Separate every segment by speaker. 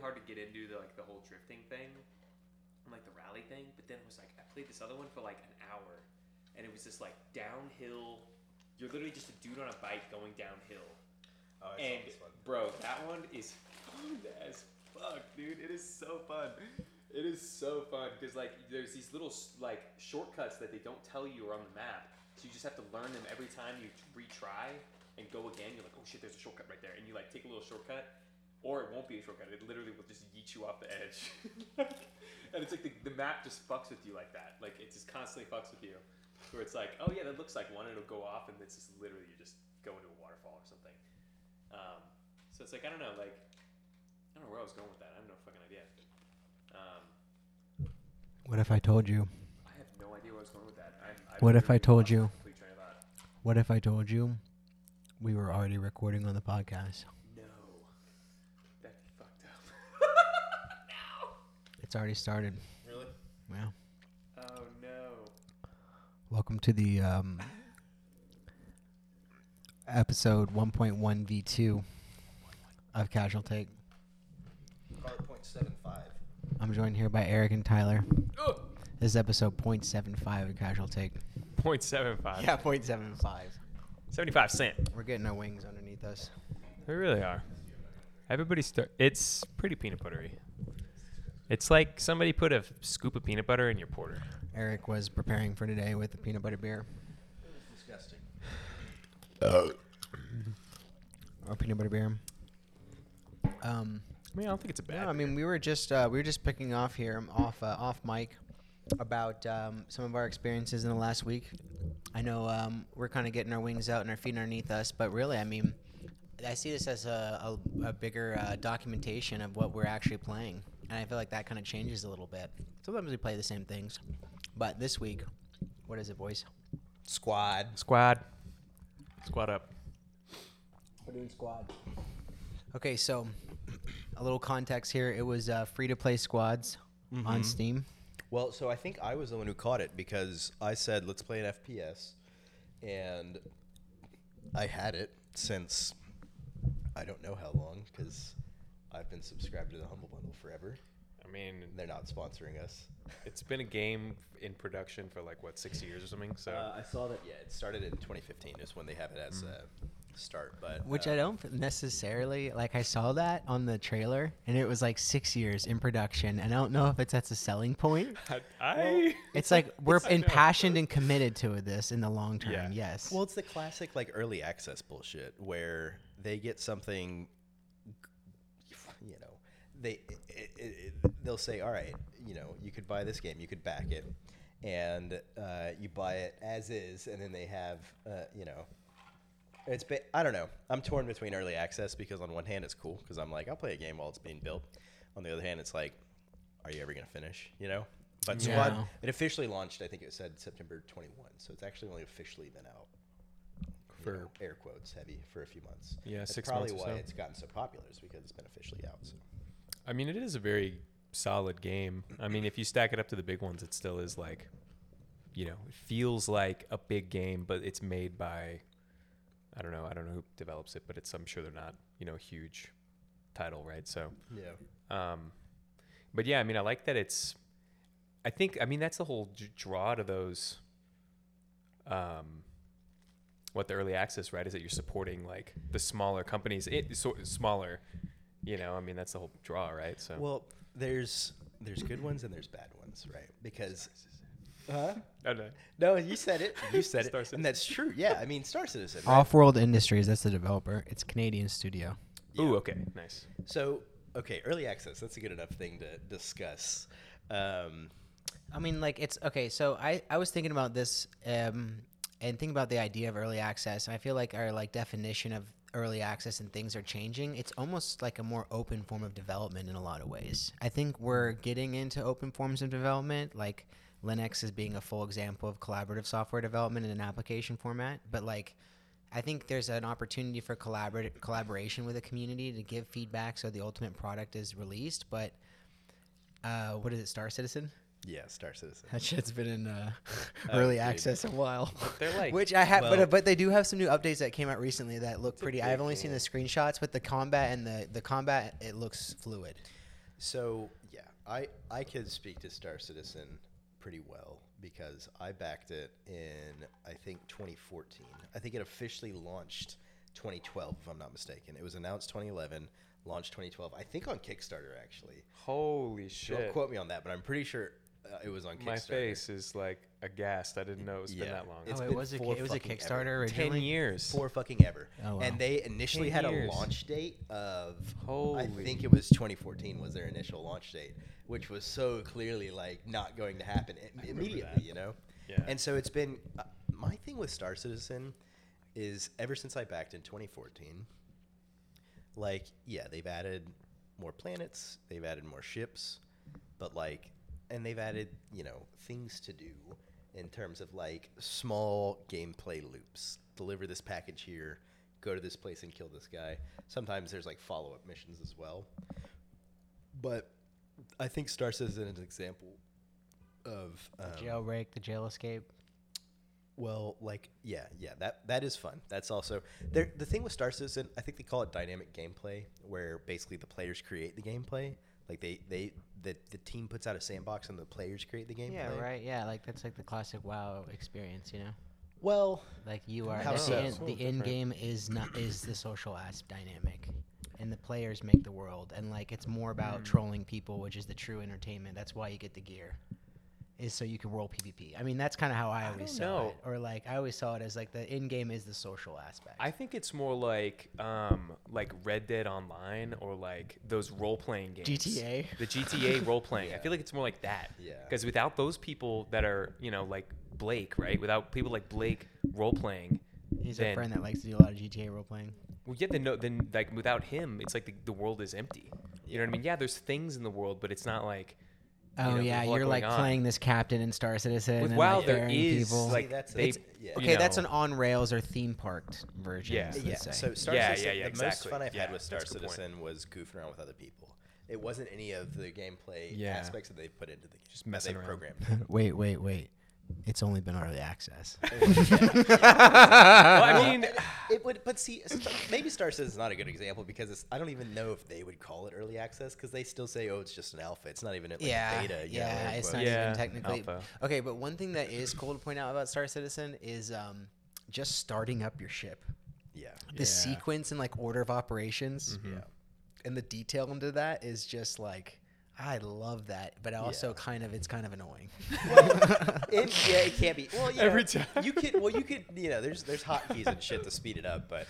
Speaker 1: hard to get into the like the whole drifting thing and like the rally thing, but then it was like I played this other one for like an hour and it was just like downhill you're literally just a dude on a bike going downhill.
Speaker 2: Oh, I saw
Speaker 1: And
Speaker 2: this one.
Speaker 1: bro, that one is fun as fuck, dude. It is so fun. It is so fun because like there's these little like shortcuts that they don't tell you are on the map, so you just have to learn them every time you retry and go again. You're like, oh shit, there's a shortcut right there, and you like take a little shortcut, or it won't be a shortcut. It literally will just yeet you off the edge, and it's like the, the map just fucks with you like that. Like it just constantly fucks with you, where it's like, oh yeah, that looks like one, and it'll go off, and it's just literally you just go into a waterfall or something. Um, so it's like I don't know, like I don't know where I was going with that. I have no fucking idea. Um,
Speaker 3: What if I told you?
Speaker 1: I have no idea where I was going with that. I'm, I'm
Speaker 3: What if I
Speaker 1: literally
Speaker 3: told
Speaker 1: lost
Speaker 3: you?
Speaker 1: my complete train of thought.
Speaker 3: What if I told you we were already recording on the podcast?
Speaker 1: No, that'd be fucked up.
Speaker 3: It's already started.
Speaker 2: Really?
Speaker 3: Yeah.
Speaker 1: Oh no.
Speaker 3: Welcome to the um, episode 1.1 V2 of Casual Take.
Speaker 2: Call it point seven five.
Speaker 3: I'm joined here by Eric and Tyler.
Speaker 1: Oh.
Speaker 3: This is episode 0.75 of Casual Take.
Speaker 1: 0.75.
Speaker 3: Yeah, 0.75.
Speaker 1: 75 cent.
Speaker 3: We're getting our wings underneath us.
Speaker 1: They really are. Everybody's. St- it's pretty peanut buttery. It's like somebody put a scoop of peanut butter in your porter.
Speaker 3: Eric was preparing for today with the peanut butter beer.
Speaker 2: Disgusting.
Speaker 3: Or peanut butter beer. Um,
Speaker 1: I mean, I don't think it's a bad.
Speaker 3: No, I mean we were just uh, we were just picking off here off uh, off mic about um, some of our experiences in the last week. I know um, we're kind of getting our wings out and our feet underneath us, but really, I mean, I see this as a, a, a bigger uh, documentation of what we're actually playing, and I feel like that kind of changes a little bit. Sometimes we play the same things, but this week, what is it, boys?
Speaker 2: Squad.
Speaker 1: Squad. Squad up.
Speaker 3: We're doing squad. Okay, so a little context here. It was uh, free to play squads on Steam.
Speaker 2: Well, so I think I was the one who caught it because I said let's play an FPS, and I had it since I don't know how long because I've been subscribed to the Humble Bundle forever.
Speaker 4: I mean,
Speaker 2: They're not sponsoring us.
Speaker 4: it's been a game in production for like what six years or something. So
Speaker 2: Uh, I saw that. Mm. Yeah, it started in 2015 is when they have it as a start, but
Speaker 3: Which
Speaker 2: uh,
Speaker 3: I don't necessarily like. I saw that on the trailer, and it was like six years in production, and I don't know if it's that's a selling point.
Speaker 4: I, I-
Speaker 3: It's like we're impassioned and committed to this in the long term.
Speaker 4: Yeah.
Speaker 3: Yes.
Speaker 2: Well, it's the classic like early access bullshit where they get something, you know, they it, it, it, they'll say, all right, you know, you could buy this game, you could back it, and uh, you buy it as is, and then they have, uh, you know. It's ba- I don't know. I'm torn between early access because on one hand it's cool because I'm like I'll play a game while it's being built. On the other hand, it's like, are you ever gonna finish? You know. But
Speaker 3: Yeah.
Speaker 2: Squad it officially launched. I think it said September 21, so it's actually only officially been out for air quotes heavy for a few months.
Speaker 4: Yeah,
Speaker 2: That's
Speaker 4: six
Speaker 2: probably
Speaker 4: months or
Speaker 2: why
Speaker 4: so.
Speaker 2: it's gotten so popular is because it's been officially out. So.
Speaker 4: I mean, it is a very solid game. I mean, if you stack it up to the big ones, it still is like, you know, it feels like a big game, but it's made by, I don't know, I don't know who develops it, but it's I'm sure they're not, you know, a huge title, right? So
Speaker 2: Yeah.
Speaker 4: Um, but yeah, I mean, I like that it's. I think I mean that's the whole d- draw to those. Um, what the early access right is that you're supporting like the smaller companies. It so, smaller, you know. I mean that's the whole draw, right? So
Speaker 2: Well, there's there's good ones and there's bad ones, right? Because huh?
Speaker 4: I don't know.
Speaker 2: No, you said it. Um, You said
Speaker 4: Star
Speaker 2: it.
Speaker 4: Citizen.
Speaker 2: And that's true. Yeah, I mean Star Citizen. right?
Speaker 3: Off World Industries. That's the developer. It's a Canadian studio.
Speaker 4: Ooh, okay, nice.
Speaker 2: So, okay, early access, that's a good enough thing to discuss. Um,
Speaker 3: I mean, like it's okay. So I I was thinking about this um, and thinking about the idea of early access. I feel like our like definition of early access and things are changing. It's almost like a more open form of development in a lot of ways. I think we're getting into open forms of development, like Linux is being a full example of collaborative software development in an application format. But like I think there's an opportunity for collaborative collaboration with a community to give feedback so the ultimate product is released. But uh, what is it, Star Citizen?
Speaker 2: yeah, Star Citizen.
Speaker 3: That shit's been in uh, early
Speaker 2: dude.
Speaker 3: access a while.
Speaker 4: They're like-
Speaker 3: which I have,
Speaker 2: well-
Speaker 3: but but they do have some new updates that came out recently that look pretty. I've only seen the screenshots, but the combat and the the combat it looks fluid.
Speaker 2: So yeah, I I could speak to Star Citizen pretty well because I backed it in I think 2014. I think it officially launched 2012 if I'm not mistaken. It was announced 2011, launched 2012. I think on Kickstarter actually.
Speaker 4: Holy shit!
Speaker 2: Don't quote me on that, but I'm pretty sure uh, it was on Kickstarter.
Speaker 4: My face is like aghast. I didn't know it's been
Speaker 2: Yeah.
Speaker 4: that long.
Speaker 2: It's
Speaker 3: oh, it
Speaker 2: been
Speaker 3: was a ki-
Speaker 2: four
Speaker 3: it was a
Speaker 2: fucking ever.
Speaker 3: Kickstarter originally.
Speaker 4: Ten years.
Speaker 2: for fucking ever.
Speaker 3: Oh, wow.
Speaker 2: And they initially
Speaker 4: Ten
Speaker 2: had
Speaker 4: years.
Speaker 2: a launch date of I
Speaker 4: Holy.
Speaker 2: think it was 2014 was their initial launch date, which was so clearly like not going to happen im- immediately, you know.
Speaker 4: Yeah.
Speaker 2: And so it's been uh, my thing with Star Citizen is ever since I backed in 2014 like yeah they've added more planets they've added more ships but like and they've added you know things to do in terms of like small gameplay loops deliver this package here go to this place and kill this guy sometimes there's like follow-up missions as well but i think star citizen is an example of um,
Speaker 3: The jailbreak, the jail escape.
Speaker 2: well, like yeah, yeah, that that is fun. That's also there. The thing with Star Citizen, I think they call it dynamic gameplay, where basically the players create the gameplay. Like they they the, the team puts out a sandbox and the players create the gameplay.
Speaker 3: Yeah, right. Yeah, like that's like the classic WoW experience, you know.
Speaker 2: Well,
Speaker 3: Like you are
Speaker 2: How
Speaker 3: the,
Speaker 2: so?
Speaker 3: end,
Speaker 4: So
Speaker 3: the end
Speaker 4: different.
Speaker 3: game is not is the social as dynamic, and the players make the world, and like it's more
Speaker 4: Mm.
Speaker 3: about trolling people, which is the true entertainment. That's why you get the gear, is so you can roll PvP. I mean, that's kind of how I always
Speaker 4: don't
Speaker 3: saw
Speaker 4: know.
Speaker 3: it, or like I always saw it as like the end game is the social aspect.
Speaker 4: I think it's more like um, like Red Dead Online or like those role playing games.
Speaker 3: GTA.
Speaker 4: The GTA role playing. I feel like it's more like that.
Speaker 2: Yeah.
Speaker 4: Because without those people that are you know like Blake, right? Without people like Blake role playing,
Speaker 3: He's
Speaker 4: then,
Speaker 3: a friend that likes to do a lot of GTA role playing.
Speaker 4: Well, yeah. Then no. Then like without him, it's like the, the world is empty. You know what I mean? Yeah. There's things in the world, but it's not like. you
Speaker 3: Oh
Speaker 4: know, there's
Speaker 3: yeah,
Speaker 4: a lot
Speaker 3: you're
Speaker 4: going
Speaker 3: like
Speaker 4: on.
Speaker 3: playing this captain in Star Citizen.
Speaker 4: With
Speaker 3: and,
Speaker 4: WoW,
Speaker 3: like,
Speaker 4: there
Speaker 3: burying
Speaker 4: is
Speaker 3: people.
Speaker 4: like
Speaker 2: that's-
Speaker 4: they.
Speaker 2: it's- yeah.
Speaker 4: you
Speaker 3: Okay, that's
Speaker 4: know,
Speaker 3: an on rails or theme parked version.
Speaker 4: Yeah.
Speaker 3: let's
Speaker 2: yeah.
Speaker 3: say.
Speaker 2: So Star
Speaker 4: Yeah,
Speaker 2: Citizen,
Speaker 4: yeah, yeah,
Speaker 2: the
Speaker 4: exactly.
Speaker 2: most fun I've
Speaker 4: Yeah,
Speaker 2: had with Star
Speaker 4: that's a good point.
Speaker 2: Citizen was goofing around with other people. It wasn't any of the gameplay
Speaker 4: Yeah.
Speaker 2: aspects that they put into the game.
Speaker 4: Just
Speaker 2: that
Speaker 4: messing
Speaker 2: they
Speaker 4: around.
Speaker 2: programmed.
Speaker 3: wait, wait, wait. It's only been early access.
Speaker 4: well, I mean,
Speaker 2: It would, but see, Star- maybe Star Citizen's not a good example because it's, I don't even know if they would call it early access because they still say, "Oh, it's just an alpha. It's not even like
Speaker 3: yeah,
Speaker 2: beta." you know,
Speaker 3: yeah,
Speaker 2: air
Speaker 3: it's
Speaker 2: quotes.
Speaker 3: not
Speaker 4: Yeah,
Speaker 3: even technically
Speaker 4: alpha.
Speaker 3: okay. But one thing that is cool to point out about Star Citizen is um, just starting up your ship,
Speaker 2: Yeah, Mm-hmm.
Speaker 3: the
Speaker 4: Yeah.
Speaker 3: sequence and like order of operations,
Speaker 2: Yeah.
Speaker 3: and the detail into that is just like I love that, but also kind of it's kind of annoying.
Speaker 2: It, yeah, it can't be. Well, you
Speaker 4: Every
Speaker 2: know,
Speaker 4: time.
Speaker 2: you could. Well, you could. You know, there's there's hotkeys and shit to speed it up, but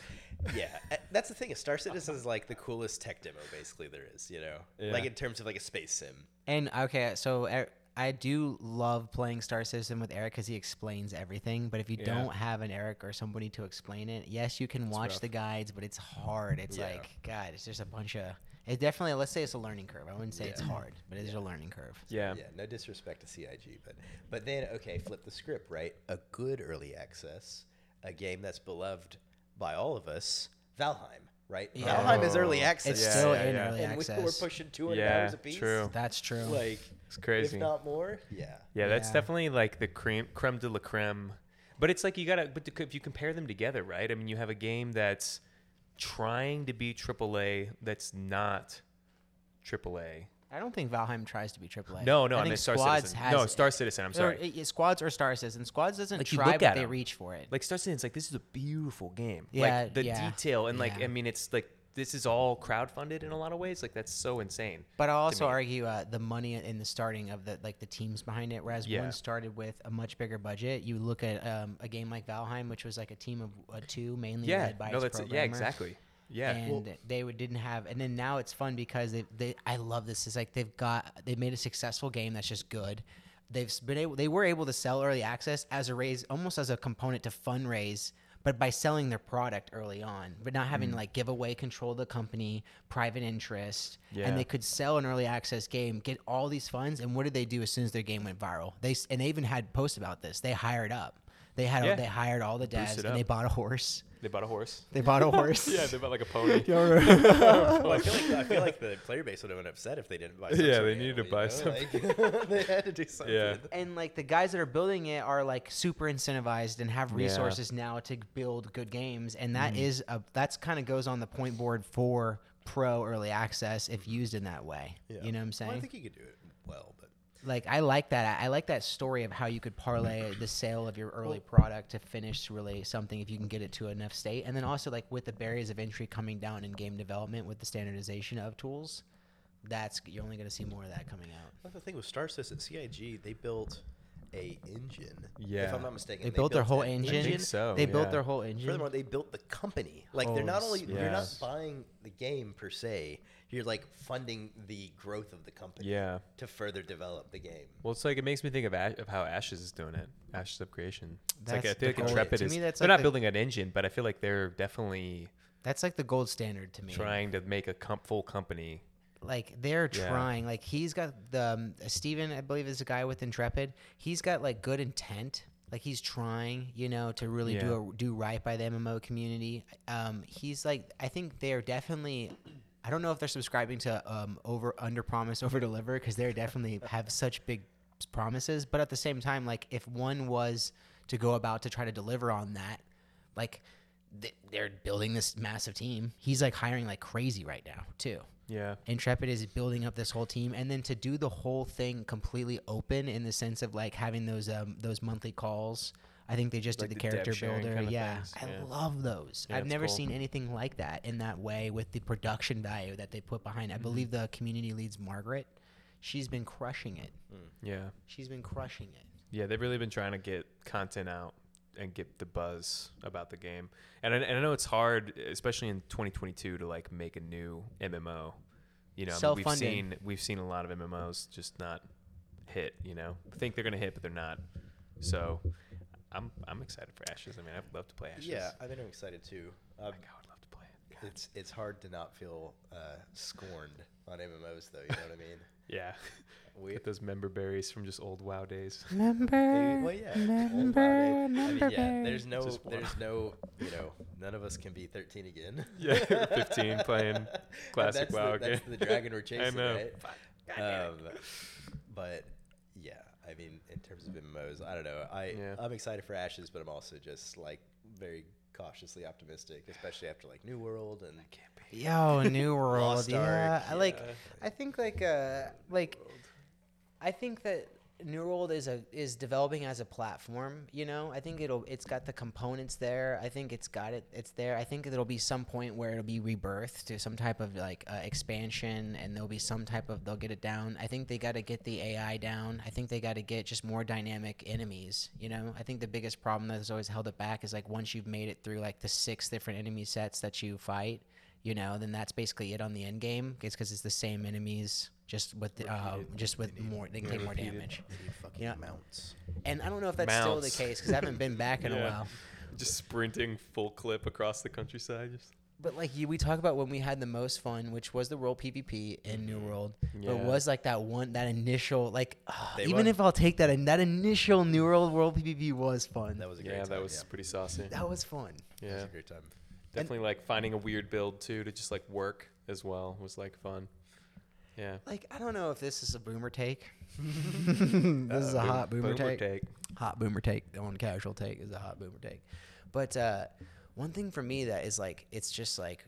Speaker 2: yeah, Uh, that's the thing. is Star Citizen is like the coolest tech demo basically there is. You know, like
Speaker 4: Yeah.
Speaker 2: in terms of like a space sim.
Speaker 3: And okay, so Er- I do love playing Star Citizen with Eric because he explains everything. But if you
Speaker 4: Yeah.
Speaker 3: don't have an Eric or somebody to explain it, yes, you can watch the guides, but it's hard. It's
Speaker 2: Yeah.
Speaker 3: like God, it's just a bunch of. It definitely, let's say it's a learning curve. I wouldn't say it's hard, but it's a learning curve.
Speaker 4: yeah.
Speaker 2: Yeah, no disrespect to CIG, but but then okay, flip the script, right? A good early access, a game that's beloved by all of us, Valheim, right?
Speaker 3: Yeah.
Speaker 2: Valheim is early
Speaker 4: Oh.
Speaker 2: access.
Speaker 3: It's
Speaker 4: Yeah,
Speaker 3: still
Speaker 4: yeah,
Speaker 3: in
Speaker 4: yeah.
Speaker 3: early
Speaker 2: and we,
Speaker 3: access.
Speaker 2: we're pushing 200
Speaker 4: Yeah,
Speaker 2: hours a piece.
Speaker 4: true.
Speaker 3: That's true.
Speaker 2: Like
Speaker 4: It's crazy.
Speaker 2: if not more, yeah.
Speaker 4: Yeah, that's
Speaker 3: Yeah.
Speaker 4: definitely like the creme, creme de la creme. But it's like you gotta, but to- if you compare them together, right? I mean, you have a game that's trying to be AAA that's not AAA.
Speaker 3: I don't think Valheim tries to be AAA.
Speaker 4: No, no,
Speaker 3: I
Speaker 4: I,
Speaker 3: think
Speaker 4: meant Star
Speaker 3: Squads
Speaker 4: Citizen.
Speaker 3: has
Speaker 4: No,
Speaker 3: it.
Speaker 4: Star Citizen. I'm
Speaker 3: Or,
Speaker 4: sorry.
Speaker 3: uh, Squads or Star Citizen. Squads doesn't
Speaker 4: Like, you
Speaker 3: try,
Speaker 4: look
Speaker 3: but
Speaker 4: at
Speaker 3: they
Speaker 4: 'em.
Speaker 3: reach for it.
Speaker 4: like Star Citizen's like this is a beautiful game.
Speaker 3: Yeah,
Speaker 4: like the
Speaker 3: yeah,
Speaker 4: detail and like
Speaker 3: yeah.
Speaker 4: I mean, it's like this is all crowdfunded in a lot of ways. Like that's so insane.
Speaker 3: But I'll also
Speaker 4: me.
Speaker 3: argue uh, the money in the starting of the like the teams behind it. Whereas
Speaker 4: Yeah.
Speaker 3: one started with a much bigger budget. You look at um, a game like Valheim, which was like a team of uh, two, mainly
Speaker 4: Yeah,
Speaker 3: led by
Speaker 4: no,
Speaker 3: its
Speaker 4: that's
Speaker 3: programmer.
Speaker 4: yeah, exactly. Yeah,
Speaker 3: And they would, didn't have, and then now it's fun because they, they, I love this. It's like they've got, they made a successful game that's just good. They've s- been able, they were able to sell early access as a raise, almost as a component to fundraise, but by selling their product early on, but not
Speaker 4: Mm.
Speaker 3: having to like give away control of the company, private interest,
Speaker 4: Yeah.
Speaker 3: and they could sell an early access game, get all these funds, and what did they do as soon as their game went viral? They s- and they even had posts about this. They hired up. They had
Speaker 4: Yeah.
Speaker 3: they hired all the devs
Speaker 4: it
Speaker 3: and they
Speaker 4: up.
Speaker 3: bought a horse.
Speaker 4: they bought a horse.
Speaker 3: They bought a horse.
Speaker 4: Yeah, they bought like a pony.
Speaker 2: Well, I feel like I feel like the player base would have been upset if they didn't buy. Some
Speaker 4: Yeah,
Speaker 2: sort
Speaker 4: they
Speaker 2: of
Speaker 4: needed to
Speaker 2: animal, you
Speaker 4: buy
Speaker 2: know? Like, they had to do something.
Speaker 4: Yeah.
Speaker 3: and like the guys that are building it are like super incentivized and have
Speaker 4: Mm.
Speaker 3: resources now to build good games and that is a that's kind of goes on the point board for pro early access if used in that way.
Speaker 2: Yeah.
Speaker 3: You know what I'm
Speaker 2: Well,
Speaker 3: saying?
Speaker 2: I think you could do it well, but
Speaker 3: like I like that. I like that story of how you could parlay the sale of your early product to finish really something if you can get it to enough state, and then also like with the barriers of entry coming down in game development with the standardization of tools, that's you're only going to see more of that coming out.
Speaker 2: That's the thing with Star Citizen CIG. They built a engine. if
Speaker 4: Yeah.
Speaker 2: I'm not mistaken,
Speaker 3: They, built their whole
Speaker 2: an
Speaker 3: engine.
Speaker 4: I think so,
Speaker 3: They built
Speaker 4: yeah.
Speaker 3: their whole engine.
Speaker 2: Furthermore, they built the company. Like they're
Speaker 3: Oh,
Speaker 2: not only you're not
Speaker 4: yes.
Speaker 2: buying the game per se. You're like funding the growth of the company.
Speaker 4: Yeah.
Speaker 2: To further develop the game.
Speaker 4: Well, it's like it makes me think of Ash, of how Ashes is doing it. Ashes of Creation. It's like I
Speaker 3: That's
Speaker 4: feel like
Speaker 3: the goal.
Speaker 4: Intrepid
Speaker 3: To
Speaker 4: is.
Speaker 3: me, that's
Speaker 4: they're
Speaker 3: like
Speaker 4: not
Speaker 3: the-
Speaker 4: building an engine, but I feel like they're definitely
Speaker 3: that's like the gold standard to me.
Speaker 4: trying to make a com- full company.
Speaker 3: like they're
Speaker 4: Yeah.
Speaker 3: trying like he's got the um, steven i believe is a guy with intrepid he's got like good intent like he's trying you know to really do a, do right by the mmo community um he's like i think they're definitely i don't know if they're subscribing to um over under promise over deliver because they're definitely have such big promises but at the same time like if one was to go about to try to deliver on that like th- they're building this massive team he's like hiring like crazy right now too
Speaker 4: Yeah.
Speaker 3: Intrepid is building up this whole team, and then to do the whole thing completely open in the sense of like having those um those monthly calls. I think they just
Speaker 4: Like
Speaker 3: did
Speaker 4: the
Speaker 3: the,
Speaker 4: dev
Speaker 3: character
Speaker 4: sharing
Speaker 3: builder.
Speaker 4: kind of
Speaker 3: yeah,
Speaker 4: things,
Speaker 3: I
Speaker 4: yeah.
Speaker 3: love those.
Speaker 4: Yeah,
Speaker 3: I've
Speaker 4: it's
Speaker 3: never
Speaker 4: cool.
Speaker 3: seen anything like that in that way with the production value that they put behind. it. I
Speaker 4: Mm-hmm.
Speaker 3: believe the community leads Margaret. She's been crushing it.
Speaker 4: Mm. Yeah.
Speaker 3: She's been crushing it.
Speaker 4: Yeah, they've really been trying to get content out and get the buzz about the game. And I, and I know it's hard, especially in 2022, to like make a new MMO. You know, I mean, we've
Speaker 3: Self-funded.
Speaker 4: seen we've seen a lot of MMOs just not hit. You know, think they're gonna hit, but they're not. So, I'm I'm excited for Ashes. I mean, I'd love to play Ashes.
Speaker 2: Yeah, I've been excited too. Um,
Speaker 4: like, I would love to play it.
Speaker 2: it's it's hard to not feel uh, scorned on MMOs though. You know what I mean?
Speaker 4: Yeah,
Speaker 2: We,
Speaker 4: get those member berries from just old WoW days.
Speaker 2: They-
Speaker 3: Remember,
Speaker 2: well, yeah. Old Friday. I mean, yeah. There's no,
Speaker 4: Just one.
Speaker 2: there's no, you know, none of us can be 13 again.
Speaker 4: yeah, 15 playing
Speaker 2: But
Speaker 4: classic
Speaker 2: that's
Speaker 4: WoW
Speaker 2: the,
Speaker 4: again.
Speaker 2: That's the dragon we're chasing,
Speaker 4: know.
Speaker 2: right?
Speaker 4: Fuck.
Speaker 2: Um, but yeah, I mean, in terms of MMOs, I don't know. I
Speaker 4: Yeah.
Speaker 2: I'm excited for Ashes, but I'm also just like very cautiously optimistic, especially after like New World and
Speaker 3: Yo, New World.
Speaker 2: Lost
Speaker 3: yeah,
Speaker 2: Ark,
Speaker 3: I like.
Speaker 2: yeah.
Speaker 3: I think like uh like, I think that New World is a is developing as a platform. You know, I think it'll it's got the components there. I think it's got it. It's there. I think there'll be some point where it'll be rebirthed to some type of like uh, expansion, and there'll be some type of they'll get it down. I think they got to get the AI down. I think they got to get just more dynamic enemies. You know, I think the biggest problem that has always held it back is like once you've made it through like the six different enemy sets that you fight you know, then that's basically it on the end game. It's because it's the same enemies, just with the, uh, just with more. They can take more damage.
Speaker 2: fucking
Speaker 3: Yeah.
Speaker 2: mounts.
Speaker 3: And I don't know if that's
Speaker 4: Mounts.
Speaker 3: still the case because I haven't been back in a
Speaker 4: Yeah.
Speaker 3: while.
Speaker 4: just sprinting full clip across the countryside. Just
Speaker 3: But like you, we talk about when we had the most fun, which was the world PvP in New World. But
Speaker 4: Mm-hmm. Yeah.
Speaker 3: was like that one, that initial, like ah,
Speaker 2: They
Speaker 3: even
Speaker 2: won.
Speaker 3: if I'll take that, and that initial New World world PvP was fun.
Speaker 2: That was a great
Speaker 4: yeah,
Speaker 2: time.
Speaker 4: that was pretty saucy.
Speaker 3: That was fun.
Speaker 2: yeah. That was
Speaker 4: Yeah,
Speaker 2: a great time.
Speaker 4: definitely like finding a weird build too to just like work as well was like fun. Yeah,
Speaker 3: Like I don't know if this is a boomer take. this
Speaker 2: Uh,
Speaker 4: Uh,
Speaker 3: is a hot boomer, take. hot boomer take the one casual take is a hot boomer take but uh, one thing for me that is like it's just like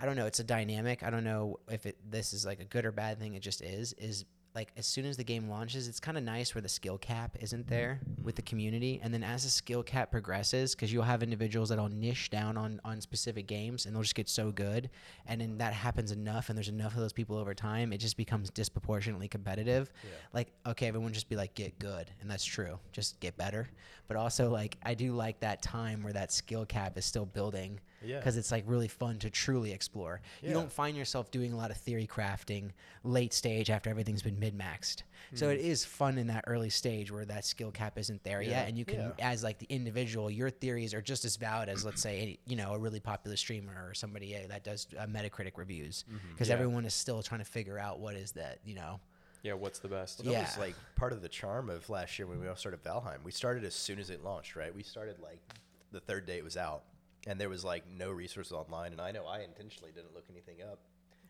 Speaker 3: i don't know it's a dynamic i don't know if it this is like a good or bad thing it just is is like as soon as the game launches it's kind of nice where the skill cap isn't there with the community and then as the skill cap progresses because you'll have individuals that'll niche down on on specific games and they'll just get so good and then that happens enough and there's enough of those people over time it just becomes disproportionately competitive like okay everyone just be like get good and that's true just get better but also like i do like that time where that skill cap is still building
Speaker 2: Yeah.
Speaker 3: because it's like really fun to truly explore you don't find yourself doing a lot of theory crafting late stage after everything's been mid maxed so it is fun in that early stage where that skill cap isn't there yet and you can
Speaker 2: Hmm. Yeah.
Speaker 3: as like the individual your theories are just as valid as let's say any- you know a really popular streamer or somebody uh, that does uh, metacritic reviews because
Speaker 4: Mm-hmm. Yeah.
Speaker 3: everyone is still trying to figure out what is that you know
Speaker 4: Yeah, what's the best?
Speaker 2: Well, that was
Speaker 3: Yeah.
Speaker 2: like part of the charm of last year when we all started Valheim. We started as soon as it launched, right? We started like the third day it was out, and there was like no resources online. And I know I intentionally didn't look anything up.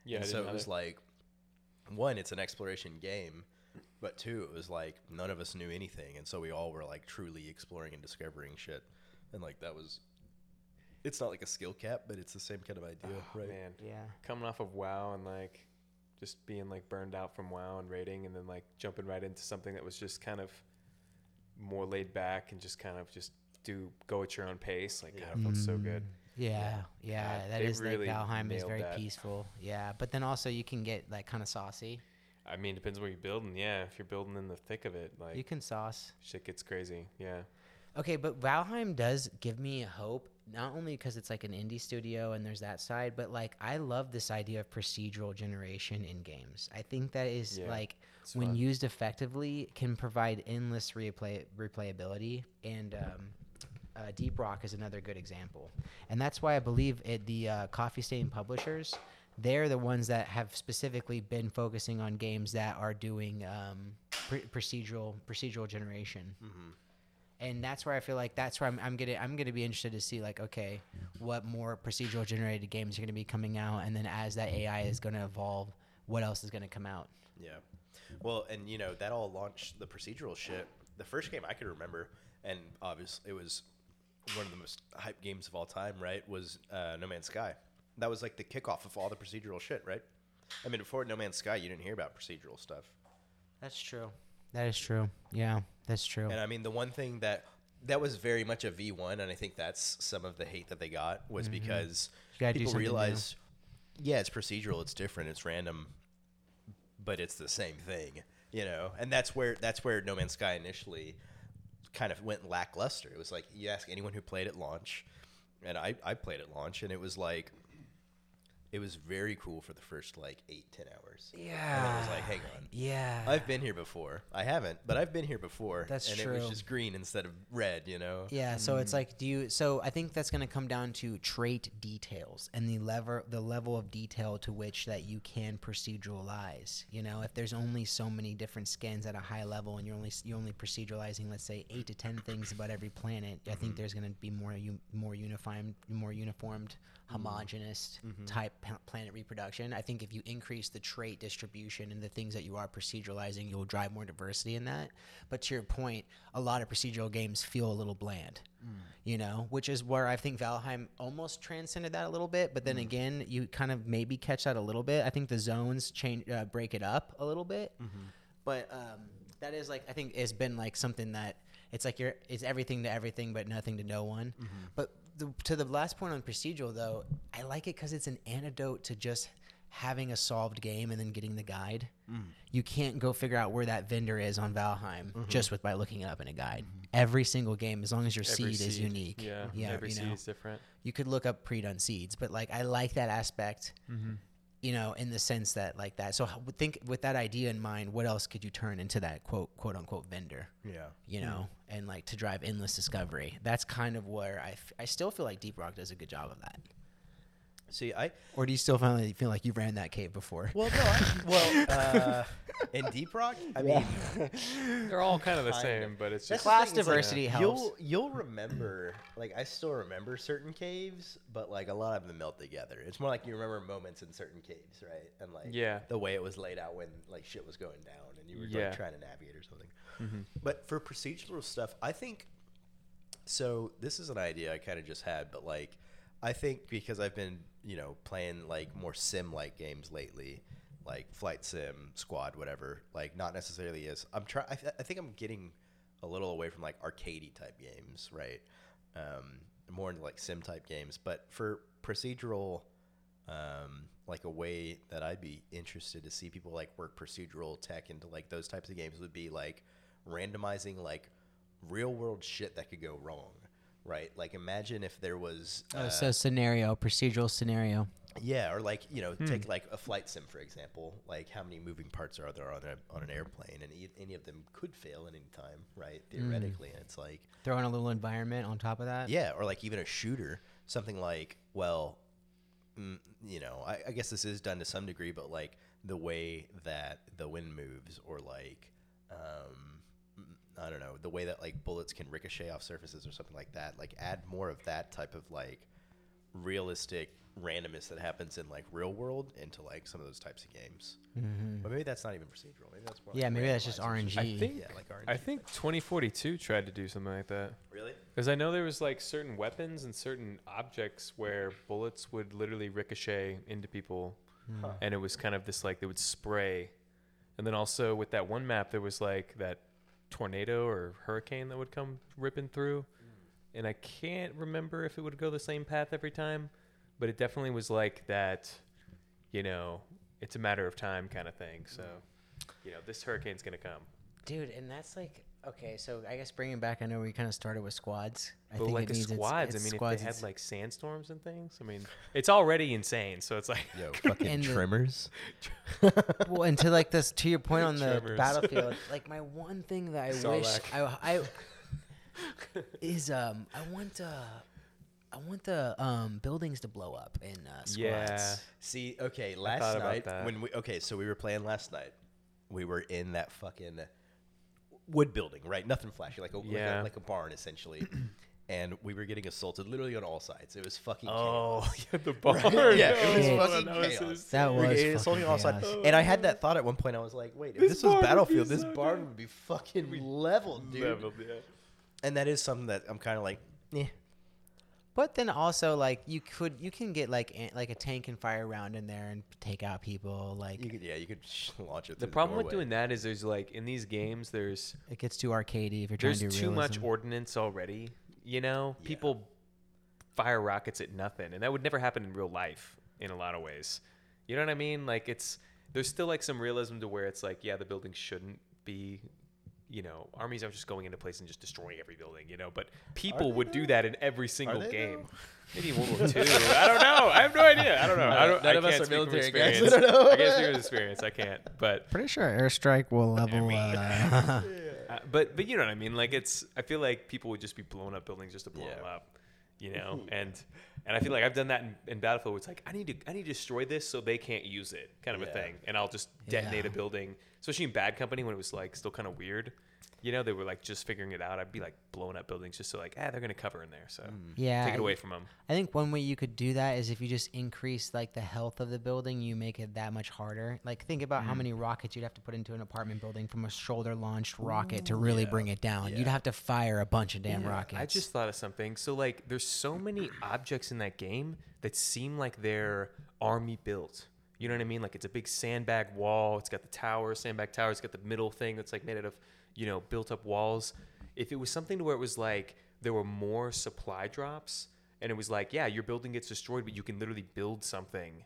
Speaker 4: Yeah, I
Speaker 2: and so
Speaker 4: didn't
Speaker 2: it was
Speaker 4: either.
Speaker 2: like, one, it's an exploration game, but two, it was like none of us knew anything, and so we all were like truly exploring and discovering shit, and like that was. It's not like a skill cap, but it's the same kind of idea, right?
Speaker 4: Ah, man.
Speaker 3: Yeah.
Speaker 4: Coming off of WoW and like just being like burned out from WoW and raiding, and then like jumping right into something that was just kind of more laid back and just kind of just do go at your own pace. Like God, it felt
Speaker 3: Mm-hmm.
Speaker 4: so good.
Speaker 3: Yeah, yeah,
Speaker 4: Yeah,
Speaker 3: that
Speaker 4: they
Speaker 3: is
Speaker 4: really
Speaker 3: like Valheim is
Speaker 4: nailed
Speaker 3: very
Speaker 4: that.
Speaker 3: peaceful. Yeah, but then also you can get like kind of saucy.
Speaker 4: I mean, depends what you're building. Yeah, if you're building in the thick of it, like
Speaker 3: You can sauce.
Speaker 4: shit gets crazy. Yeah.
Speaker 3: Okay, but Valheim does give me hope, not only because it's like an indie studio and there's that side, but like I love this idea of procedural generation in games. I think that is
Speaker 4: Yeah,
Speaker 3: like
Speaker 4: it's
Speaker 3: when
Speaker 4: fun.
Speaker 3: used effectively can provide endless replay replayability and. Um, uh, Deep Rock is another good example, and that's why I believe it, the uh, Coffee Stain publishers, they're the ones that have specifically been focusing on games that are doing um, pr- procedural procedural generation and that's where I feel like that's where I'm, I'm gonna I'm gonna be interested to see like okay what more procedural generated games are gonna be coming out and then as that AI is gonna evolve what else is gonna come out
Speaker 2: Yeah. Well, and you know that all launched the procedural shit. The first game I could remember, and obviously it was one of the most hyped games of all time, right? Was uh, No Man's Sky. That was like the kickoff of all the procedural shit, right? I mean, before No Man's Sky, you didn't hear about procedural stuff.
Speaker 3: that's true that is true yeah that's true
Speaker 2: And I mean, the one thing that that was very much a V one, and I think that's some of the hate that they got was because
Speaker 3: Mm-hmm. gotta do
Speaker 2: people
Speaker 3: something new.
Speaker 2: realize, yeah, it's procedural, it's different, it's random, but it's the same thing, you know. And that's where that's where No Man's Sky initially kind of went lackluster. It was like you ask anyone who played at launch, and I I played at launch, and it was like. It was very cool for the first like eight ten hours. and then it was like, hang on,
Speaker 3: yeah
Speaker 2: I've been here before. I haven't, but I've been here before.
Speaker 3: That's
Speaker 2: and it was
Speaker 3: true.
Speaker 2: just green instead of red, you know?
Speaker 3: Yeah, so it's like, do you? So I think that's going to come down to trait details and the lever, the level of detail to which that you can proceduralize. You know, if there's only so many different skins at a high level, and you're only you're only proceduralizing, let's say eight to ten things about every planet, I
Speaker 2: Mm-hmm.
Speaker 3: think there's going to be more u- more uniform, more uniformed, Mm-hmm. homogenous type p- planet reproduction. I think if you increase the trait distribution and the things that you are proceduralizing, you'll drive more diversity in that. But to your point, a lot of procedural games feel a little bland, you know, which is where I think Valheim almost transcended that a little bit. But then again, you kind of maybe catch that a little bit. I think the zones change, uh, break it up a little bit. But um, that is like I think it's been like something that it's like you're it's everything to everything, but nothing to no one.
Speaker 4: Mm-hmm.
Speaker 3: But the, to the last point on procedural though, I like it because it's an antidote to just having a solved game and then getting the guide.
Speaker 4: Mm-hmm.
Speaker 3: You can't go figure out where that vendor is on Valheim
Speaker 4: Mm-hmm.
Speaker 3: just with by looking it up in a guide. Every single game, as long as your
Speaker 4: Every
Speaker 3: seed, is
Speaker 4: seed,
Speaker 3: unique,
Speaker 4: Yeah. Every
Speaker 3: you
Speaker 4: seed
Speaker 3: know?
Speaker 4: is different.
Speaker 3: you could look up pre-done seeds, but like I like that aspect,
Speaker 2: Mm-hmm.
Speaker 3: you know, in the sense that like that. So h- think with that idea in mind, what else could you turn into that quote quote unquote vendor,
Speaker 2: Yeah.
Speaker 3: you know, and like to drive endless discovery. That's kind of where I, f- I still feel like Deep Rock does a good job of that.
Speaker 2: See, I.
Speaker 3: Or do you still finally feel like you ran that cave before?
Speaker 2: Well, no. I, well, uh, in Deep Rock, I mean,
Speaker 4: They're all kind of the
Speaker 2: Kinda.
Speaker 4: same, but it's
Speaker 2: that's
Speaker 4: just
Speaker 2: the
Speaker 3: Class
Speaker 2: thing, it's like,
Speaker 3: diversity helps.
Speaker 2: You'll, you'll remember, like, I still remember certain caves, but, like, a lot of them melt together. It's more like you remember moments in certain caves, right? And, like,
Speaker 4: Yeah.
Speaker 2: the way it was laid out when, like, shit was going down and you were,
Speaker 4: Yeah.
Speaker 2: like, trying to navigate or something. But for procedural stuff, I think So this is an idea I kind of just had, but like, I think because I've been, you know, playing like more sim-like games lately, like flight sim, squad, whatever. Like, not necessarily as I'm trying. I, th- I think I'm getting a little away from like arcadey type games, right? Um, more into like sim type games. But for procedural, um, like a way that I'd be interested to see people like work procedural tech into like those types of games would be like randomizing like real world shit that could go wrong, right? Like imagine if there was uh,
Speaker 3: so scenario, procedural scenario.
Speaker 2: yeah, or like you know take like a flight sim for example, like how many moving parts are there on, a, on an airplane, and e- any of them could fail at any time, right? Theoretically, and it's like
Speaker 3: Throwing a little environment on top of that.
Speaker 2: yeah, or like even a shooter, something like, well, mm, you know, I, I guess this is done to some degree, but like the way that the wind moves, or like, um, mm, I don't know, the way that like bullets can ricochet off surfaces or something like that. Like, add more of that type of like realistic randomness that happens in like real world into like some of those types of games. But maybe that's not even procedural. Maybe that's more
Speaker 3: Mm-hmm. Yeah,
Speaker 2: like
Speaker 3: maybe that's just
Speaker 2: randomized or
Speaker 3: RNG.
Speaker 4: I think
Speaker 2: Yeah, like RNG.
Speaker 4: I think 2042 tried to do something like that.
Speaker 2: Really?
Speaker 4: Because I know there was like certain weapons and certain objects where bullets would literally ricochet into people, and it was kind of this like they would spray, and then also with that one map there was like that tornado or hurricane that would come ripping through, and I can't remember if it would go the same path every time, but it definitely was like that, you know, it's a matter of time kind of thing. So, you know, this hurricane's gonna come.
Speaker 3: Dude, and that's like okay. So I guess bringing back, I know we kind of started with squads. I
Speaker 4: But
Speaker 3: think
Speaker 4: like
Speaker 3: it
Speaker 4: the
Speaker 3: means it's-
Speaker 4: squads, I
Speaker 3: it's
Speaker 4: mean,
Speaker 3: squads,
Speaker 4: if they
Speaker 3: it's-
Speaker 4: had like sandstorms and things, I mean, it's already insane. So it's like,
Speaker 2: Yo, fucking
Speaker 3: And the-
Speaker 2: trimmers.
Speaker 3: well, and to like this, to your point on the
Speaker 4: Tremors.
Speaker 3: battlefield, like my one thing that I wish I, I is um I want uh I want the um buildings to blow up in uh, squads.
Speaker 4: yeah,
Speaker 2: See, okay,
Speaker 4: thought
Speaker 2: last
Speaker 4: about
Speaker 2: night
Speaker 4: that.
Speaker 2: when we okay, so we were playing last night. We were in that fucking wood building, right? Nothing flashy, like a, like,
Speaker 4: Yeah.
Speaker 2: a like a barn essentially. and we were getting assaulted literally on all sides. It was fucking
Speaker 4: oh,
Speaker 2: chaos.
Speaker 4: yeah, the bar,
Speaker 2: yeah,
Speaker 4: no,
Speaker 2: it
Speaker 3: Yeah.
Speaker 2: was
Speaker 4: no,
Speaker 2: fucking
Speaker 4: no, this
Speaker 2: chaos.
Speaker 4: is-
Speaker 3: That
Speaker 2: We were
Speaker 3: was
Speaker 2: getting assaulted on all
Speaker 3: fucking
Speaker 2: sides.
Speaker 3: chaos.
Speaker 2: And I had that thought at one point. I was like, "Wait, if this,
Speaker 4: barn would
Speaker 2: was
Speaker 4: be
Speaker 2: Battlefield, this
Speaker 4: so
Speaker 2: barn
Speaker 4: good.
Speaker 2: would be fucking leveled, dude."
Speaker 4: leveled, yeah.
Speaker 2: And that is something that I'm kind of like, eh, "Yeah,
Speaker 3: But then also like you could you can get like an, like a tank and fire round in there and take out people like
Speaker 2: you could, yeah, you could sh- launch it."
Speaker 4: The
Speaker 2: through
Speaker 4: problem with
Speaker 2: doorway.
Speaker 4: doing that is there's like in these games there's
Speaker 3: it gets too arcadey if you're trying
Speaker 4: there's
Speaker 3: to
Speaker 4: too
Speaker 3: do
Speaker 4: much
Speaker 3: realism.
Speaker 4: ordnance already. You know,
Speaker 2: Yeah.
Speaker 4: people fire rockets at nothing, and that would never happen in real life in a lot of ways. You know what I mean? Like it's there's still like some realism to where it's like, yeah, the building shouldn't be. You know, armies aren't just going into place and just destroying every building. You know, but people would do that in every single
Speaker 2: they,
Speaker 4: game. Maybe in World War II. I don't know. I have no idea. I don't know. I don't.
Speaker 2: none
Speaker 4: I
Speaker 2: of us
Speaker 4: can't
Speaker 2: are
Speaker 4: speak from
Speaker 2: military guys.
Speaker 4: experience.
Speaker 2: I don't know.
Speaker 4: I can't speak from experience. I can't. But
Speaker 3: Pretty sure airstrike will level. Uh,
Speaker 4: uh, but but you know what I mean. Like it's I feel like people would just be blowing up buildings just to blow
Speaker 2: Yeah.
Speaker 4: them up, you know. And and I feel like I've done that in, in Battlefield. Where it's like I need to I need to destroy this so they can't use it, kind of a
Speaker 2: Yeah.
Speaker 4: thing. And I'll just detonate
Speaker 3: Yeah.
Speaker 4: a building, especially in Bad Company when it was like still kind of weird. You know, they were like just figuring it out. I'd be like blowing up buildings just so like ah they're gonna cover in there. So
Speaker 3: Mm. yeah,
Speaker 4: take it away from them.
Speaker 3: I think one way you could do that is if you just increase like the health of the building, you make it that much harder. Like think about
Speaker 4: Mm.
Speaker 3: how many rockets you'd have to put into an apartment building from a shoulder launched rocket to really bring it down. You'd have to fire a bunch of damn rockets.
Speaker 4: I just thought of something. So like there's so many objects in that game that seem like they're army built. You know what I mean? Like it's a big sandbag wall, it's got the tower, sandbag tower, it's got the middle thing that's like made out of, you know, built up walls. If it was something to where it was like there were more supply drops and it was like, yeah, your building gets destroyed, but you can literally build something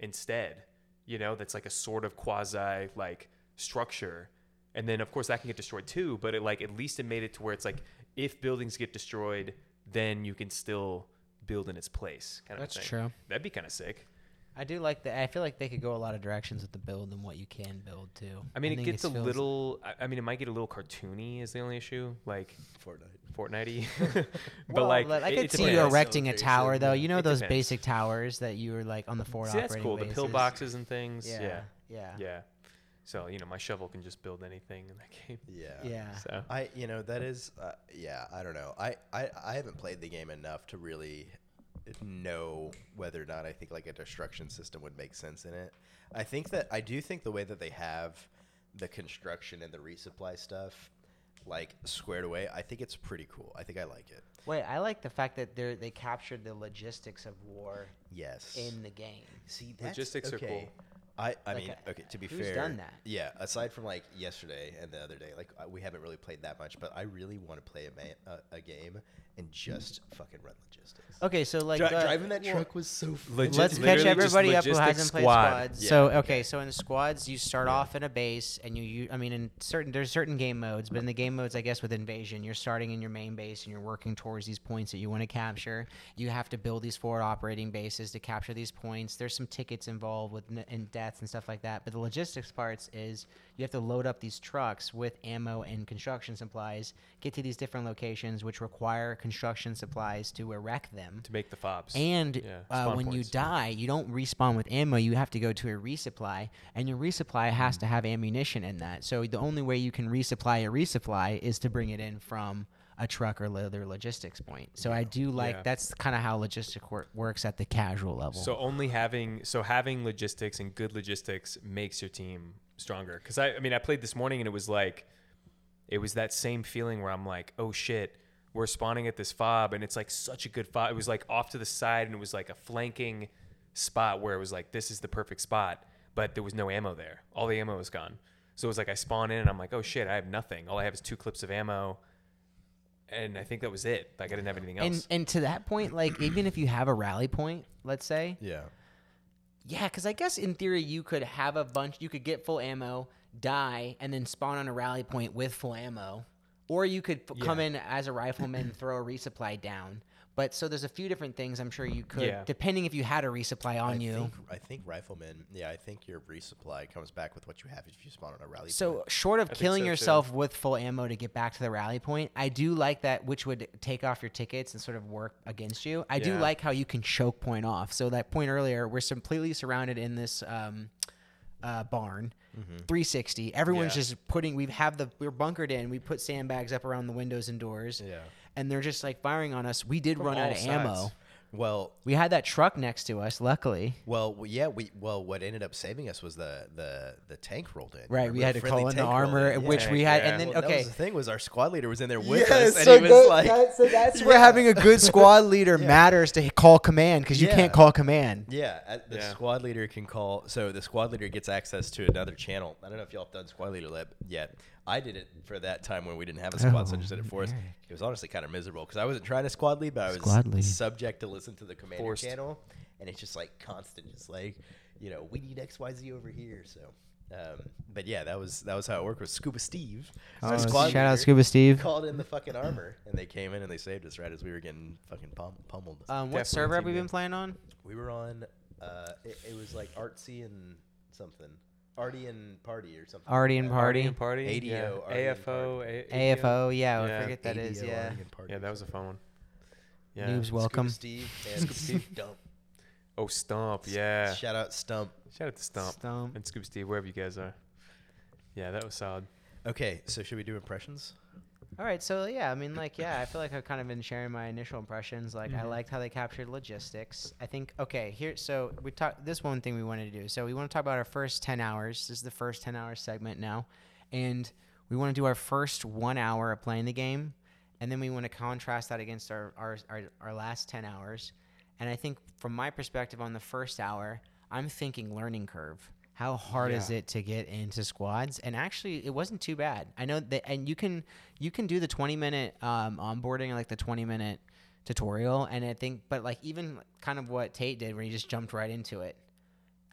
Speaker 4: instead, you know, that's like a sort of quasi like structure. And then of course that can get destroyed too, but it like at least it made it to where it's like if buildings get destroyed, then you can still build in its place. Kind of a
Speaker 3: That's
Speaker 4: thing.
Speaker 3: true.
Speaker 4: That'd be kind of sick.
Speaker 3: I do like that. I feel like they could go a lot of directions with the build and what you can build too.
Speaker 4: I mean, it
Speaker 3: think
Speaker 4: gets a
Speaker 3: feels-
Speaker 4: little. I, I mean, it might get a little cartoony. Is the only issue, like
Speaker 2: Fortnite.
Speaker 4: Fortnite. but
Speaker 3: Well,
Speaker 4: like,
Speaker 3: I
Speaker 4: it-
Speaker 3: could
Speaker 4: it
Speaker 3: see you
Speaker 4: depends.
Speaker 3: erecting a
Speaker 2: Location,
Speaker 3: tower though.
Speaker 2: yeah.
Speaker 3: You know
Speaker 4: It
Speaker 3: those
Speaker 4: depends.
Speaker 3: basic towers that you were like on the forward
Speaker 4: See, that's
Speaker 3: operating
Speaker 4: cool. The
Speaker 3: bases?
Speaker 4: pillboxes and things. Yeah.
Speaker 3: Yeah.
Speaker 4: yeah.
Speaker 3: Yeah.
Speaker 4: So you know, my shovel can just build anything in that game.
Speaker 2: Yeah.
Speaker 3: Yeah.
Speaker 4: So
Speaker 2: I you know that is uh, yeah I don't know I, I I haven't played the game enough to really know whether or not I think like a destruction system would make sense in it. I think that I do think the way that they have the construction and the resupply stuff like squared away I think it's pretty cool. I think I like it.
Speaker 3: Wait, I like the fact that they they captured the logistics of war
Speaker 2: Yes.
Speaker 3: in the game.
Speaker 2: See, that's,
Speaker 4: Logistics are cool.
Speaker 2: okay. I, I
Speaker 3: Like,
Speaker 2: mean,
Speaker 3: uh,
Speaker 2: okay. To be
Speaker 3: who's
Speaker 2: fair,
Speaker 3: done that?
Speaker 2: Yeah, aside from like yesterday and the other day, like I- we haven't really played that much. But I really want to play a, ma- a, a game and just fucking run logistics.
Speaker 3: Okay, so like uh,
Speaker 2: Dri-
Speaker 3: the-
Speaker 2: driving that truck was so fun.
Speaker 4: Legit-
Speaker 3: Let's catch
Speaker 4: literally just
Speaker 3: everybody up who
Speaker 4: logistic
Speaker 3: hasn't played
Speaker 4: squad.
Speaker 3: squads.
Speaker 2: Yeah.
Speaker 3: So okay, so in squads you start off in a base and you, you I mean in certain there's certain game modes, but in the game modes I guess with invasion, you're starting in your main base and you're working towards these points that you want to capture. You have to build these forward operating bases to capture these points. There's some tickets involved with n- and deaths and stuff like that. But the logistics parts is you have to load up these trucks with ammo and construction supplies, get to these different locations which require construction supplies to erect them.
Speaker 4: to make the fobs.
Speaker 3: And
Speaker 4: Yeah,
Speaker 3: uh,
Speaker 4: spawn
Speaker 3: when you
Speaker 4: points.
Speaker 3: die, you don't respawn with ammo. You have to go to a resupply, and your resupply
Speaker 4: Mm.
Speaker 3: has to have ammunition in that. So the only way you can resupply a resupply is to bring it in from a truck or lo- other logistics point. So I do like
Speaker 4: Yeah.
Speaker 3: that's kind of how logistic wor- works at the casual level.
Speaker 4: So only having so having logistics and good logistics makes your team stronger. Because I, I mean, I played this morning and it was like, it was that same feeling where I'm like, oh shit, we're spawning at this fob, and it's like such a good fob. It was like off to the side, and it was like a flanking spot where it was like this is the perfect spot, but there was no ammo there. All the ammo was gone. So it was like I spawn in, and I'm like, oh shit, I have nothing. All I have is two clips of ammo, and I think that was it. Like I didn't have anything else.
Speaker 3: And and to that point, like even if you have a rally point, let's say,
Speaker 2: Yeah.
Speaker 3: yeah, because I guess in theory you could have a bunch, you could get full ammo, die, and then spawn on a rally point with full ammo, or you could f- come in as a rifleman, throw a resupply down. But so there's a few different things I'm sure you could,
Speaker 4: Yeah.
Speaker 3: depending if you had a resupply
Speaker 2: I
Speaker 3: on you.
Speaker 2: Think, I think rifleman. Yeah, I think your resupply comes back with what you have if you spawn on a rally.
Speaker 3: So
Speaker 2: point.
Speaker 3: short of
Speaker 4: think
Speaker 3: killing
Speaker 4: so, too.
Speaker 3: yourself with full ammo to get back to the rally point, I do like that, which would take off your tickets and sort of work against you. I do
Speaker 4: Yeah.
Speaker 3: like how you can choke point off. So that point earlier, we're completely surrounded in this um, uh, barn, 360. Everyone's
Speaker 2: Yeah.
Speaker 3: just putting. We have the we're bunkered in. We put sandbags up around the windows and doors.
Speaker 2: Yeah.
Speaker 3: and they're just like firing on us. We did run out
Speaker 4: all
Speaker 3: of ammo.
Speaker 4: sides.
Speaker 2: well,
Speaker 3: We had that truck next to us, luckily.
Speaker 2: well, w- yeah. We well, what ended up saving us was the the the tank rolled in.
Speaker 3: Right,
Speaker 2: Remember
Speaker 3: we
Speaker 2: the
Speaker 3: had to
Speaker 2: friendly
Speaker 3: call in the
Speaker 2: tank rolled
Speaker 3: armor,
Speaker 2: in?
Speaker 3: which
Speaker 4: Yeah,
Speaker 3: we had,
Speaker 4: yeah.
Speaker 3: and then
Speaker 2: Well, that
Speaker 3: okay,
Speaker 2: was the thing was our squad leader was in there with
Speaker 3: Yes,
Speaker 2: us, and
Speaker 3: so
Speaker 2: he was
Speaker 3: that-
Speaker 2: like,
Speaker 3: that- so that's where
Speaker 2: Yeah.
Speaker 3: having a good squad leader matters to call command because you
Speaker 2: Yeah.
Speaker 3: can't call command.
Speaker 2: Yeah, at- the
Speaker 4: Yeah.
Speaker 2: squad leader can call. So the squad leader gets access to another channel. I don't know if y'all have done squad leader lab yet. I did it for that time when we didn't have a squad, so I just did it for us. It was honestly kind of miserable because I wasn't trying to squad lead, but I was
Speaker 3: Oh, Squad lead.
Speaker 2: subject to listen to the commander
Speaker 4: Forced.
Speaker 2: channel, and it's just like constant, just like you know, we need X Y Z over here. So, um, but yeah, that was that was how it worked with Scuba Steve.
Speaker 3: Oh,
Speaker 2: our squad leader,
Speaker 3: Steve.
Speaker 2: Called in the fucking armor, and they came in and they saved us right as we were getting fucking pum- pummeled.
Speaker 3: Um,
Speaker 4: Definitely
Speaker 3: what server have we
Speaker 4: team
Speaker 3: been
Speaker 4: name.
Speaker 3: playing on?
Speaker 2: We were on. Uh, it, it was like artsy and something, arty and party or something.
Speaker 3: Already in party.
Speaker 4: and party,
Speaker 2: ADO,
Speaker 4: yeah.
Speaker 2: RDO,
Speaker 4: AFO, A-
Speaker 3: AFO, yeah, I
Speaker 4: Yeah.
Speaker 3: forget that is. Yeah.
Speaker 4: Yeah, that was a fun one. Yeah.
Speaker 3: Noobs welcome.
Speaker 2: Steve and Steve Dump.
Speaker 4: Oh, Stump. Yeah.
Speaker 2: Shout out Stump.
Speaker 4: Shout out to Stump,
Speaker 3: Stump.
Speaker 4: and Scoop Steve, wherever you guys are. Yeah, that was solid.
Speaker 2: Okay, so should we do impressions?
Speaker 3: All right, so yeah, I mean, like, yeah, I feel like I've kind of been sharing my initial impressions. Like, I liked how they captured logistics. I think, okay, here, so we talked. This one thing we wanted to do. So we want to talk about our first ten hours. This is the first ten hour segment now, and we want to do our first one hour of playing the game, and then we want to contrast that against our our our, our last ten hours. And I think, from my perspective, on the first hour, I'm thinking learning curve. How hard is it to get into squads? And actually, it wasn't too bad. I know that, and you can you can do the 20 minute um, onboarding, like the 20 minute tutorial, and I think, but like even kind of what Tate did, where he just jumped right into it.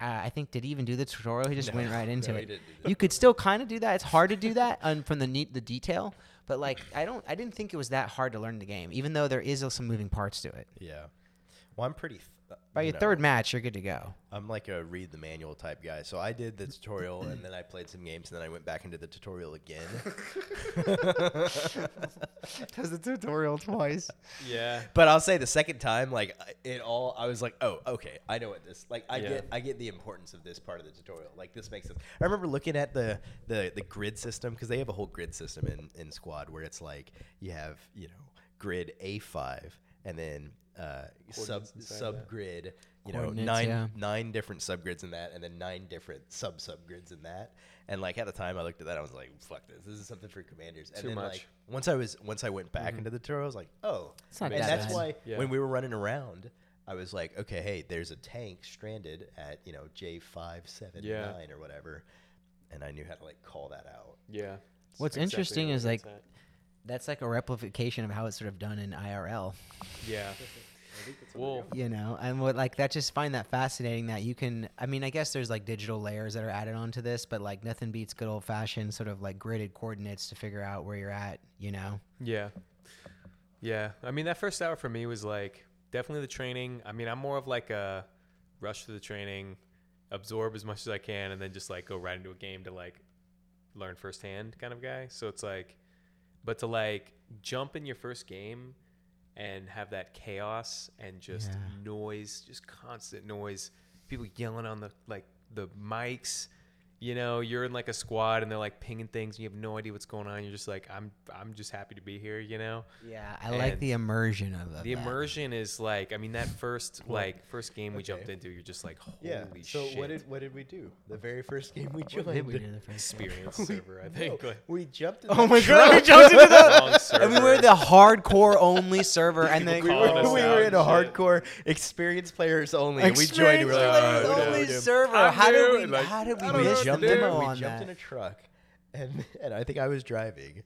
Speaker 3: Uh, I think did he even do the tutorial? He just went right into
Speaker 2: no, he
Speaker 3: it.
Speaker 2: didn't do the
Speaker 3: You could still kind of do that. It's hard to do that um, from the neat the detail, but like I don't, I didn't think it was that hard to learn the game, even though there is uh, some moving parts to it.
Speaker 2: Yeah. Well, I'm pretty. Th- uh,
Speaker 3: By
Speaker 2: you
Speaker 3: your
Speaker 2: know,
Speaker 3: third match, you're good to go.
Speaker 2: I'm like a read the manual type guy, so I did the tutorial and then I played some games and then I went back into the tutorial again.
Speaker 3: Does the tutorial twice.
Speaker 4: Yeah.
Speaker 2: But I'll say the second time, like I- it all, I was like, oh, okay, I know what this. Like I
Speaker 4: Yeah.
Speaker 2: get, I get the importance of this part of the tutorial. Like this makes sense. I remember looking at the the the grid system because they have a whole grid system in in Squad where it's like you have you know grid A five and then uh, sub subgrid. You know,
Speaker 3: Coordinates,
Speaker 2: nine
Speaker 3: yeah.
Speaker 2: nine different subgrids in that, and then nine different sub subgrids in that. And like at the time, I looked at that, I was like, "Fuck this! This is something for commanders." And
Speaker 4: Too
Speaker 2: then,
Speaker 4: much. Mm-hmm.
Speaker 2: Like, once I was once I went back into the tutorial, I was like, "Oh,
Speaker 3: It's not
Speaker 2: and
Speaker 3: that
Speaker 2: that's
Speaker 3: bad.
Speaker 2: why
Speaker 4: Yeah.
Speaker 2: when we were running around, I was like, okay, hey, there's a tank stranded at you know J five seven nine
Speaker 4: Yeah.
Speaker 2: or whatever, and I knew how to like call that out.
Speaker 4: Yeah.
Speaker 3: What's
Speaker 4: Exactly
Speaker 3: interesting
Speaker 4: what
Speaker 3: is, like,
Speaker 4: it's at.
Speaker 3: That's like a replication of how it's sort of done in IRL.
Speaker 4: Yeah. well,
Speaker 3: you know and what like that just find that fascinating that you can i mean i guess there's like digital layers that are added onto this but like nothing beats good old fashioned sort of like gridded coordinates to figure out where you're at you know
Speaker 4: yeah. Yeah. I mean, that first hour for me was like definitely the training. I mean, I'm more of like a rush to the training, absorb as much as I can, and then just like go right into a game to like learn firsthand kind of guy. So it's like, but to like jump in your first game and have that chaos and just
Speaker 3: Yeah.
Speaker 4: noise, just constant noise, people yelling on the like the mics, you know, you're in like a squad and they're like pinging things and you have no idea what's going on. You're just like, I'm I'm just happy to be here, you know?
Speaker 3: Yeah, I like
Speaker 4: And
Speaker 3: the immersion of, of
Speaker 4: The
Speaker 3: that.
Speaker 4: immersion is like, I mean, that first like first game we jumped
Speaker 2: okay.
Speaker 4: into, you're just like, holy
Speaker 2: Yeah. so
Speaker 4: shit!
Speaker 2: what did what did we do? The very first game we joined.
Speaker 3: What did we do the first time?
Speaker 4: experience server? I think. like,
Speaker 2: We jumped. In
Speaker 3: Oh
Speaker 2: that
Speaker 3: my god, we
Speaker 2: truck.
Speaker 3: jumped into the
Speaker 4: wrong
Speaker 3: and we were
Speaker 4: server.
Speaker 3: the hardcore only server, and
Speaker 4: People
Speaker 3: then
Speaker 2: We
Speaker 4: calling
Speaker 2: were,
Speaker 4: us
Speaker 2: we
Speaker 4: out
Speaker 2: were in
Speaker 4: and
Speaker 2: a
Speaker 4: shit.
Speaker 2: hardcore experience players only. and we joined. and We were like,
Speaker 3: Experience
Speaker 2: "Oh,
Speaker 3: players
Speaker 2: no,
Speaker 3: only
Speaker 2: dude."
Speaker 3: server.
Speaker 4: I'm
Speaker 3: how
Speaker 4: new,
Speaker 3: did we?
Speaker 4: and like,
Speaker 3: how did
Speaker 4: I don't
Speaker 3: we
Speaker 4: know
Speaker 3: miss
Speaker 4: what
Speaker 3: them
Speaker 4: to do.
Speaker 3: demo
Speaker 2: we
Speaker 3: on
Speaker 2: jumped
Speaker 3: that?
Speaker 2: in a truck, and and I think I was driving.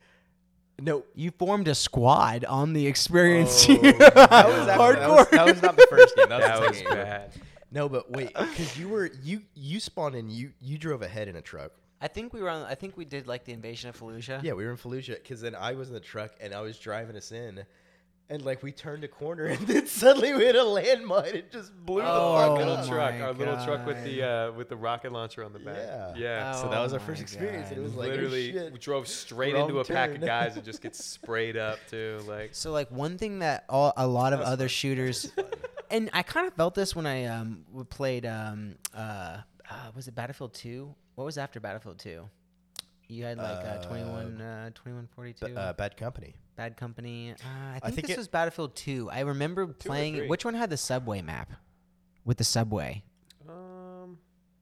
Speaker 2: No,
Speaker 3: you formed a squad on the experience.
Speaker 2: Oh,
Speaker 3: here.
Speaker 2: that was after- that was-
Speaker 3: hardcore.
Speaker 2: that was not the first game. That was,
Speaker 4: That
Speaker 2: the
Speaker 4: was
Speaker 2: second game.
Speaker 4: bad.
Speaker 2: No, but wait, because you were you you spawned in. You you drove ahead in a truck.
Speaker 3: I think we were on. I think we did like the invasion of Fallujah.
Speaker 2: Yeah, we were in Fallujah because then I was in the truck and I was driving us in. And like we turned a corner and then suddenly we hit a landmine and just blew
Speaker 3: Oh,
Speaker 4: our
Speaker 2: the
Speaker 4: little
Speaker 2: fuck up.
Speaker 3: my
Speaker 4: truck, our little truck with the
Speaker 3: God.
Speaker 4: uh, with the rocket launcher on the back.
Speaker 2: Yeah.
Speaker 4: yeah.
Speaker 2: So that was
Speaker 3: Oh
Speaker 2: our first
Speaker 3: my
Speaker 2: experience and it
Speaker 3: God.
Speaker 2: was like oh,
Speaker 4: literally
Speaker 2: shit.
Speaker 4: drove straight
Speaker 2: Wrong
Speaker 4: into a pack of
Speaker 2: turn.
Speaker 4: guys and just get sprayed up too. Like
Speaker 3: So like one thing that all, a lot of other shooters, and I kind of felt this when I um w- played um uh, uh was it Battlefield Two? What was after Battlefild Two? You had like uh, 21, uh, 2142,
Speaker 2: uh, bad company.
Speaker 3: Bad Company. Uh, I think
Speaker 2: think
Speaker 3: this
Speaker 2: it-
Speaker 3: was Battlefield Two. I remember playing.
Speaker 4: three.
Speaker 3: Which one had the subway map? With the subway,
Speaker 4: um,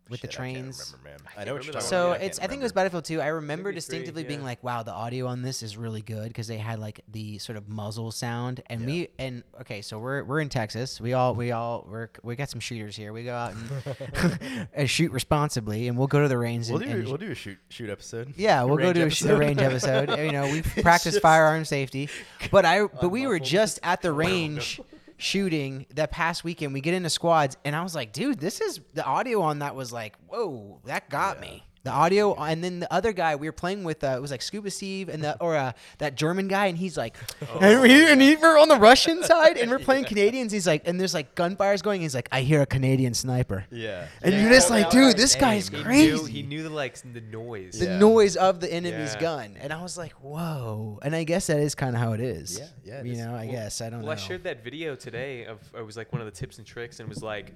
Speaker 3: with the
Speaker 2: Shit, I can't
Speaker 3: trains.
Speaker 2: remember, man. Oh, I, know what you're
Speaker 4: remember
Speaker 2: talking
Speaker 4: that
Speaker 3: So
Speaker 4: one.
Speaker 2: about. but
Speaker 3: it's. I
Speaker 2: can't
Speaker 3: think it was
Speaker 2: remember.
Speaker 3: Battlefield 2. I remember
Speaker 4: be three,
Speaker 3: distinctively being
Speaker 4: yeah.
Speaker 3: like, "Wow, the audio on this is really good" because they had like the sort of muzzle sound. And we and okay, so we're we're in Texas. We all we all we're we got some shooters here. We go out and, and shoot responsibly, and we'll go to the range. and,
Speaker 2: We'll
Speaker 3: and
Speaker 2: do we'll do a shoot shoot episode.
Speaker 3: yeah, we'll go
Speaker 2: range
Speaker 3: to a sh- a
Speaker 2: episode.
Speaker 3: range episode. You know, we've
Speaker 2: It's
Speaker 3: practiced
Speaker 2: just-
Speaker 3: firearm safety, but I but we were
Speaker 2: Unmuffled.
Speaker 3: just at the range shooting that past weekend. We get into squads, and I was like, dude, this is the audio on that was like, whoa, that got me. The audio, and then the other guy we were playing with, uh, it was like Scuba Steve and the or uh, that German guy, and he's like,
Speaker 2: Oh,
Speaker 3: and, we, and he- we're on the Russian side, and we're playing Canadians. He's like, and there's like gunfire's going. He's like, I hear a Canadian sniper,
Speaker 2: Yeah.
Speaker 3: and
Speaker 2: Yeah,
Speaker 3: you're just
Speaker 2: called
Speaker 3: like,
Speaker 2: out
Speaker 3: dude,
Speaker 2: our
Speaker 3: this
Speaker 2: name.
Speaker 3: guy's
Speaker 2: He
Speaker 4: he
Speaker 3: crazy
Speaker 4: knew, he knew the like s- the noise.
Speaker 3: the
Speaker 2: Yeah.
Speaker 3: noise of the enemy's
Speaker 4: Yeah.
Speaker 3: gun. And I was like, whoa. And I guess that is kind of how it is.
Speaker 2: Yeah, yeah, it
Speaker 3: You
Speaker 2: is.
Speaker 3: know, I guess. I don't
Speaker 4: Well,
Speaker 3: know.
Speaker 4: I shared that video today of it was like one of the tips and tricks, and it was like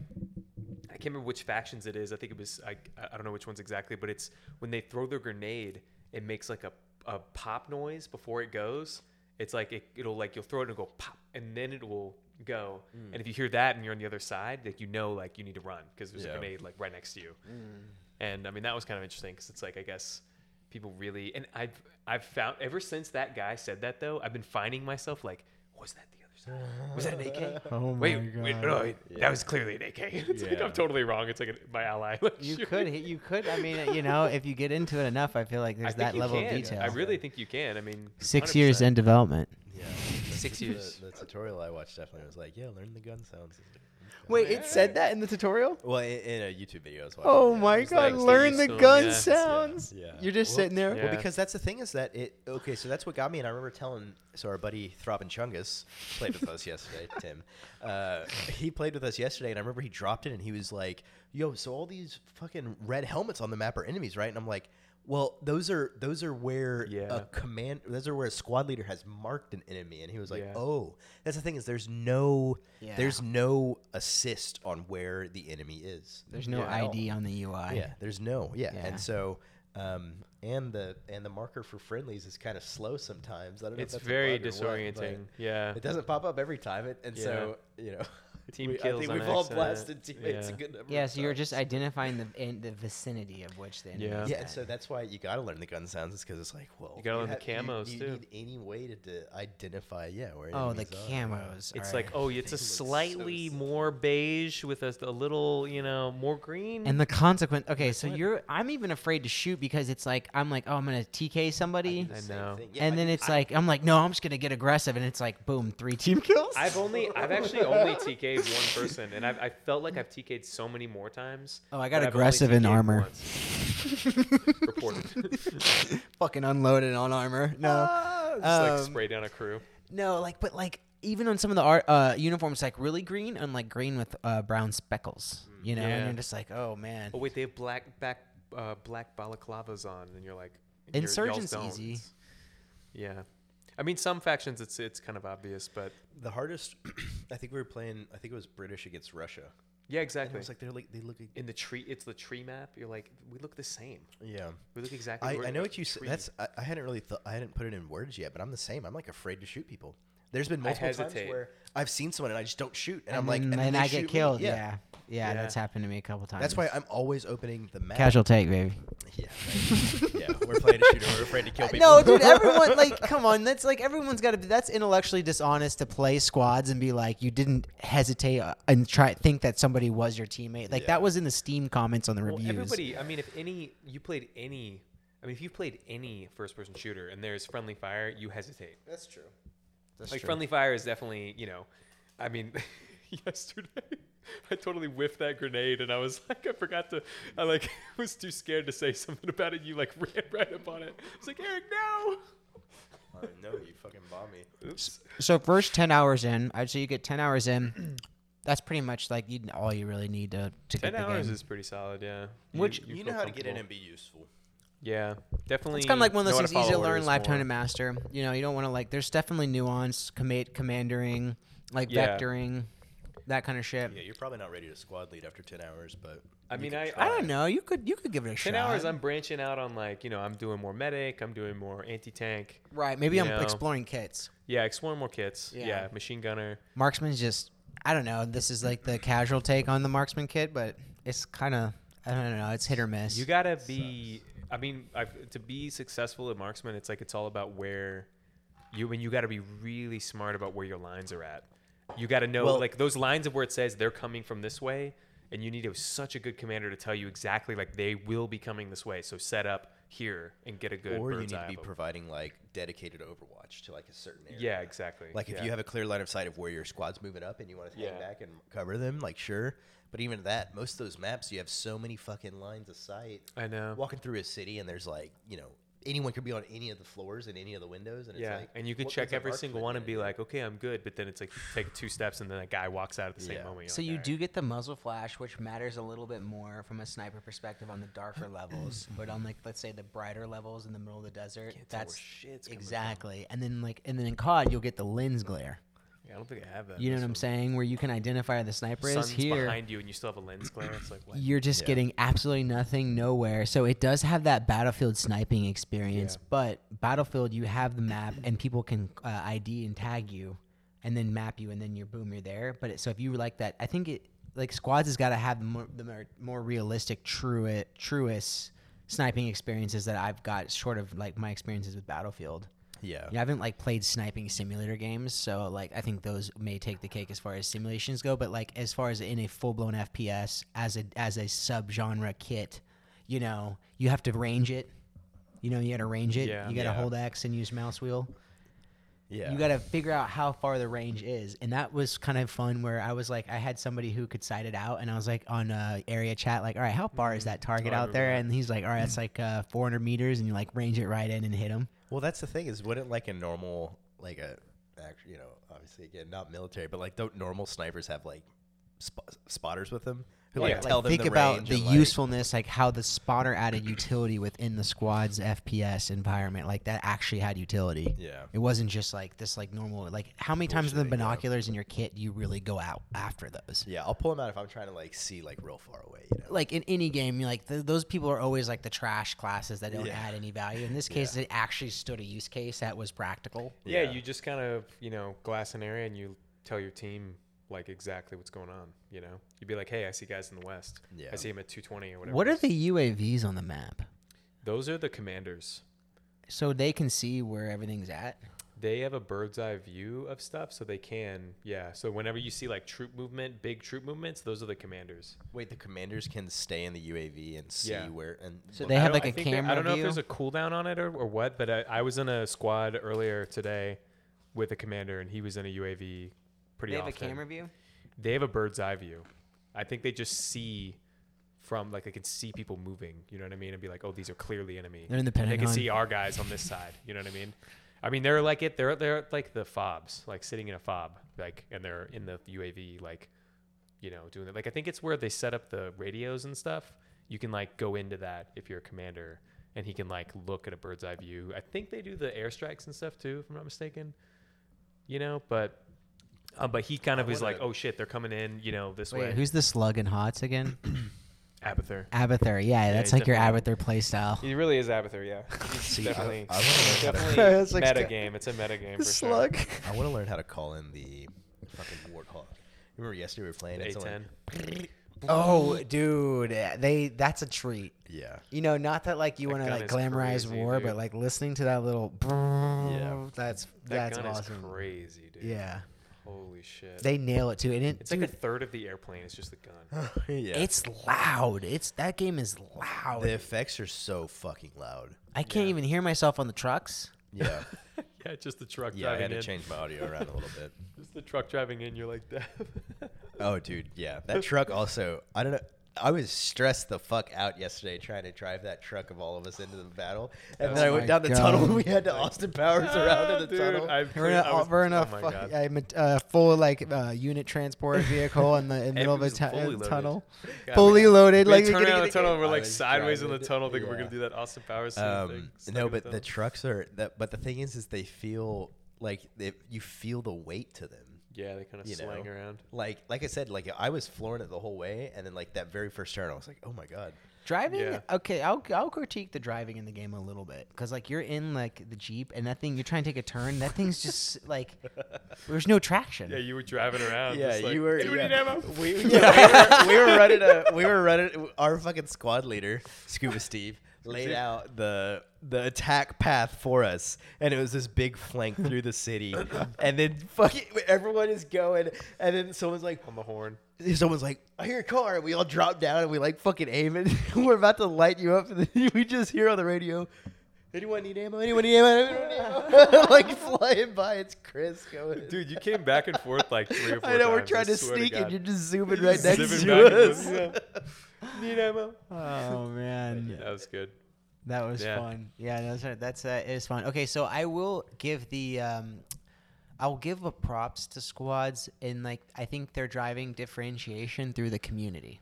Speaker 4: I can't remember which factions it is. I think it was I I don't know which ones exactly, but it's when they throw their grenade, it makes like a, a pop noise before it goes. It's like it, it'll like you'll throw it and go pop, and then it will go.
Speaker 3: Hmm.
Speaker 4: And if you hear that and you're on the other side, like you know like you need to run because there's
Speaker 2: Yeah.
Speaker 4: a grenade like right next to you.
Speaker 3: Hmm.
Speaker 4: And I mean that was kind of interesting because it's like I guess people really and I've I've found ever since that guy said that though I've been finding myself like was that the other side was that an AK
Speaker 3: Oh my
Speaker 4: wait wait no wait, that was clearly an AK it's like
Speaker 2: Yeah.
Speaker 4: I'm totally wrong it's like an, my ally like,
Speaker 3: You
Speaker 4: shoot.
Speaker 3: could, you could. I mean, you know, if you get into it enough, I feel like
Speaker 4: I
Speaker 3: there's
Speaker 4: think
Speaker 3: that
Speaker 4: you
Speaker 3: level
Speaker 4: can.
Speaker 3: of detail.
Speaker 4: I really think you can I mean
Speaker 3: 6 years in development.
Speaker 2: Yeah. That's
Speaker 4: Six
Speaker 2: the-
Speaker 4: years.
Speaker 2: The, tutorial I watched definitely was like, yeah, learn the gun sounds.
Speaker 3: Wait, it said that in the tutorial?
Speaker 2: Well, in, in a YouTube video I was watching.
Speaker 3: Oh
Speaker 2: yeah,
Speaker 3: my
Speaker 2: it was
Speaker 3: god,
Speaker 2: like-
Speaker 4: like,
Speaker 3: learn
Speaker 4: "Stay
Speaker 3: the
Speaker 4: still."
Speaker 3: gun
Speaker 4: Yeah.
Speaker 3: sounds.
Speaker 2: Yeah. Yeah.
Speaker 3: You're just
Speaker 2: Well-
Speaker 3: sitting there.
Speaker 4: Yeah.
Speaker 2: Well, because that's the thing is that it. Okay, so that's what got me, and I remember telling. So our buddy Throbbing Chungus played with us yesterday. Tim, uh, he played with us yesterday, and I remember he dropped it, and he was like, "Yo, so all these fucking red helmets on the map are enemies, right?" And I'm like. Well, those are those are where
Speaker 4: Yeah.
Speaker 2: a command. Those are where a squad leader has marked an enemy, and he was like,
Speaker 4: Yeah.
Speaker 2: "Oh, that's the thing is there's no
Speaker 3: Yeah.
Speaker 2: there's no assist on where the enemy is.
Speaker 3: There's no
Speaker 4: Yeah.
Speaker 3: ID on the UI.
Speaker 2: Yeah, there's no. Yeah,
Speaker 3: Yeah.
Speaker 2: and so um, and the and the marker for friendlies is kind of slow sometimes. I don't know.
Speaker 4: it's
Speaker 2: if that's a
Speaker 4: very
Speaker 2: bug or what, but
Speaker 4: disorienting yeah
Speaker 2: it doesn't pop up every time, it, and
Speaker 4: Yeah.
Speaker 2: so you know,
Speaker 4: Team
Speaker 2: we,
Speaker 4: kills
Speaker 2: I think
Speaker 4: on
Speaker 2: we've all
Speaker 4: accident.
Speaker 2: blasted teammates
Speaker 4: Yeah.
Speaker 2: a good number.
Speaker 3: Yeah,
Speaker 2: of
Speaker 3: so you're
Speaker 2: times.
Speaker 3: just identifying the in the vicinity of which the enemy
Speaker 4: Yeah.
Speaker 3: is
Speaker 2: Yeah,
Speaker 3: at.
Speaker 2: and so that's why you gotta learn the gun sounds. Is because it's like, well,
Speaker 4: You gotta learn the
Speaker 2: ha-
Speaker 4: camos,
Speaker 2: you, you
Speaker 4: too.
Speaker 2: need any way to, to identify, yeah, where.
Speaker 3: Oh, the
Speaker 2: enemies are.
Speaker 3: camos.
Speaker 4: It's
Speaker 3: are-
Speaker 4: like, oh, it's a
Speaker 2: They look so
Speaker 4: slightly
Speaker 2: silly.
Speaker 4: more beige with a, a little, you know, more green.
Speaker 3: And the consequence. Okay, so you're. I'm even afraid to shoot because it's like I'm like, oh, I'm gonna TK somebody,
Speaker 2: The
Speaker 4: I
Speaker 2: same
Speaker 4: know.
Speaker 2: thing. Yeah,
Speaker 3: and
Speaker 2: I
Speaker 3: then
Speaker 2: mean,
Speaker 3: it's like I'm like, no, I'm just gonna get aggressive, and it's like, boom, three team kills.
Speaker 4: I've only, I've actually only TK'd one person, and I've, I felt like I've TK'd so many more times.
Speaker 3: Oh, I
Speaker 4: but
Speaker 3: got
Speaker 4: I've only
Speaker 3: aggressive in
Speaker 4: TK'd
Speaker 3: armor.
Speaker 4: once. Reported.
Speaker 3: Fucking unloaded on armor. No,
Speaker 4: Ah, Just like
Speaker 3: Um,
Speaker 4: spray down a crew.
Speaker 3: no, like, but like even on some of the art uh, uniforms, like really green and like green with uh, brown speckles.
Speaker 2: Mm.
Speaker 3: You know,
Speaker 4: Yeah.
Speaker 3: and you're just like, oh man.
Speaker 4: Oh wait, they have black back uh, black balaclavas on, and you're like, you're- y'all's
Speaker 3: Insurgents
Speaker 4: don't.
Speaker 3: easy.
Speaker 4: It's- Yeah, I mean some factions it's it's kind of obvious, but
Speaker 2: the hardest. I think we were playing. I think it was British against Russia,
Speaker 4: Yeah,
Speaker 2: And
Speaker 4: exactly.
Speaker 2: it was like they're like they look. e-
Speaker 4: in the tree, it's the tree map. You're like, we look the same.
Speaker 2: Yeah.
Speaker 4: We look exactly.
Speaker 2: I,
Speaker 4: we're
Speaker 2: I
Speaker 4: in
Speaker 2: know
Speaker 4: a
Speaker 2: what you said.
Speaker 4: tree.
Speaker 2: That's I, I hadn't really thought I hadn't put it in words yet, but I'm the same. I'm like afraid to shoot people. There's been
Speaker 4: I
Speaker 2: multiple times
Speaker 4: hesitate.
Speaker 2: where I've seen someone and I just don't shoot, and,
Speaker 3: Mm, and
Speaker 2: I'm like,
Speaker 3: then-
Speaker 2: and,
Speaker 3: then
Speaker 2: they
Speaker 3: I
Speaker 2: shoot
Speaker 3: get
Speaker 2: me.
Speaker 3: killed. Yeah. yeah,
Speaker 4: Yeah.
Speaker 3: that's happened to me a couple times.
Speaker 2: That's why I'm always opening the map.
Speaker 3: casual take, baby.
Speaker 2: Yeah, right. yeah, we're playing a shooter. We're afraid to kill people.
Speaker 3: No, dude, everyone like, come on, that's like everyone's got to be. That's intellectually dishonest to play squads and be like, you didn't hesitate uh, and try think that somebody was your teammate. Like
Speaker 2: Yeah.
Speaker 3: that was in the Steam comments on the
Speaker 4: Well,
Speaker 3: reviews.
Speaker 4: everybody. I mean, if any, you played any. I mean, if you've played any first-person shooter and there's friendly fire, you hesitate.
Speaker 2: That's true. That's
Speaker 4: like
Speaker 2: true.
Speaker 4: friendly fire is definitely, you know, I mean, yesterday I totally whiffed that grenade and I was like, I forgot to, I like was too scared to say something about it. You like ran right up on it. It's like Eric, no.
Speaker 2: I know you fucking bomb me.
Speaker 4: Oops.
Speaker 3: So first ten hours in, I'd say you get ten hours in. That's pretty much like you all you really need to to
Speaker 4: Ten
Speaker 3: get the
Speaker 4: hours
Speaker 3: game.
Speaker 4: is pretty solid, yeah.
Speaker 3: Which-
Speaker 2: You, know
Speaker 4: feel
Speaker 2: how to get in
Speaker 4: comfortable.
Speaker 2: and be useful.
Speaker 4: Yeah, definitely.
Speaker 3: It's kind of like one of
Speaker 4: know
Speaker 3: those
Speaker 4: how
Speaker 3: things easy to
Speaker 4: follow
Speaker 3: learn,
Speaker 4: orders
Speaker 3: lifetime
Speaker 4: more.
Speaker 3: to master. You know, you don't want to like. There's definitely nuance, commit, commandering, like
Speaker 4: Yeah.
Speaker 3: vectoring, that kind of shit.
Speaker 2: Yeah, you're probably not ready to squad lead after ten hours, but
Speaker 4: I
Speaker 2: you
Speaker 4: mean,
Speaker 2: can
Speaker 4: I-
Speaker 2: try.
Speaker 3: I don't know. You could you could give it a shot.
Speaker 4: Ten hours, I'm branching out on like you know, I'm doing more medic, I'm doing more anti-tank.
Speaker 3: right. Maybe
Speaker 4: you
Speaker 3: I'm
Speaker 4: know.
Speaker 3: exploring kits.
Speaker 4: Yeah, exploring more kits.
Speaker 3: Yeah.
Speaker 4: Yeah, machine gunner.
Speaker 3: Marksman's just. I don't know. This is like the casual take on the marksman kit, but it's kind of. I don't know. It's hit or miss.
Speaker 4: You gotta be. I mean, I've, to be successful at marksman, it's like it's all about where you. I mean, you gotta be really smart about where your lines are at. You gotta know
Speaker 2: Well-
Speaker 4: like those lines of where it says they're coming from this way, and you need to have such a good commander to tell you exactly like they will be coming this way. So set up here and get a good.
Speaker 2: Or you need
Speaker 4: bird's
Speaker 2: to
Speaker 4: eye
Speaker 2: be
Speaker 4: of 'em.
Speaker 2: providing like dedicated Overwatch to like a certain area.
Speaker 4: Yeah, exactly.
Speaker 2: Like if
Speaker 4: Yeah.
Speaker 2: you have a clear line of sight of where your squad's moving up and you want to hang
Speaker 4: Yeah.
Speaker 2: back and cover them, like sure. But even that, most of those maps you have so many fucking lines of sight.
Speaker 4: I know.
Speaker 2: Walking through a city and there's like, you know, anyone could be on any of the floors and any of the windows and
Speaker 4: Yeah,
Speaker 2: it's like
Speaker 4: and you could
Speaker 2: what
Speaker 4: check
Speaker 2: good's a
Speaker 4: every single
Speaker 2: marksman
Speaker 4: one and
Speaker 2: gonna
Speaker 4: be
Speaker 2: do?
Speaker 4: like, okay, I'm good. But then it's like take two steps and then that guy walks out at the same
Speaker 2: Yeah.
Speaker 4: moment. You're
Speaker 3: So
Speaker 4: like,
Speaker 3: you
Speaker 4: "All
Speaker 3: do get the muzzle flash, which matters a little bit more from a sniper perspective on the darker levels, but on like let's say the brighter levels in the middle of the desert,
Speaker 4: tell where
Speaker 3: that's
Speaker 4: shit's coming from.
Speaker 3: exactly. And then like and then in COD you'll get the lens glare.
Speaker 4: right." Yeah, I don't think I have that.
Speaker 3: You know
Speaker 4: in
Speaker 3: what
Speaker 4: this
Speaker 3: I'm
Speaker 4: one."
Speaker 3: saying? Where you can identify where the sniper is
Speaker 4: Sun's
Speaker 3: here.
Speaker 4: behind you and you still have a lens glare. It's like what?
Speaker 3: You're just
Speaker 2: Yeah.
Speaker 3: getting absolutely nothing, nowhere. So it does have that battlefield sniping experience, but battlefield you have the map and people can uh, ID and tag you, and then map you, and then you're boom, you're there. But it, so if you like that, I think it like squads has got to have the more, the more, more realistic, true it, truest sniping experiences that I've got, short of like my experiences with battlefield.
Speaker 2: Yeah.
Speaker 3: Yeah, I haven't like played sniping simulator games, so like I think those may take the cake as far as simulations go. But like as far as in a full blown FPS as a as a subgenre kit, you know, you have to range it. You know, you got to range it.
Speaker 4: Yeah.
Speaker 3: you got to
Speaker 2: Yeah.
Speaker 3: hold X and use mouse wheel.
Speaker 2: Yeah.
Speaker 3: You got to figure out how far the range is, and that was kind of fun. Where I was like, I had somebody who could sight it out, and I was like on uh, area chat, like, all right, how far
Speaker 2: Mm-hmm.
Speaker 3: is that target
Speaker 4: Oh, I
Speaker 3: out there?
Speaker 4: remember
Speaker 3: And he's like, all right, it's like uh, 400 meters, and you like range it right in and hit him.
Speaker 2: Well, that's the thing is, wouldn't like a normal, like a, actually, you know, obviously again, not military, but like don't normal snipers have like sp- spotters with them who like
Speaker 4: Yeah.
Speaker 2: tell them
Speaker 3: think
Speaker 2: the
Speaker 3: about
Speaker 2: range
Speaker 3: the
Speaker 2: and, like-
Speaker 3: usefulness like how the spotter added utility within the squad's fps environment like that actually had utility
Speaker 2: Yeah.
Speaker 3: it wasn't just like this like normal like how many times with the
Speaker 2: Bullshitting, yeah.
Speaker 3: binoculars in your kit do you really go out after those
Speaker 2: Yeah, I'll pull them out if I'm trying to like see like real far away. You know?
Speaker 3: like in any game you like th- those people are always like the trash classes that don't
Speaker 2: Yeah.
Speaker 3: add any value in this case it actually stood a use case that was practical
Speaker 4: Yeah,
Speaker 2: Yeah.
Speaker 4: you just kind of you know glass an area and you tell your team like exactly what's going on. You know, you'd be like, hey, I see guys in the west.
Speaker 2: Yeah.
Speaker 4: I see him at 220 or whatever.
Speaker 3: what
Speaker 4: it
Speaker 3: are
Speaker 4: is."
Speaker 3: the uavs on the map
Speaker 4: Those are the commanders.
Speaker 3: so they can see where everything's at
Speaker 4: They have a bird's eye view of stuff, so they can. Yeah. So whenever you see like troop movement, big troop movements, those are the commanders.
Speaker 2: Wait, the commanders can stay in the UAV and see
Speaker 4: Yeah.
Speaker 2: where and
Speaker 3: So
Speaker 2: look
Speaker 3: they
Speaker 4: I
Speaker 3: have
Speaker 4: don't-
Speaker 3: like
Speaker 4: I
Speaker 3: a
Speaker 4: think that-
Speaker 3: camera
Speaker 4: I don't know
Speaker 3: view?
Speaker 4: if there's a cooldown on it or, or what, but I, I was in a squad earlier today with a commander, and he was in a UAV pretty
Speaker 3: they have
Speaker 4: often.
Speaker 3: a camera view
Speaker 4: They have a bird's eye view. I think they just see from like they can see people moving. You know what I mean? And be like, oh, these are clearly enemy.
Speaker 3: They're in the
Speaker 4: They can
Speaker 3: Pentagon.
Speaker 4: see our guys on this side. You know what I mean? I mean, they're like it. They're they're like the fobs, like sitting in a fob, like, and they're in the UAV, like, you know, doing it. Like, I think it's where they set up the radios and stuff. You can like go into that if you're a commander, and he can like look at a bird's eye view. I think they do the airstrikes and stuff too, if I'm not mistaken. You know, but Uh, but he kind of
Speaker 2: I
Speaker 4: was like,
Speaker 2: wanna-
Speaker 4: "Oh shit, they're coming in, you know, this way."
Speaker 3: Wait, who's the slug in Hots again?
Speaker 4: Abather?
Speaker 3: Abather. Yeah, that's
Speaker 4: he's
Speaker 3: like your
Speaker 4: definitely-
Speaker 3: Abather playstyle.
Speaker 4: He really is Abather, yeah.
Speaker 2: See, I-
Speaker 4: definitely,
Speaker 2: I wanna learn how to-
Speaker 4: definitely
Speaker 3: It's like
Speaker 4: meta
Speaker 3: st-
Speaker 4: game. It's a meta game for
Speaker 3: slug.
Speaker 4: sure.
Speaker 2: I want to learn how to call in the fucking warthog. Remember yesterday we were playing
Speaker 4: A
Speaker 2: it's only-
Speaker 4: ten.
Speaker 3: Oh, dude, eh, they that's a treat.
Speaker 2: Yeah,
Speaker 3: You know, not that like you
Speaker 4: That
Speaker 3: want to
Speaker 4: gun
Speaker 3: like
Speaker 4: is
Speaker 3: glamorize
Speaker 4: crazy,
Speaker 3: war,
Speaker 4: dude.
Speaker 3: but like listening to that little
Speaker 2: Yeah.
Speaker 3: that's
Speaker 4: That
Speaker 3: that's
Speaker 4: gun
Speaker 3: awesome.
Speaker 4: is crazy, dude.
Speaker 3: Yeah,
Speaker 4: Holy shit.
Speaker 3: they nail it too, and it,
Speaker 4: it's
Speaker 3: dude,
Speaker 4: like a third of the airplane. It's just the gun.
Speaker 2: yeah.
Speaker 3: it's loud. It's that game is loud.
Speaker 2: the effects are so fucking loud.
Speaker 3: I can't
Speaker 4: yeah.
Speaker 3: even hear myself on the trucks.
Speaker 2: Yeah,
Speaker 4: yeah, just the truck
Speaker 2: yeah. I had
Speaker 4: driving
Speaker 2: to
Speaker 4: in.
Speaker 2: change my audio around a little bit.
Speaker 4: Just the truck driving in. You're like that.
Speaker 2: Oh, dude, yeah. That truck also. I don't know. I was stressed the fuck out yesterday trying to drive that truck of all of us into the battle, and then I went
Speaker 3: my
Speaker 2: down the
Speaker 3: God.
Speaker 2: tunnel and we had to Austin Powers around in
Speaker 4: Oh
Speaker 2: the
Speaker 4: dude,
Speaker 2: tunnel.
Speaker 4: I've
Speaker 3: We're
Speaker 4: clear-
Speaker 3: in a,
Speaker 4: I was-
Speaker 3: we're in
Speaker 4: oh
Speaker 3: a,
Speaker 4: my
Speaker 3: fuck-
Speaker 4: God.
Speaker 3: I'm a t- uh, full like uh, unit transport vehicle in the, in the middle of a
Speaker 4: Everything's
Speaker 3: tu-
Speaker 4: fully loaded.
Speaker 3: tunnel,
Speaker 4: Yeah,
Speaker 3: fully
Speaker 4: we-
Speaker 3: loaded.
Speaker 4: we
Speaker 3: Like
Speaker 4: turn
Speaker 3: we're gonna
Speaker 4: around the
Speaker 3: get a-
Speaker 4: tunnel. and We're
Speaker 2: I
Speaker 4: like
Speaker 2: was
Speaker 4: sideways in the
Speaker 2: driving it,
Speaker 4: tunnel, thinking we're
Speaker 2: yeah.
Speaker 4: gonna do that Austin Powers scene thing.
Speaker 2: Um,
Speaker 4: stuck
Speaker 2: no,
Speaker 4: in
Speaker 2: but the
Speaker 4: tunnel.
Speaker 2: trucks are that. But the thing is, is they feel like they, you feel the weight to them.
Speaker 4: yeah, they kind of
Speaker 2: you
Speaker 4: slang
Speaker 2: know.
Speaker 4: around.
Speaker 2: Like, like I said, like I was flooring it the whole way, and then like that very first turn, I was like, oh my god.
Speaker 3: Driving,
Speaker 4: Yeah.
Speaker 3: okay, I'll I'll critique the driving in the game a little bit because like you're in like the jeep and that thing you're trying to take a turn. That thing's just like there's no traction.
Speaker 4: Yeah, you were driving around.
Speaker 2: Yeah,
Speaker 4: just like,
Speaker 2: you were.
Speaker 4: "Anybody need
Speaker 2: yeah.
Speaker 4: ammo?"
Speaker 2: We, yeah, we, were, we were running a. We were running. Our fucking squad leader, Scuba Steve, laid out the the attack path for us, and it was this big flank through the city, and then fucking everyone is going, and then someone's like,
Speaker 4: on the horn.
Speaker 2: someone's like, I hear a car, and we all drop down and we like fucking aim it. We're about to light you up, and then we just hear on the radio, anyone need ammo? Anyone need ammo? Anyone need ammo? like flying by, it's Chris going.
Speaker 4: Dude, you came back and forth like three or four
Speaker 2: I know we're
Speaker 4: times,
Speaker 2: trying to
Speaker 4: swear
Speaker 2: sneak, and
Speaker 4: God.
Speaker 2: you're just zooming right
Speaker 4: Just
Speaker 2: next
Speaker 4: zipping
Speaker 2: to
Speaker 4: back and
Speaker 2: us.
Speaker 4: forth, yeah. Need ammo?
Speaker 3: Oh man,
Speaker 4: That was good.
Speaker 3: that was
Speaker 4: Yeah.
Speaker 3: fun. Yeah, that's right. That's uh, it was fun. Okay, so I will give the um, I'll give a props to squads in like I think they're driving differentiation through the community.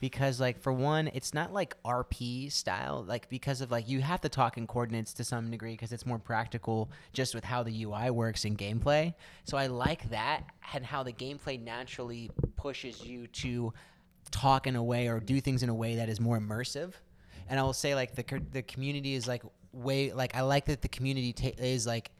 Speaker 3: because like for one it's not like rp style like because of like you have to talk in coordinates to some degree because it's more practical just with how the ui works in gameplay so i like that and how the gameplay naturally pushes you to talk in a way or do things in a way that is more immersive and i will say like the, co- the community is like way like i like that the community ta- is like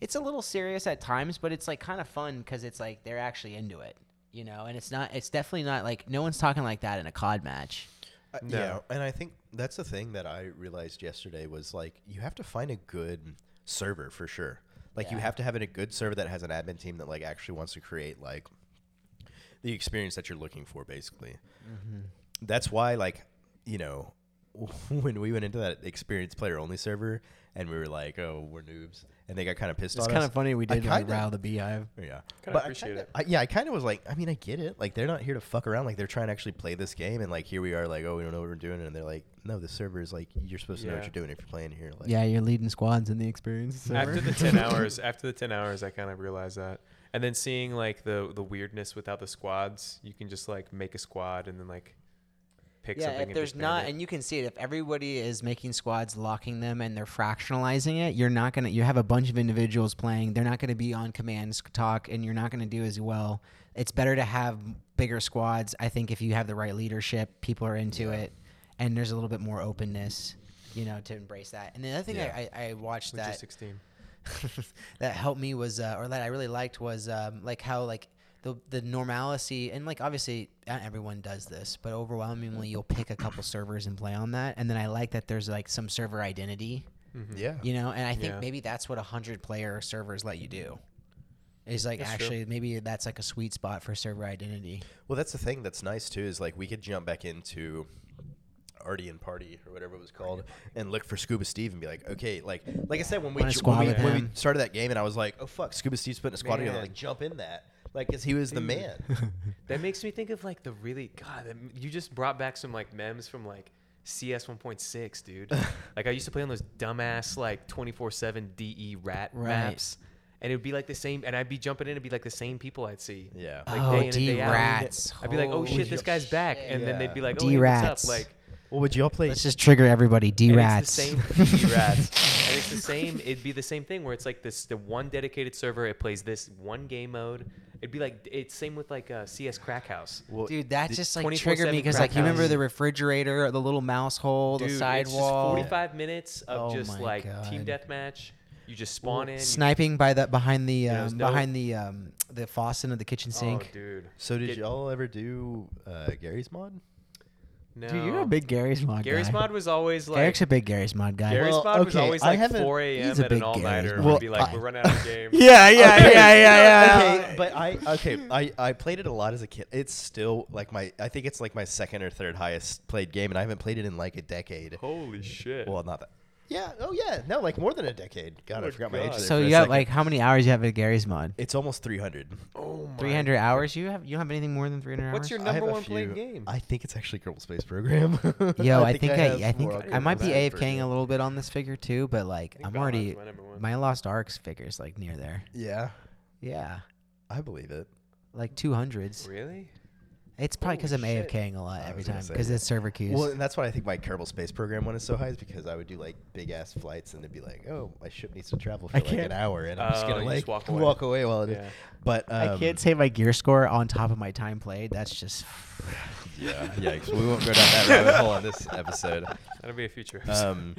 Speaker 3: it's a little serious at times, but it's like kind of fun because it's like they're actually into it, you know. And it's not, it's definitely not like no one's talking like that in a COD match.
Speaker 2: Uh,
Speaker 4: No.
Speaker 2: Yeah, and I think that's the thing that I realized yesterday was like you have to find a good server for sure. Like you
Speaker 3: Yeah.
Speaker 2: have to have a good server that has an admin team that like actually wants to create like the experience that you're looking for basically. That's why like, you know, when we went into that experience player only server and we were like, "Oh, we're noobs." And they got kind of pissed on us. I kinda-
Speaker 3: the beehive.
Speaker 2: yeah,
Speaker 4: Kinda
Speaker 2: but I
Speaker 4: appreciate
Speaker 2: kinda-
Speaker 4: it.
Speaker 2: I, yeah, I kind of was like, I mean, I get it. Like, they're not here to fuck around. Like, they're trying to actually play this game, and like, here we are, like, oh, we don't know what we're doing, and they're like, no, the server is like, you're supposed to know
Speaker 4: Yeah.
Speaker 2: what you're doing if you're playing here. Like,
Speaker 3: Yeah, you're leading squads in the experience.
Speaker 4: After the ten hours, after the ten hours, I kind of realized that. And then seeing like the the weirdness without the squads, you can just like make a squad and then like pick
Speaker 3: yeah,
Speaker 4: something.
Speaker 3: if
Speaker 4: and
Speaker 3: there's
Speaker 4: disband
Speaker 3: not,
Speaker 4: it.
Speaker 3: and you can see it, if everybody is making squads, locking them, and they're fractionalizing it, you're not gonna. You have a bunch of individuals playing. They're not gonna be on commands talk, and you're not gonna do as well. It's better to have bigger squads. I think if you have the right leadership, people are into it, and there's a little bit more openness, you know, to embrace that. And the other thing I, I, I watched that
Speaker 4: logistics team.
Speaker 3: that helped me was uh, or that I really liked was um, like how like the the normalcy and like obviously not everyone does this, but overwhelmingly you'll pick a couple servers and play on that. And then I like that there's like some server identity,
Speaker 2: yeah,
Speaker 3: you know. And I think
Speaker 4: Yeah.
Speaker 3: maybe that's what a hundred player servers let you do. Is like
Speaker 4: That's true.
Speaker 3: actually maybe that's like a sweet spot for server identity.
Speaker 2: Well, that's the thing that's nice too is like we could jump back into Ardian Party or whatever it was called and look for Scuba Steve and be like, okay, like like I said when we
Speaker 3: Wanna
Speaker 2: ju-
Speaker 3: squad
Speaker 2: when, we,
Speaker 3: with
Speaker 2: when we
Speaker 3: him.
Speaker 2: started that game and I was like, oh fuck, Scuba Steve's putting a squad together,
Speaker 4: Man.
Speaker 2: like jump in that, like because he was the man.
Speaker 4: That makes me think of like the really God. that- You just brought back some like memes from like CS 1.6, dude. like I used to play on those dumbass like 24/7 DE E rat
Speaker 3: Right.
Speaker 4: maps, and it would be like the same. And I'd be jumping in and be like the same people I'd see.
Speaker 2: yeah,
Speaker 4: Like
Speaker 3: Oh,
Speaker 4: day in and day out.
Speaker 3: D-rats.
Speaker 4: I'd be like, oh
Speaker 3: Holy
Speaker 4: shit, this guy's back, and then
Speaker 2: Yeah.
Speaker 4: they'd be like, oh, hey, what's
Speaker 3: D-rats.
Speaker 4: up? Like,
Speaker 2: What would y'all play?
Speaker 3: Let's just trigger everybody. D
Speaker 4: And
Speaker 3: rats.
Speaker 4: it's the same rats. and it's the same. It'd be the same thing where it's like this the one dedicated server. It plays this one game mode. It'd be like it's same with like uh, CS Crack House.
Speaker 2: Well,
Speaker 3: Dude, that just like triggered
Speaker 4: 24/7
Speaker 3: me because like you
Speaker 4: crack
Speaker 3: remember
Speaker 4: house.
Speaker 3: the refrigerator, the little mouse hole, the
Speaker 4: Dude, It's just
Speaker 3: sidewall,
Speaker 4: 45 minutes of
Speaker 3: Oh
Speaker 4: just
Speaker 3: my
Speaker 4: like team
Speaker 3: God.
Speaker 4: deathmatch. You just spawn in. you-
Speaker 3: sniping by the behind the
Speaker 4: Yeah,
Speaker 3: um,
Speaker 4: there's no-
Speaker 3: behind the um, the faucet of the kitchen
Speaker 4: oh,
Speaker 3: sink.
Speaker 4: dude.
Speaker 2: so did
Speaker 4: Get-
Speaker 2: y'all ever do uh, Gary's mod?
Speaker 4: No.
Speaker 3: dude, you're a big Gary's mod.
Speaker 4: Gary's
Speaker 3: guy.
Speaker 4: mod was always like.
Speaker 3: Eric's a big Gary's mod guy.
Speaker 4: Gary's
Speaker 2: Well,
Speaker 4: mod was
Speaker 2: okay,
Speaker 4: always
Speaker 2: I
Speaker 4: like
Speaker 2: haven't-
Speaker 4: 4 a.m.
Speaker 3: he's a
Speaker 4: at an
Speaker 3: big
Speaker 4: all nighter.
Speaker 3: Gary's
Speaker 4: We'd
Speaker 2: mod
Speaker 4: be like,
Speaker 2: guy.
Speaker 4: we're running out of game.
Speaker 3: yeah, yeah,
Speaker 2: Okay.
Speaker 3: yeah, yeah, yeah.
Speaker 2: okay, but I okay, I I played it a lot as a kid. It's still like my I think it's like my second or third highest played game, and I haven't played it in like a decade.
Speaker 4: Holy shit.
Speaker 2: Well, not that. Yeah. Oh yeah. No, like more than a decade. God, I
Speaker 4: Good
Speaker 2: forgot my age.
Speaker 4: God.
Speaker 2: There
Speaker 3: So
Speaker 2: for a
Speaker 3: you have
Speaker 2: second.
Speaker 3: like how many hours you have at Gary's mod?
Speaker 2: it's almost 300.
Speaker 4: oh my.
Speaker 3: 300 hours? You have you don't have anything more than 300
Speaker 4: What's
Speaker 3: hours?
Speaker 4: your
Speaker 2: I have
Speaker 4: number
Speaker 2: a
Speaker 4: one played
Speaker 2: few-
Speaker 4: game?
Speaker 2: I think it's actually Kerbal Space Program.
Speaker 3: Yo, I think I
Speaker 2: have
Speaker 3: I, think
Speaker 2: more
Speaker 3: I might be
Speaker 2: Kerbal Space
Speaker 3: AFKing a
Speaker 2: Program.
Speaker 3: little bit on this figure too, but like
Speaker 4: think
Speaker 3: I'm
Speaker 4: Valheim's
Speaker 3: already
Speaker 4: my number one.
Speaker 3: my Lost Arks figures like near there.
Speaker 2: Yeah,
Speaker 3: Yeah.
Speaker 2: I believe it.
Speaker 3: Like 200s.
Speaker 4: Really?
Speaker 3: It's probably because I'm
Speaker 4: Holy shit.
Speaker 3: AFKing a lot
Speaker 2: I
Speaker 3: every
Speaker 2: was gonna
Speaker 3: time
Speaker 2: say,
Speaker 3: because
Speaker 2: yeah.
Speaker 3: it's server queues.
Speaker 2: Well, and that's why I think my Kerbal Space Program one is so high is because I would do like big ass flights and they'd be like, "Oh, my ship needs to travel for
Speaker 3: I
Speaker 2: like
Speaker 3: can't-
Speaker 2: an hour," and I'm just
Speaker 4: Oh,
Speaker 2: gonna
Speaker 4: you
Speaker 2: like
Speaker 4: just walk away.
Speaker 2: while it is.
Speaker 4: Yeah.
Speaker 2: But um,
Speaker 3: I can't say my gear score on top of my time played. That's just
Speaker 2: Yeah, yikes. we won't go down that rabbit hole on this episode.
Speaker 4: That'll be a future. episode.
Speaker 2: Um,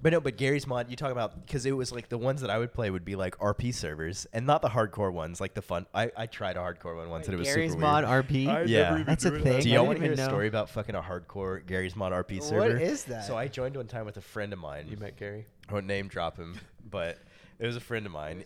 Speaker 2: but no, but Gary's mod you talk about because it was like the ones that I would play would be like RP servers and not the hardcore ones, like the fun. I, I tried a hardcore one once and it was
Speaker 3: Gary's
Speaker 2: super
Speaker 3: mod
Speaker 2: weird.
Speaker 3: RP.
Speaker 4: I
Speaker 2: Yeah.
Speaker 4: never even
Speaker 3: That's a
Speaker 4: knew it.
Speaker 3: thing.
Speaker 2: Do
Speaker 3: I
Speaker 2: y'all
Speaker 3: didn't
Speaker 2: want to hear a
Speaker 3: even know.
Speaker 2: story about fucking a hardcore Gary's mod RP
Speaker 3: What
Speaker 2: server?
Speaker 3: is that?
Speaker 2: So I joined one time with a friend of mine.
Speaker 4: You met Gary.
Speaker 2: I won't name drop him, but it was a friend of mine.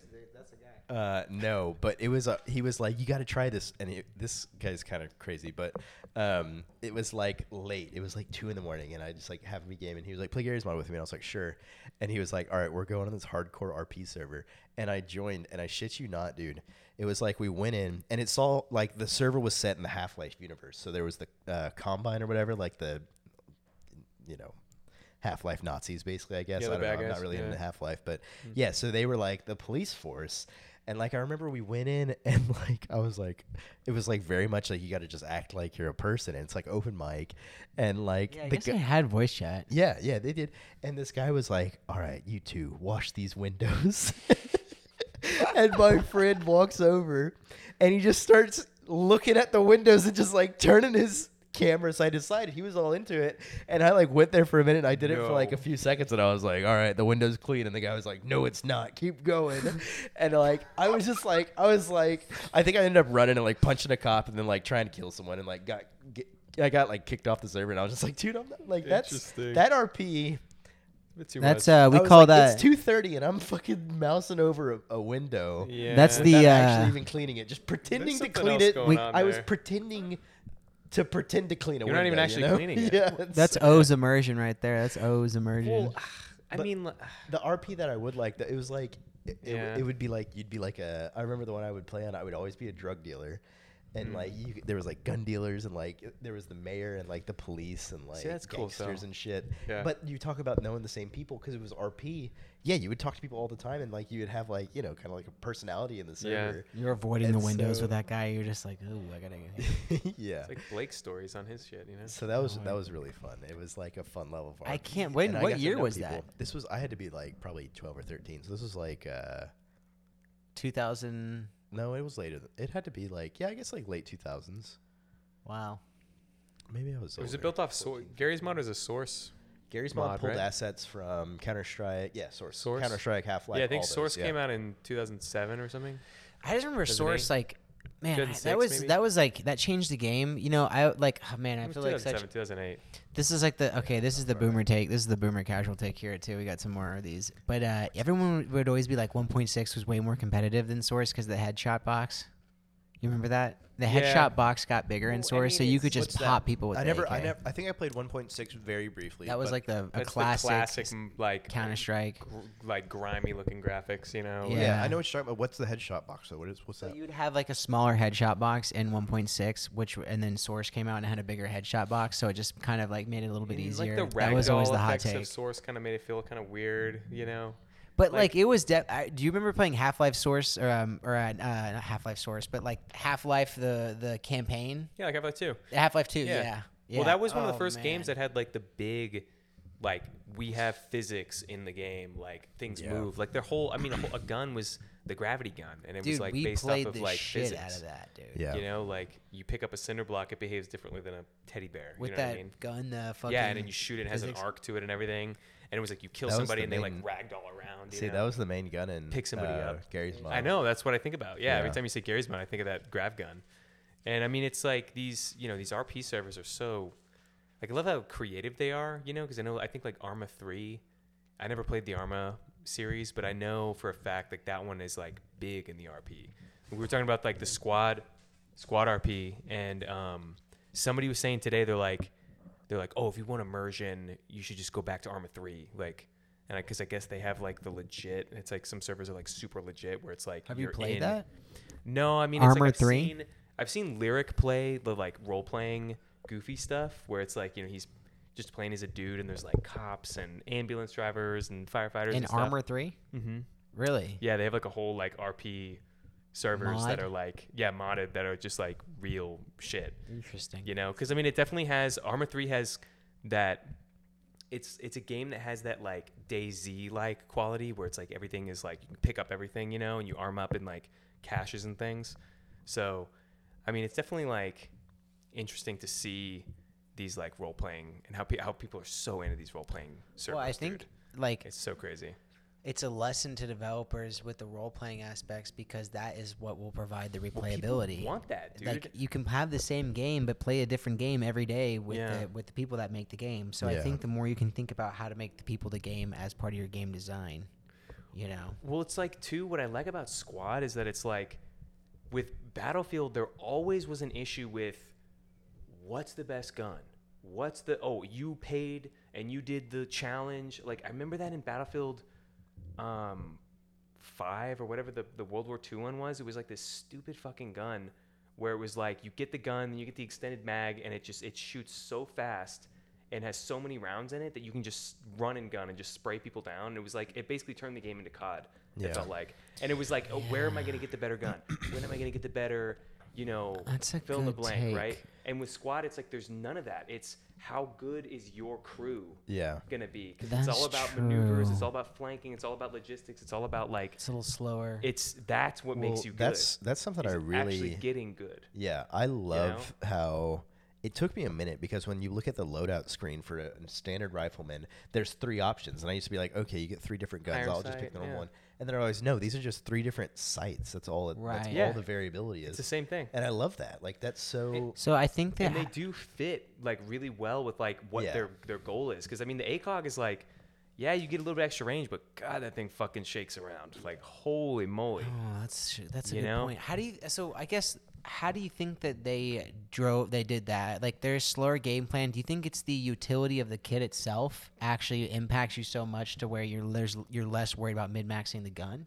Speaker 2: Uh, no, but it was a, he was like, you got to try this, and it, this guy's kind of crazy, but um, it was like late. It was like two in the morning, and I just like have me game, and he was like, play Gary's mod with me, and I was like, sure, and he was like, all right, we're going on this hardcore RP server, and I joined, and I shit you not, dude, it was like we went in, and it saw like the server was set in the Half Life universe, so there was the uh, combine or whatever, like the you know, Half Life Nazis, basically. I guess
Speaker 4: Yeah,
Speaker 2: I
Speaker 4: the
Speaker 2: don't know.
Speaker 4: bad
Speaker 2: I'm not
Speaker 4: guys,
Speaker 2: really
Speaker 4: yeah.
Speaker 2: into Half Life, but
Speaker 3: Mm-hmm.
Speaker 2: yeah. So they were like the police force, and like I remember we went in and like I was like, it was like very much like you got to just act like you're a person, and it's like open mic, and like
Speaker 3: Yeah, I
Speaker 2: the
Speaker 3: guess
Speaker 2: gu-
Speaker 3: I had voice chat.
Speaker 2: yeah, yeah, they did. And this guy was like, "All right, you two, wash these windows." and my friend walks over, and he just starts looking at the windows and just like turning his camera side to side. He was all into it, and I like went there for a minute. and I did it for like a
Speaker 4: No.
Speaker 2: few seconds, and I was like, "All right, the window's clean." And the guy was like, "No, it's not. Keep going." and like, I was just like, I was like, I think I ended up running and like punching a cop, and then like trying to kill someone, and like got. Get, I got like kicked off the server, and I was just like, "Dude, I'm not, like that's
Speaker 4: Interesting.
Speaker 2: that RP.
Speaker 4: It's too
Speaker 3: That's
Speaker 4: much.
Speaker 3: uh, we
Speaker 2: I was
Speaker 3: call
Speaker 2: like,
Speaker 3: that.
Speaker 2: it's two thirty, and I'm fucking mousing over a, a window.
Speaker 4: yeah.
Speaker 3: uh, that's the-
Speaker 2: Not
Speaker 3: Yeah.
Speaker 2: actually even cleaning it, just pretending to
Speaker 4: something
Speaker 2: clean
Speaker 4: else
Speaker 2: it.
Speaker 4: going on
Speaker 2: I was
Speaker 4: there.
Speaker 2: pretending to pretend to clean a
Speaker 4: You're
Speaker 2: window.
Speaker 4: not even
Speaker 2: you
Speaker 4: actually
Speaker 2: know?
Speaker 4: cleaning it.
Speaker 2: yeah, it's-
Speaker 3: That's O's immersion right there. That's O's immersion.
Speaker 4: Well, I
Speaker 2: But-
Speaker 4: mean, li-
Speaker 2: the RP that I would like. That it was like it, it w-
Speaker 4: Yeah.
Speaker 2: it would be like you'd be like a. I remember the one I would play on. I would always be a drug dealer, and
Speaker 4: Hmm.
Speaker 2: like you, there was like gun dealers and like there was the mayor and like the police and like
Speaker 4: that's cool,
Speaker 2: gangsters
Speaker 4: though.
Speaker 2: and shit.
Speaker 4: Yeah.
Speaker 2: But you talk about knowing the same people because it was RP. Yeah, you would talk to people all the time and like you would have like you know kind of like a personality in the
Speaker 4: Yeah.
Speaker 2: server.
Speaker 3: You're avoiding the
Speaker 2: and
Speaker 3: windows
Speaker 2: so-
Speaker 4: uh,
Speaker 3: with that guy. You're just like, ooh, I gotta. get him."
Speaker 2: Yeah.
Speaker 4: it's like Blake's stories on his shit, you know?
Speaker 2: so that was that was really fun. It was like a fun level. Of
Speaker 3: I
Speaker 2: RP,
Speaker 3: can't- when-
Speaker 2: and I
Speaker 3: what
Speaker 2: got to
Speaker 3: year
Speaker 2: know
Speaker 3: was that?
Speaker 2: This was I had to be like probably twelve or thirteen. So this was like. uh
Speaker 3: 2000.
Speaker 2: No, it was later. th- It had to be like yeah, I guess like late two thousands.
Speaker 3: Wow.
Speaker 2: Maybe I was.
Speaker 4: Was it
Speaker 2: older.
Speaker 4: built off source? Gary's mod is a source.
Speaker 2: Gary's mod,
Speaker 4: mod,
Speaker 2: pulled
Speaker 4: right?
Speaker 2: assets from Counter Strike. Yeah, Source.
Speaker 4: Source?
Speaker 2: Counter Strike Half Life.
Speaker 4: yeah, I think Source came out in 2007 or something.
Speaker 3: I just remember
Speaker 4: Doesn't
Speaker 3: Source
Speaker 4: he?
Speaker 3: like, man, I, that
Speaker 4: 2006
Speaker 3: was
Speaker 4: maybe?
Speaker 3: that was like that changed the game. You know, I like oh, man,
Speaker 4: It
Speaker 3: I
Speaker 4: was
Speaker 3: feel like such.
Speaker 4: 2007, 2008.
Speaker 3: This is like the okay. This is the boomer take. This is the boomer casual take here too. We got some more of these, but uh, everyone would always be like 1.6 was way more competitive than Source because the headshot box. You remember that the
Speaker 4: Yeah.
Speaker 3: headshot box got bigger in
Speaker 4: Well, I
Speaker 3: Source, so
Speaker 4: mean,
Speaker 3: you
Speaker 4: it's-
Speaker 3: could just pop people with.
Speaker 2: I
Speaker 3: the
Speaker 2: never. I
Speaker 3: AK.
Speaker 2: never. I think I played one point six very briefly.
Speaker 3: That was
Speaker 2: but-
Speaker 3: like the a
Speaker 4: That's
Speaker 3: classic,
Speaker 4: the classic, m- like,
Speaker 3: Counter Strike.
Speaker 4: gr- like grimy looking graphics, you know?
Speaker 2: yeah.
Speaker 4: like-
Speaker 3: yeah.
Speaker 2: I know what you're talking about. What's the headshot box? So what is what's
Speaker 3: So
Speaker 2: that?
Speaker 3: you'd have like a smaller headshot box in 1.6, which and then Source came out and had a bigger headshot box, so it just kind of like made it a little bit
Speaker 4: And,
Speaker 3: easier.
Speaker 4: Like the
Speaker 3: that was always
Speaker 4: ragdoll
Speaker 3: the hot
Speaker 4: effects
Speaker 3: take.
Speaker 4: of Source kind of made it feel kind of weird, you know?
Speaker 3: But like,
Speaker 4: Like-
Speaker 3: it was. De- I, do you remember playing Half Life Source or um, or uh, not Half Life Source, but like Half Life the the campaign,
Speaker 4: Yeah, like Half-Life 2.
Speaker 3: Half Life Two? Yeah.
Speaker 4: Yeah.
Speaker 3: Yeah.
Speaker 4: Well, that was one of
Speaker 3: Oh,
Speaker 4: the first games
Speaker 3: man.
Speaker 4: that had like the big, like we have physics in the game, like things
Speaker 2: Yeah.
Speaker 4: move, like their whole. I mean, a, whole, a gun was the gravity gun, and it
Speaker 3: dude,
Speaker 4: was like
Speaker 3: we
Speaker 4: based off
Speaker 3: played
Speaker 4: of
Speaker 3: the
Speaker 4: like
Speaker 3: shit
Speaker 4: physics.
Speaker 3: out of that, dude.
Speaker 2: Yeah.
Speaker 4: You know, like you pick up a cinder block, it behaves differently than a teddy bear.
Speaker 3: With
Speaker 4: you know
Speaker 3: that
Speaker 4: what I mean?
Speaker 3: gun, the fucking
Speaker 4: Yeah, and then you shoot it, it has an
Speaker 3: physics.
Speaker 4: arc to it and everything. And it was like you kill
Speaker 2: That was
Speaker 4: somebody
Speaker 2: the
Speaker 4: and they like
Speaker 2: main-
Speaker 4: ragdoll around. You
Speaker 2: See,
Speaker 4: know?
Speaker 2: that was the main gun in
Speaker 4: Pick somebody
Speaker 2: uh,
Speaker 4: up.
Speaker 2: Gary's mom.
Speaker 4: I know that's what I think about. Yeah, every
Speaker 2: Yeah.
Speaker 4: time you say Gary's Mod, I think of that grav gun. And I mean, it's like these, you know, these RP servers are so, like, I love how creative they are, you know, because I know I think like Arma three, I never played the Arma series, but I know for a fact like that one is like big in the RP. We were talking about like the squad, squad RP, and um, somebody was saying today they're like, they're like, oh, if you want immersion, you should just go back to Arma three, like. And because I, guess they have like the legit, it's like some servers are like super legit, where it's like
Speaker 3: Have you
Speaker 4: you're
Speaker 3: played
Speaker 4: in-
Speaker 3: that?
Speaker 4: no, I mean
Speaker 3: Armor
Speaker 4: it's like I've
Speaker 3: 3?
Speaker 4: Seen, I've seen Lyric play the like role playing goofy stuff where it's like you know he's just playing as a dude and there's like cops and ambulance drivers and firefighters
Speaker 3: in
Speaker 4: and stuff.
Speaker 3: Armor Three.
Speaker 4: Mm-hmm.
Speaker 3: Really?
Speaker 4: Yeah, they have like a whole like RP servers
Speaker 3: Mod?
Speaker 4: that are like yeah modded that are just like real shit
Speaker 3: Interesting.
Speaker 4: you know because i mean it definitely has armor 3 has that it's it's a game that has that like daisy like quality where it's like everything is like you can pick up everything you know and you arm up in like caches and things so i mean it's definitely like interesting to see these like role playing and how, pe- how people are so into these role playing servers
Speaker 3: Well, I think
Speaker 4: dude.
Speaker 3: like
Speaker 4: it's so crazy
Speaker 3: it's a lesson to developers with the role playing aspects because that is what will provide the
Speaker 4: People
Speaker 3: replayability.
Speaker 4: want that dude
Speaker 3: like you can have the same game but play a different game every day with
Speaker 4: Yeah.
Speaker 3: the with the people that make the game. So I
Speaker 2: Yeah.
Speaker 3: think the more you can think about how to make the people the game as part of your game design, you know.
Speaker 4: Well, it's like too. What I like about Squad is that it's like with Battlefield, there always was an issue with what's the best gun. What's the oh you paid and you did the challenge. Like I remember that in Battlefield, um, five or whatever the the World War II one was. It was like this stupid fucking gun where it was like you get the gun and you get the extended mag and it just it shoots so fast and has so many rounds in it that you can just run and gun and just spray people down. And it was like it basically turned the game into COD. It
Speaker 2: Yeah.
Speaker 4: felt like, and it was like, oh, where am I going to get the better gun? when am I going to get the better? You know,
Speaker 3: That's a
Speaker 4: fill in the
Speaker 3: good
Speaker 4: blank,
Speaker 3: take.
Speaker 4: right? And with squad, it's like there's none of that. It's how good is your crew
Speaker 2: Yeah.
Speaker 4: gonna be? 'Cause it's
Speaker 3: That's
Speaker 4: all about maneuvers. It's
Speaker 3: true.
Speaker 4: all about flanking. It's all about logistics. It's all about like
Speaker 3: It's a little slower.
Speaker 4: it's that's what
Speaker 2: Well,
Speaker 4: makes you
Speaker 2: that's
Speaker 4: good.
Speaker 2: that's something I
Speaker 4: is actually
Speaker 2: really
Speaker 4: getting good.
Speaker 2: Yeah, I love how it took me a minute because when you look at the loadout screen for a standard rifleman, there's three options, and I used to be like, okay, you get three different guns.
Speaker 4: Iron
Speaker 2: I'll just pick
Speaker 4: sight,
Speaker 2: the normal
Speaker 4: yeah.
Speaker 2: one. And then I always no, these are just three different sights. That's all. It, That's
Speaker 3: Right.
Speaker 4: Yeah.
Speaker 2: all the variability
Speaker 4: It's the
Speaker 2: is.
Speaker 4: same thing.
Speaker 2: And I love that. Like that's so.
Speaker 3: so I think that
Speaker 4: and they do fit like really well with like what
Speaker 2: Yeah.
Speaker 4: their their goal is. Because I mean, the ACOG is like, yeah, you get a little bit extra range, but God, that thing fucking shakes around. Like, holy moly!
Speaker 3: Oh, that's tr- that's a
Speaker 4: You
Speaker 3: good
Speaker 4: know?
Speaker 3: point. How do you? So I guess how do you think that they drove? They did that. Like their slower game plan. Do you think it's the utility of the kit itself actually impacts you so much to where you're there's, you're less worried about mid maxing the gun?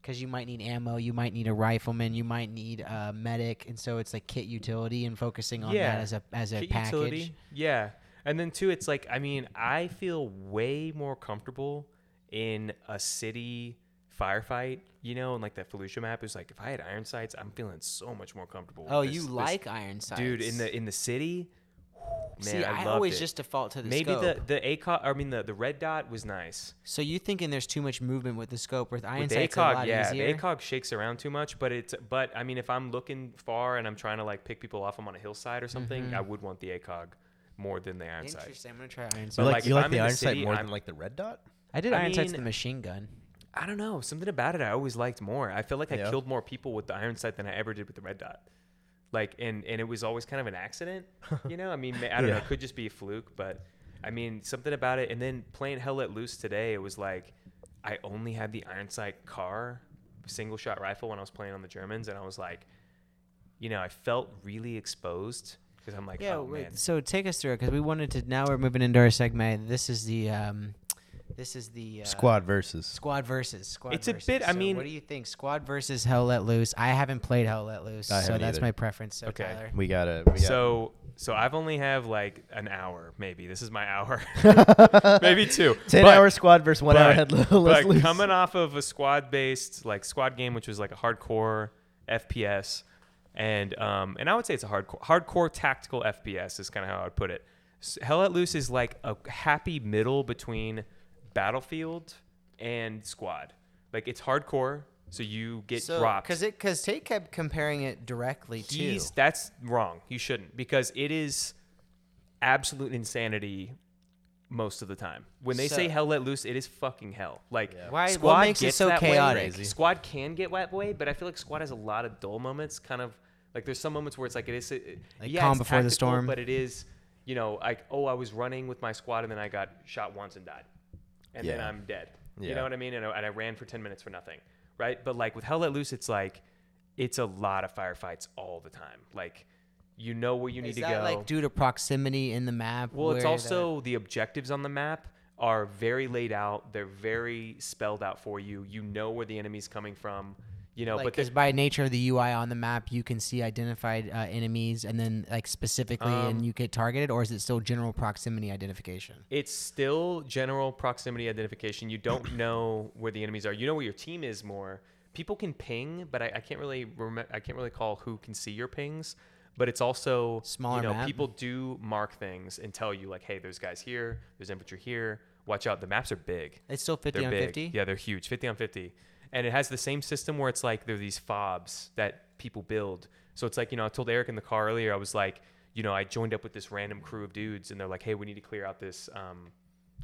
Speaker 3: Because you might need ammo, you might need a rifleman, you might need a medic, and so it's like kit utility and focusing on
Speaker 4: Yeah.
Speaker 3: that as a as a
Speaker 4: Kit
Speaker 3: package.
Speaker 4: utility. Yeah. And then too, it's like I mean, I feel way more comfortable in a city firefight, you know, and like that Fallujah map is like if I had iron sights, I'm feeling so much more comfortable. with
Speaker 3: Oh,
Speaker 4: this-
Speaker 3: you
Speaker 4: this-
Speaker 3: like iron sights,
Speaker 4: dude in the in the city. whew, Man,
Speaker 3: See,
Speaker 4: I,
Speaker 3: I,
Speaker 4: loved
Speaker 3: always
Speaker 4: it.
Speaker 3: just default to the
Speaker 4: maybe
Speaker 3: scope.
Speaker 4: the the ACOG. I mean, the the red dot was nice.
Speaker 3: So you thinking there's too much movement with the scope with iron
Speaker 4: With the
Speaker 3: sights a
Speaker 4: ACOG,
Speaker 3: lot
Speaker 4: yeah,
Speaker 3: easier?
Speaker 4: the ACOG shakes around too much, but it's but I mean, if I'm looking far and I'm trying to like pick people off, I'm on a hillside or something.
Speaker 3: Mm-hmm.
Speaker 4: I would want the ACOG more than the iron sight.
Speaker 3: Interesting. I'm gonna try
Speaker 2: You
Speaker 3: iron sights.
Speaker 4: But,
Speaker 2: like,
Speaker 4: like,
Speaker 2: you
Speaker 4: if
Speaker 2: like
Speaker 4: I'm
Speaker 2: the
Speaker 4: in the
Speaker 2: iron sight
Speaker 4: city,
Speaker 2: more
Speaker 4: I'm-
Speaker 2: than like the red dot?
Speaker 3: I did
Speaker 4: I
Speaker 3: iron sights with the
Speaker 4: mean-
Speaker 3: machine gun.
Speaker 4: I don't know. Something about it I always liked more. I feel like I
Speaker 2: Yeah.
Speaker 4: killed more people with the iron sight than I ever did with the red dot. Like and and it was always kind of an accident, you know. I mean, ma- I don't know.
Speaker 2: Yeah.
Speaker 4: It could just be a fluke, but I mean, something about it. And then playing Hell Let Loose today, it was like I only had the iron sight car, single shot rifle when I was playing on the Germans, and I was like, you know, I felt really exposed because I'm like,
Speaker 3: Yeah,
Speaker 4: oh
Speaker 3: wait.
Speaker 4: man,
Speaker 3: So take us through it because we wanted to. Now we're moving into our segment. This is the, um, this is the uh,
Speaker 2: Squad versus.
Speaker 3: Squad versus squad.
Speaker 4: It's a
Speaker 3: versus.
Speaker 4: bit- I
Speaker 3: So
Speaker 4: mean-
Speaker 3: what do you think? Squad versus Hell Let Loose. I haven't played Hell Let Loose,
Speaker 2: I
Speaker 3: so
Speaker 2: haven't
Speaker 3: that's
Speaker 2: either.
Speaker 3: my preference. So
Speaker 4: Okay.
Speaker 3: Tyler,
Speaker 2: We gotta. We gotta
Speaker 4: So so I've only have like an hour maybe. This is my hour, maybe two.
Speaker 2: ten
Speaker 4: But-
Speaker 2: hour squad versus one
Speaker 4: but,
Speaker 2: hour head. Let's
Speaker 4: but
Speaker 2: lose.
Speaker 4: coming off of a squad based like squad game, which was like a hardcore FPS, and um, and I would say it's a hardcore hardcore tactical FPS is kind of how I would put it. S- Hell Let Loose is like a happy middle between Battlefield and Squad. Like it's hardcore, so you get dropped.
Speaker 3: because it because Tate kept comparing it directly to
Speaker 4: He's, that's wrong. You shouldn't because it is absolute insanity most of the time. When they say
Speaker 3: So-
Speaker 4: hell let loose, it is fucking hell. Like
Speaker 3: Why- what
Speaker 4: squad
Speaker 3: makes it
Speaker 4: gets
Speaker 3: so
Speaker 4: that way.
Speaker 3: chaotic? Crazy.
Speaker 4: Squad can get that way, but I feel like squad has a lot of dull moments. Kind of like there's some moments where it's like it is it,
Speaker 3: Like
Speaker 4: yeah,
Speaker 3: Calm
Speaker 4: it's
Speaker 3: Before the
Speaker 4: tactical,
Speaker 3: Storm.
Speaker 4: but it is you know like oh I was running with my squad and then I got shot once and died, and then
Speaker 2: Yeah.
Speaker 4: I'm dead. You
Speaker 2: Yeah.
Speaker 4: know what I mean? And I, and I ran for 10 minutes for nothing, right? But like with Hell Let Loose, it's like, it's a lot of firefights all the time. Like, you know where you need
Speaker 3: Is
Speaker 4: to
Speaker 3: that
Speaker 4: go.
Speaker 3: like due to proximity in the map?
Speaker 4: well, it's
Speaker 3: where
Speaker 4: also the objectives on the map are very laid out. They're very spelled out for you. You know where the enemy's coming from. You know,
Speaker 3: the,
Speaker 4: but
Speaker 3: like,
Speaker 4: there's
Speaker 3: 'cause by nature of the UI on the map, you can see identified uh, enemies and then like specifically, and you get targeted, or is it still general proximity identification?
Speaker 4: it's still general proximity identification. You don't know where the enemies are. You know where your team is more. People can ping, but I, I can't really rem- I can't really call who can see your pings. But it's also
Speaker 3: Smaller
Speaker 4: You know,
Speaker 3: map.
Speaker 4: people do mark things and tell you like, hey, there's guys here, there's infantry here. Watch out. The maps are big.
Speaker 3: It's still 50
Speaker 4: They're
Speaker 3: on
Speaker 4: big.
Speaker 3: 50.
Speaker 4: Yeah, they're huge. 50 on 50. And it has the same system where it's like there are these fobs that people build. So it's like, you know, I told Eric in the car earlier, I was like, you know, I joined up with this random crew of dudes and they're like, hey, we need to clear out this um,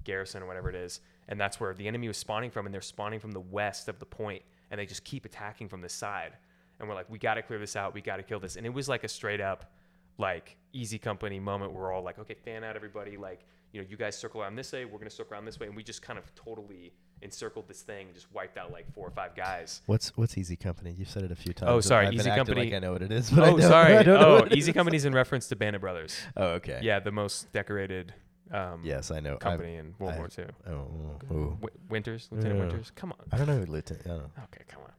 Speaker 4: garrison or whatever it is. And that's where the enemy was spawning from. And they're spawning from the west of the point and they just keep attacking from the side. And we're like, we got to clear this out. We got to kill this. And it was like a straight up, like easy company moment we're all like okay fan out everybody like you know you guys circle around this way we're gonna circle around this way and we just kind of totally encircled this thing and just wiped out like four or five guys
Speaker 2: What's what's Easy Company? You've said it a few times.
Speaker 4: Oh,
Speaker 2: and
Speaker 4: sorry,
Speaker 2: I've been
Speaker 4: Easy
Speaker 2: acting
Speaker 4: Company-
Speaker 2: Like I know what it is, but I
Speaker 4: oh
Speaker 2: don't-
Speaker 4: sorry
Speaker 2: I don't know
Speaker 4: oh
Speaker 2: what it
Speaker 4: easy
Speaker 2: is.
Speaker 4: company's in reference to band of brothers
Speaker 2: Oh, okay.
Speaker 4: yeah the most decorated um
Speaker 2: Yes, I know. I've-
Speaker 4: company in world
Speaker 2: I-
Speaker 4: war ii
Speaker 2: Oh, oh, oh.
Speaker 4: w- winters lieutenant
Speaker 2: Yeah.
Speaker 4: winters come
Speaker 2: I
Speaker 4: on
Speaker 2: don't know who Lieutenant. I don't know.
Speaker 4: okay come on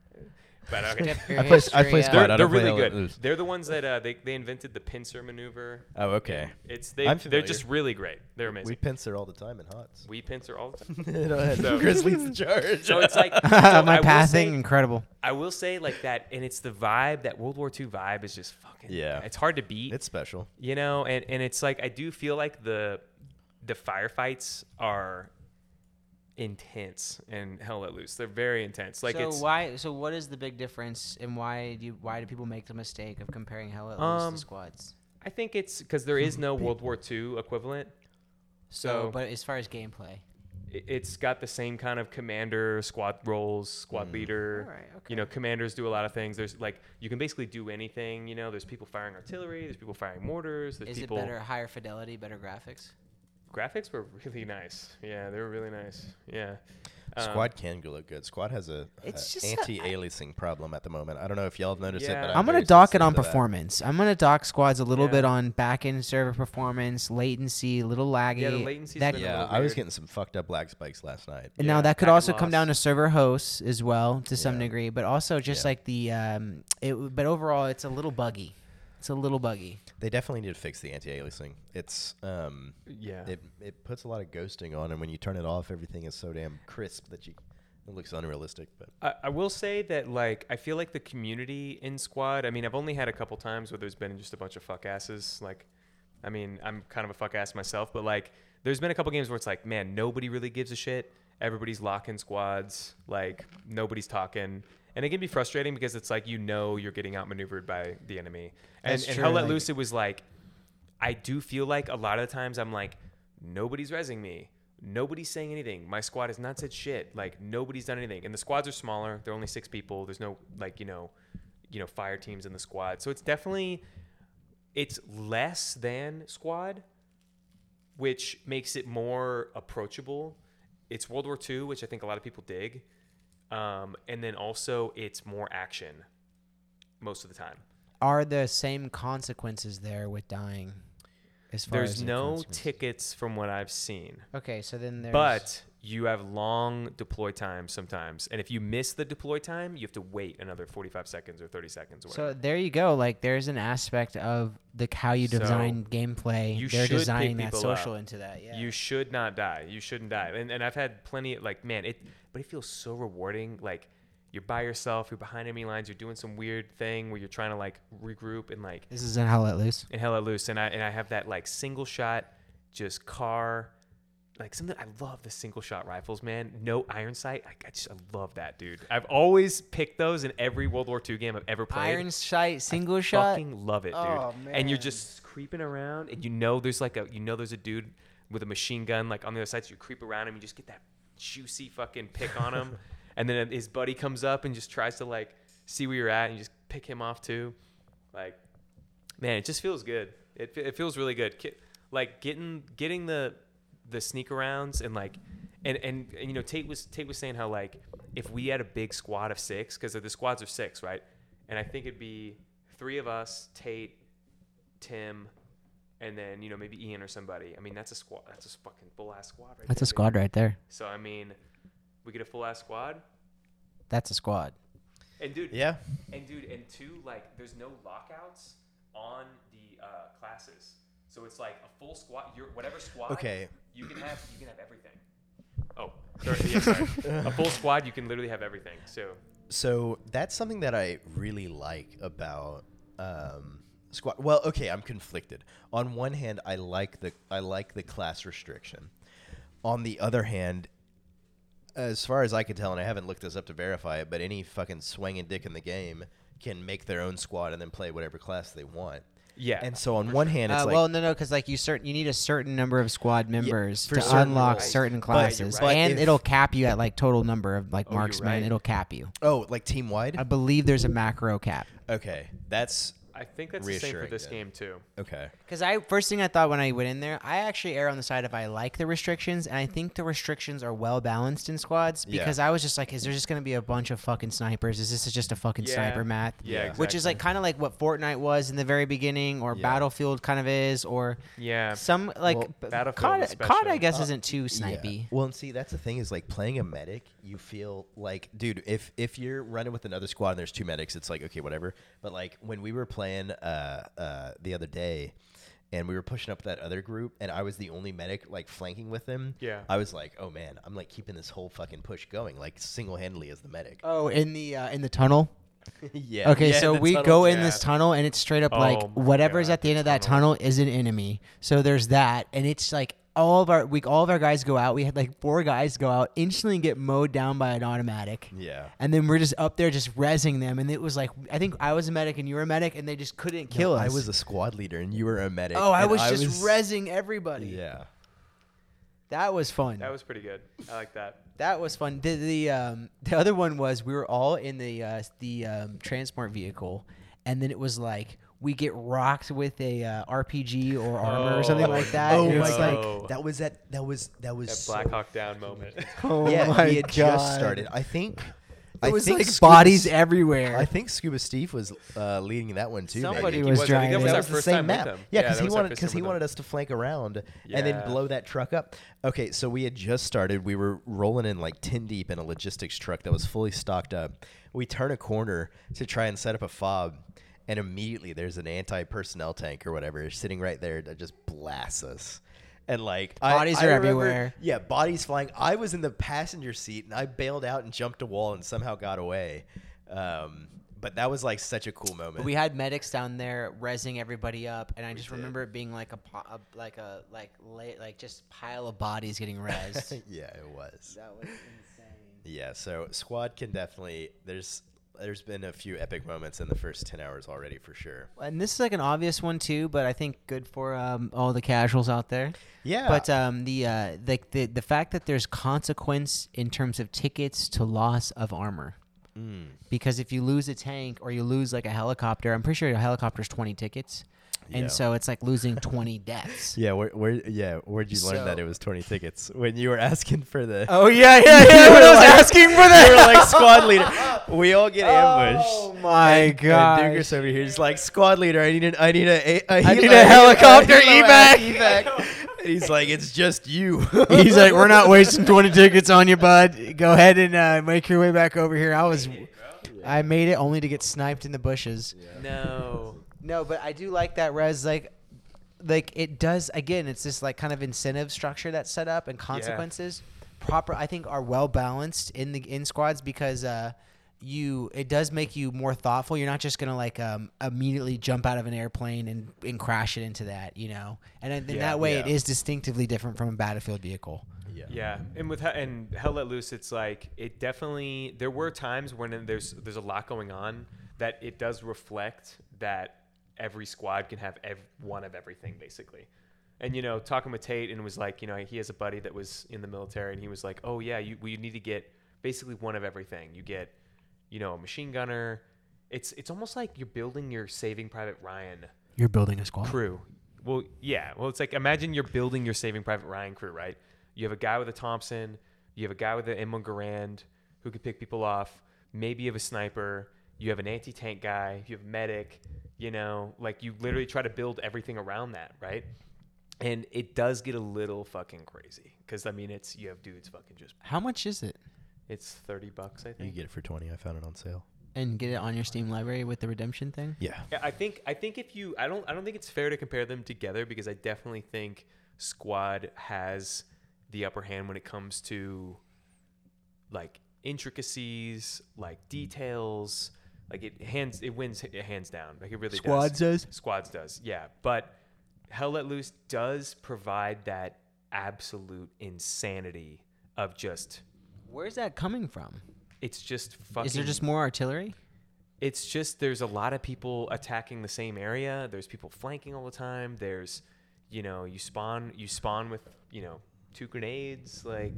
Speaker 4: but okay
Speaker 3: Step your
Speaker 2: I play, I
Speaker 3: history
Speaker 2: play
Speaker 3: up.
Speaker 2: Squad.
Speaker 4: they're, they're
Speaker 2: I don't play
Speaker 4: really
Speaker 2: Hell Let
Speaker 4: good
Speaker 2: Loose.
Speaker 4: they're the ones that uh they, they invented the pincer maneuver
Speaker 2: Oh, okay.
Speaker 4: it's they
Speaker 2: I'm
Speaker 4: they're
Speaker 2: familiar.
Speaker 4: just really great they're amazing
Speaker 2: We
Speaker 4: we,
Speaker 2: pincer all the time in HOTS.
Speaker 4: pincer all the time So-
Speaker 2: so, Chris leads the charge.
Speaker 4: So it's like so I
Speaker 3: My
Speaker 4: will
Speaker 3: pathing,
Speaker 4: say-
Speaker 3: incredible.
Speaker 4: I will say like that, and it's the vibe that World War II vibe is just fucking.
Speaker 2: Yeah.
Speaker 4: it's hard to beat.
Speaker 2: it's special.
Speaker 4: you know, and and it's like I do feel like the the firefights are intense and hell let loose. They're very intense. Like
Speaker 3: so
Speaker 4: it's
Speaker 3: why? So what is the big difference, and why do you, why do people make the mistake of comparing Hell
Speaker 4: Loose
Speaker 3: at
Speaker 4: to
Speaker 3: Loose
Speaker 4: Um,
Speaker 3: to squads?
Speaker 4: I think it's because there is no World War II equivalent.
Speaker 3: So,
Speaker 4: So,
Speaker 3: but as far as gameplay,
Speaker 4: it- it's got the same kind of commander squad roles
Speaker 2: Hmm.
Speaker 4: squad leader
Speaker 3: All right,
Speaker 4: you know commanders do a lot of things there's like you can basically do anything you know there's people firing artillery there's people firing mortars there's
Speaker 3: is
Speaker 4: people
Speaker 3: it better, higher fidelity, better graphics?
Speaker 4: graphics were really nice yeah they were really nice yeah Um,
Speaker 2: Squad can go look good. Squad has a, a
Speaker 3: It's just a-
Speaker 2: anti-aliasing problem at the moment. I don't know if y'all have noticed
Speaker 4: Yeah.
Speaker 2: it,
Speaker 4: I'm
Speaker 2: but I'm,
Speaker 3: I'm gonna
Speaker 2: very
Speaker 3: dock it
Speaker 2: sensitive
Speaker 3: on
Speaker 2: to that.
Speaker 3: performance. I'm gonna dock squads a little
Speaker 4: Yeah.
Speaker 3: bit on back end server performance, latency, little laggy.
Speaker 4: yeah the latency's
Speaker 3: that-
Speaker 4: been a
Speaker 2: Yeah,
Speaker 4: little
Speaker 2: I was
Speaker 4: weird.
Speaker 2: getting some fucked up lag spikes last night.
Speaker 3: And now
Speaker 4: Yeah,
Speaker 3: that could
Speaker 4: packet
Speaker 3: also
Speaker 4: loss.
Speaker 3: come down to server hosts as well to some
Speaker 2: Yeah.
Speaker 3: degree, but also just
Speaker 2: Yeah.
Speaker 3: like the um, it. But overall, it's a little buggy. It's a little buggy.
Speaker 2: They definitely need to fix the anti-aliasing. It's um,
Speaker 4: yeah
Speaker 2: it it puts a lot of ghosting on, and when you turn it off, everything is so damn crisp that you it looks unrealistic. But
Speaker 4: I, I will say that like I feel like the community in squad. I mean, I've only had a couple times where there's been just a bunch of fuck asses. Like, I mean, I'm kind of a fuck ass myself, but like, there's been a couple games where it's like, man, nobody really gives a shit. Everybody's locking squads. Like, nobody's talking. And it can be frustrating because it's like you know you're getting outmaneuvered by the enemy. And,
Speaker 3: That's
Speaker 4: and
Speaker 3: true,
Speaker 4: Hell Let
Speaker 3: like-
Speaker 4: Loose, it was like I do feel like a lot of the times I'm like, nobody's resing me. Nobody's saying anything. My squad has not said shit. Like nobody's done anything. And the squads are smaller. They're only six people. There's no like, you know, you know, fire teams in the squad. So it's definitely it's less than squad, which makes it more approachable. It's World War II, which I think a lot of people dig. Um, and then also it's more action most of the time.
Speaker 3: Are the same consequences there with dying? As far as
Speaker 4: There's
Speaker 3: the
Speaker 4: no
Speaker 3: consequences?
Speaker 4: tickets from what I've seen.
Speaker 3: Okay, so then there's
Speaker 4: But you have long deploy times sometimes, and if you miss the deploy time, you have to wait another 45 seconds or 30 seconds. Or
Speaker 3: So
Speaker 4: whatever.
Speaker 3: there you go. Like there's an aspect of the how you
Speaker 4: So
Speaker 3: design gameplay.
Speaker 4: you
Speaker 3: They're
Speaker 4: should pick
Speaker 3: designing that
Speaker 4: people up.
Speaker 3: social into that. Yeah.
Speaker 4: you should not die. You shouldn't die. And, and I've had plenty of like, man, it, but it feels so rewarding. Like you're by yourself, you're behind enemy lines, you're doing some weird thing where you're trying to like regroup and like
Speaker 3: This isn't how let loose.
Speaker 4: and hella loose and I and I have that like single shot just car like something I love the single shot rifles man no iron sight I, I just I love that dude I've always picked those in every World War II game I've ever played
Speaker 3: Iron sight, single shot.
Speaker 4: fucking love it dude
Speaker 3: Oh,
Speaker 4: and you're
Speaker 3: man.
Speaker 4: just creeping around and you know there's like a you know there's a dude with a machine gun like on the other side so you creep around him you just get that juicy fucking pick on him and then his buddy comes up and just tries to like see where you're at and you just pick him off too like man it just feels good it, fe- it feels really good Ki- like getting getting the the sneak arounds and like and, and and you know tate was tate was saying how like if we had a big squad of six because the squads are six right and i think it'd be three of us tate tim and then you know maybe ian or somebody i mean that's a squad that's a fucking full ass squad right
Speaker 3: That's
Speaker 4: there,
Speaker 3: a
Speaker 4: baby.
Speaker 3: squad right there.
Speaker 4: so i mean we get a full ass squad
Speaker 3: That's a squad.
Speaker 4: and dude
Speaker 2: Yeah.
Speaker 4: and dude, and two, like there's no lockouts on the uh, classes, so it's like a full squad. Your whatever squad.
Speaker 2: Okay.
Speaker 4: You can have you can have everything. Oh, sorry, yeah, sorry. a full squad. You can literally have everything. So
Speaker 2: So that's something that I really like about um, squad. Well, okay, I'm conflicted. On one hand, I like the I like the class restriction. On the other hand, as far as I can tell, and I haven't looked this up to verify it, but any fucking swinging dick in the game can make their own squad and then play whatever class they want.
Speaker 4: yeah,
Speaker 2: And so on one hand, it's
Speaker 3: Uh,
Speaker 2: like
Speaker 3: well, no, no, because like you certain you need a certain number of squad members
Speaker 2: for
Speaker 3: to
Speaker 2: certain
Speaker 3: unlock
Speaker 2: roles.
Speaker 3: certain
Speaker 4: But-
Speaker 3: classes,
Speaker 4: but
Speaker 3: and
Speaker 2: if-
Speaker 3: it'll cap you at like total number of like
Speaker 4: you're
Speaker 3: marksmen.
Speaker 4: right.
Speaker 3: It'll cap you.
Speaker 2: oh, like team wide.
Speaker 3: I believe there's a macro cap.
Speaker 2: Okay, that's
Speaker 4: I think that's the same for
Speaker 2: Reassuring
Speaker 4: this
Speaker 2: then.
Speaker 4: game too.
Speaker 2: okay.
Speaker 3: Because I first thing I thought when I went in there, I actually err on the side of I like the restrictions, and I think the restrictions are well balanced in squads.
Speaker 2: Yeah.
Speaker 3: Because I was just like, is there just gonna be a bunch of fucking snipers? Is this just a fucking
Speaker 4: Yeah.
Speaker 3: sniper math?
Speaker 4: Yeah,
Speaker 2: Yeah.
Speaker 3: Which is like kind of like what Fortnite was in the very beginning, or
Speaker 2: Yeah.
Speaker 3: Battlefield kind of is, or
Speaker 4: Yeah,
Speaker 3: some like
Speaker 2: Well, Uh,
Speaker 3: b-
Speaker 4: Battlefield
Speaker 3: COD, COD. I
Speaker 4: especially.
Speaker 3: guess isn't too
Speaker 2: Yeah.
Speaker 3: snipey.
Speaker 2: Well, and see, that's the thing is like playing a medic, you feel like, dude, if if you're running with another squad and there's two medics, it's like okay, whatever. But like when we were playing uh, uh, the other day, and we were pushing up that other group, and I was the only medic like flanking with them.
Speaker 4: Yeah.
Speaker 2: I was like, oh man, I'm like keeping this whole fucking push going, like single handedly as the medic.
Speaker 3: Oh, in the uh, in the tunnel.
Speaker 2: yeah.
Speaker 3: Okay,
Speaker 2: Yeah,
Speaker 3: so
Speaker 2: the
Speaker 3: we
Speaker 2: tunnel-
Speaker 3: go in
Speaker 4: yeah.
Speaker 3: this tunnel and it's straight up
Speaker 4: Oh
Speaker 3: like
Speaker 4: my
Speaker 3: whatever's
Speaker 4: God,
Speaker 3: at the
Speaker 4: the
Speaker 3: end of that
Speaker 4: tunnel.
Speaker 3: tunnel is an enemy. So there's that, and it's like all of our we all of our guys go out. We had like four guys go out instantly get mowed down by an automatic.
Speaker 2: Yeah.
Speaker 3: And then we're just up there just rezzing them, and it was like I think I was a medic and you were a medic, and they just couldn't kill us.
Speaker 2: I was a squad leader, and you were a medic.
Speaker 3: oh, I
Speaker 2: and
Speaker 3: was just rezzing everybody.
Speaker 2: Yeah.
Speaker 3: That was fun.
Speaker 4: that was pretty good. I like that.
Speaker 3: That was fun. The the, um, the other one was we were all in the uh, the um, transport vehicle, and then it was like we get rocked with a uh, RPG or armor or something
Speaker 4: Oh,
Speaker 3: like that.
Speaker 2: oh
Speaker 3: and it
Speaker 2: my
Speaker 3: was like,
Speaker 4: no.
Speaker 2: god, that was that. That was that was
Speaker 4: That
Speaker 2: so
Speaker 4: Black Hawk Down moment.
Speaker 3: oh
Speaker 2: yeah,
Speaker 3: my
Speaker 2: he had
Speaker 3: god,
Speaker 2: just started. I think. I
Speaker 3: It was
Speaker 2: think
Speaker 3: like
Speaker 2: Scuba
Speaker 3: bodies
Speaker 2: S-
Speaker 3: everywhere.
Speaker 2: I think Scuba Steve was uh, leading that one too.
Speaker 4: Somebody
Speaker 2: maybe.
Speaker 4: was
Speaker 3: was
Speaker 4: driving. I think
Speaker 3: driving.
Speaker 4: that was
Speaker 3: That
Speaker 4: our
Speaker 3: was
Speaker 4: first time
Speaker 2: same
Speaker 4: with
Speaker 2: map.
Speaker 4: them.
Speaker 2: Yeah, because
Speaker 4: that
Speaker 2: he
Speaker 4: was our
Speaker 2: wanted
Speaker 4: first
Speaker 2: because
Speaker 4: time
Speaker 2: he
Speaker 4: with
Speaker 2: wanted
Speaker 4: them.
Speaker 2: us to flank around and then
Speaker 4: Yeah.
Speaker 2: blow that truck up. Okay, so we had just started. We were rolling in like ten deep in a logistics truck that was fully stocked up. We turn a corner to try and set up a fob. And immediately there's an anti-personnel tank or whatever sitting right there that just blasts us, and like I-
Speaker 3: Bodies
Speaker 2: I
Speaker 3: are
Speaker 2: remember-
Speaker 3: everywhere.
Speaker 2: yeah, bodies flying. I was in the passenger seat and I bailed out and jumped a wall and somehow got away. Um, but that was like such a cool moment.
Speaker 3: we had medics down there rezzing everybody up, and I just remember it being like a, po- a like a like late like just pile of bodies getting rezzed.
Speaker 2: yeah, it was.
Speaker 3: that was insane.
Speaker 2: Yeah, so squad can definitely. There's there's been a few epic moments in the first ten hours already for sure.
Speaker 3: And this is like an obvious one too, but I think good for um, all the casuals out there.
Speaker 2: Yeah,
Speaker 3: But um, the uh, the, the the fact that there's consequence in terms of tickets to loss of armor, Mm. because if you lose a tank or you lose like a helicopter, I'm pretty sure a helicopter's 20 tickets,
Speaker 2: Yeah.
Speaker 3: and so it's like losing 20 deaths.
Speaker 2: yeah, where, where yeah where'd you learn that
Speaker 3: So-
Speaker 2: it was twenty tickets when you were asking for the.
Speaker 3: Oh yeah, yeah, yeah. I was asking for
Speaker 2: You were
Speaker 3: that.
Speaker 2: like squad leader. We all get ambushed.
Speaker 3: Oh my god.
Speaker 2: And Duger's over here. He's like, squad leader, I need an, I need a, a, a
Speaker 3: I
Speaker 2: helo-
Speaker 3: need a helicopter E
Speaker 2: helo-
Speaker 3: evac."
Speaker 2: evac. And he's like, it's just you.
Speaker 3: He's like, we're not wasting 20 tickets on you, bud. Go ahead and uh, make your way back over here. I was, I made it only to get sniped in the bushes.
Speaker 4: No.
Speaker 3: No, but I do like that res. Like, like it does. Again, it's this like kind of incentive structure that's set up and consequences. Proper, I think, are well balanced in the in squads because uh, you it does make you more thoughtful. You're not just gonna like um, immediately jump out of an airplane and, and crash it into that, you know. And then
Speaker 4: Yeah,
Speaker 3: that way, it
Speaker 2: yeah.
Speaker 3: is distinctively different from a battlefield vehicle.
Speaker 2: Yeah.
Speaker 4: Yeah, and with Hell- and Hell Let Loose, it's like it definitely. There were times when there's there's a lot going on that it does reflect that every squad can have ev- one of everything basically. And you know, talking with Tate and was like, you know, he has a buddy that was in the military, and he was like, oh yeah, you we need to get basically one of everything. You get, you know, a machine gunner. It's it's almost like you're building your Saving Private Ryan
Speaker 3: You're building a squad.
Speaker 4: crew. Well, yeah. Well, it's like imagine you're building your Saving Private Ryan crew, right? You have a guy with a Thompson, you have a guy with an M1 Garand who can pick people off. Maybe you have a sniper. You have an anti-tank guy. You have medic. You know, like you literally try to build everything around that, right? And it does get a little fucking crazy because I mean, it's you have dudes fucking just
Speaker 3: How much is it?
Speaker 4: it's thirty bucks, I
Speaker 2: You
Speaker 4: think.
Speaker 2: can get it for 20. I found it on sale.
Speaker 3: And get it on your Steam library with the redemption thing.
Speaker 2: Yeah.
Speaker 4: Yeah, I think I think if you I don't I don't think it's fair to compare them together because I definitely think Squad has the upper hand when it comes to like intricacies,
Speaker 3: Mm-hmm.
Speaker 4: like details, like it hands it wins it hands down. Like it really
Speaker 3: Squad
Speaker 4: does.
Speaker 3: says?
Speaker 4: Squads does. Yeah, but Hell Let Loose does provide that absolute insanity of just
Speaker 3: Where's that coming from?
Speaker 4: it's just fucking
Speaker 3: Is there just more artillery?
Speaker 4: it's just there's a lot of people attacking the same area. There's people flanking all the time. There's, you know, you spawn you spawn with you know two grenades like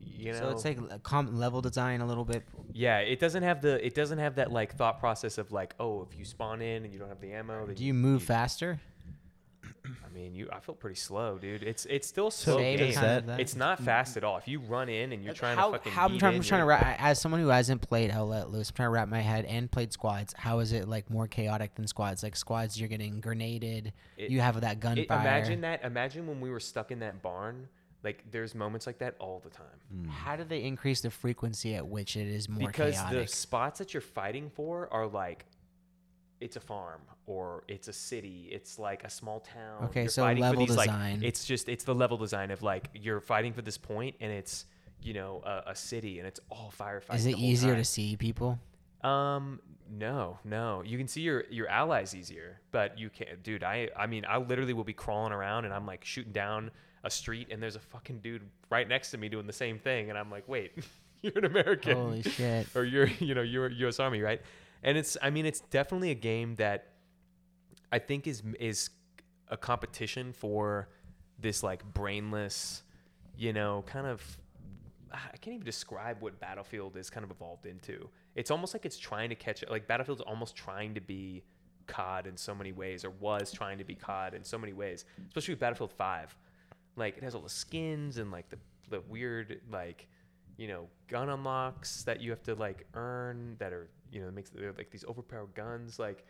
Speaker 4: you know.
Speaker 3: so it's like a com- level design a little bit.
Speaker 4: yeah, it doesn't have the it doesn't have that like thought process of like oh if you spawn in and you don't have the ammo then
Speaker 3: Do you move faster?
Speaker 4: I mean you I feel pretty slow dude. It's it's still slow
Speaker 3: Same
Speaker 4: game.
Speaker 2: kind of
Speaker 3: that- Mm-hmm. Uh,
Speaker 4: It's not fast at all. If you run in and you're trying
Speaker 3: how,
Speaker 4: to fucking
Speaker 3: how I'm
Speaker 4: beat
Speaker 3: trying,
Speaker 4: in,
Speaker 3: I'm trying to
Speaker 4: you're-
Speaker 3: wrap, as someone who hasn't played Hell Let Loose, I'm trying to wrap my head and played squads. How is it like more chaotic than squads? Like squads, you're getting grenaded.
Speaker 4: It-
Speaker 3: you have that gunfire.
Speaker 4: It- imagine that. Imagine when we were stuck in that barn. Like there's moments like that all the time.
Speaker 3: Hmm. How do they increase the frequency at which it is more
Speaker 4: because
Speaker 3: chaotic?
Speaker 4: the spots that you're fighting for are like it's a farm or it's a city it's like a small town
Speaker 3: Okay,
Speaker 4: You're
Speaker 3: so
Speaker 4: fighting for
Speaker 3: level
Speaker 4: these, like-
Speaker 3: design.
Speaker 4: it's just it's the level design of like you're fighting for this point and it's you know a, a city and it's all firefighting
Speaker 3: Is
Speaker 4: the
Speaker 3: it
Speaker 4: whole
Speaker 3: easier
Speaker 4: time.
Speaker 3: to see people?
Speaker 4: Um, no, no. You can see your your allies easier, but you can't, dude. I I mean, I literally will be crawling around and I'm like shooting down a street, and there's a fucking dude right next to me doing the same thing, and I'm like, wait, you're an American,
Speaker 3: Holy shit.
Speaker 4: or you're you know you're U.S. Army, right? And it's I mean, it's definitely a game that I think is is a competition for this like brainless, you know, kind of I can't even describe what Battlefield is kind of evolved into. It's almost like it's trying to catch like Battlefield's almost trying to be COD in so many ways, or was trying to be COD in so many ways, especially with Battlefield Five. Like it has all the skins and like the the weird like you know gun unlocks that you have to like earn that are you know makes they're like these overpowered guns like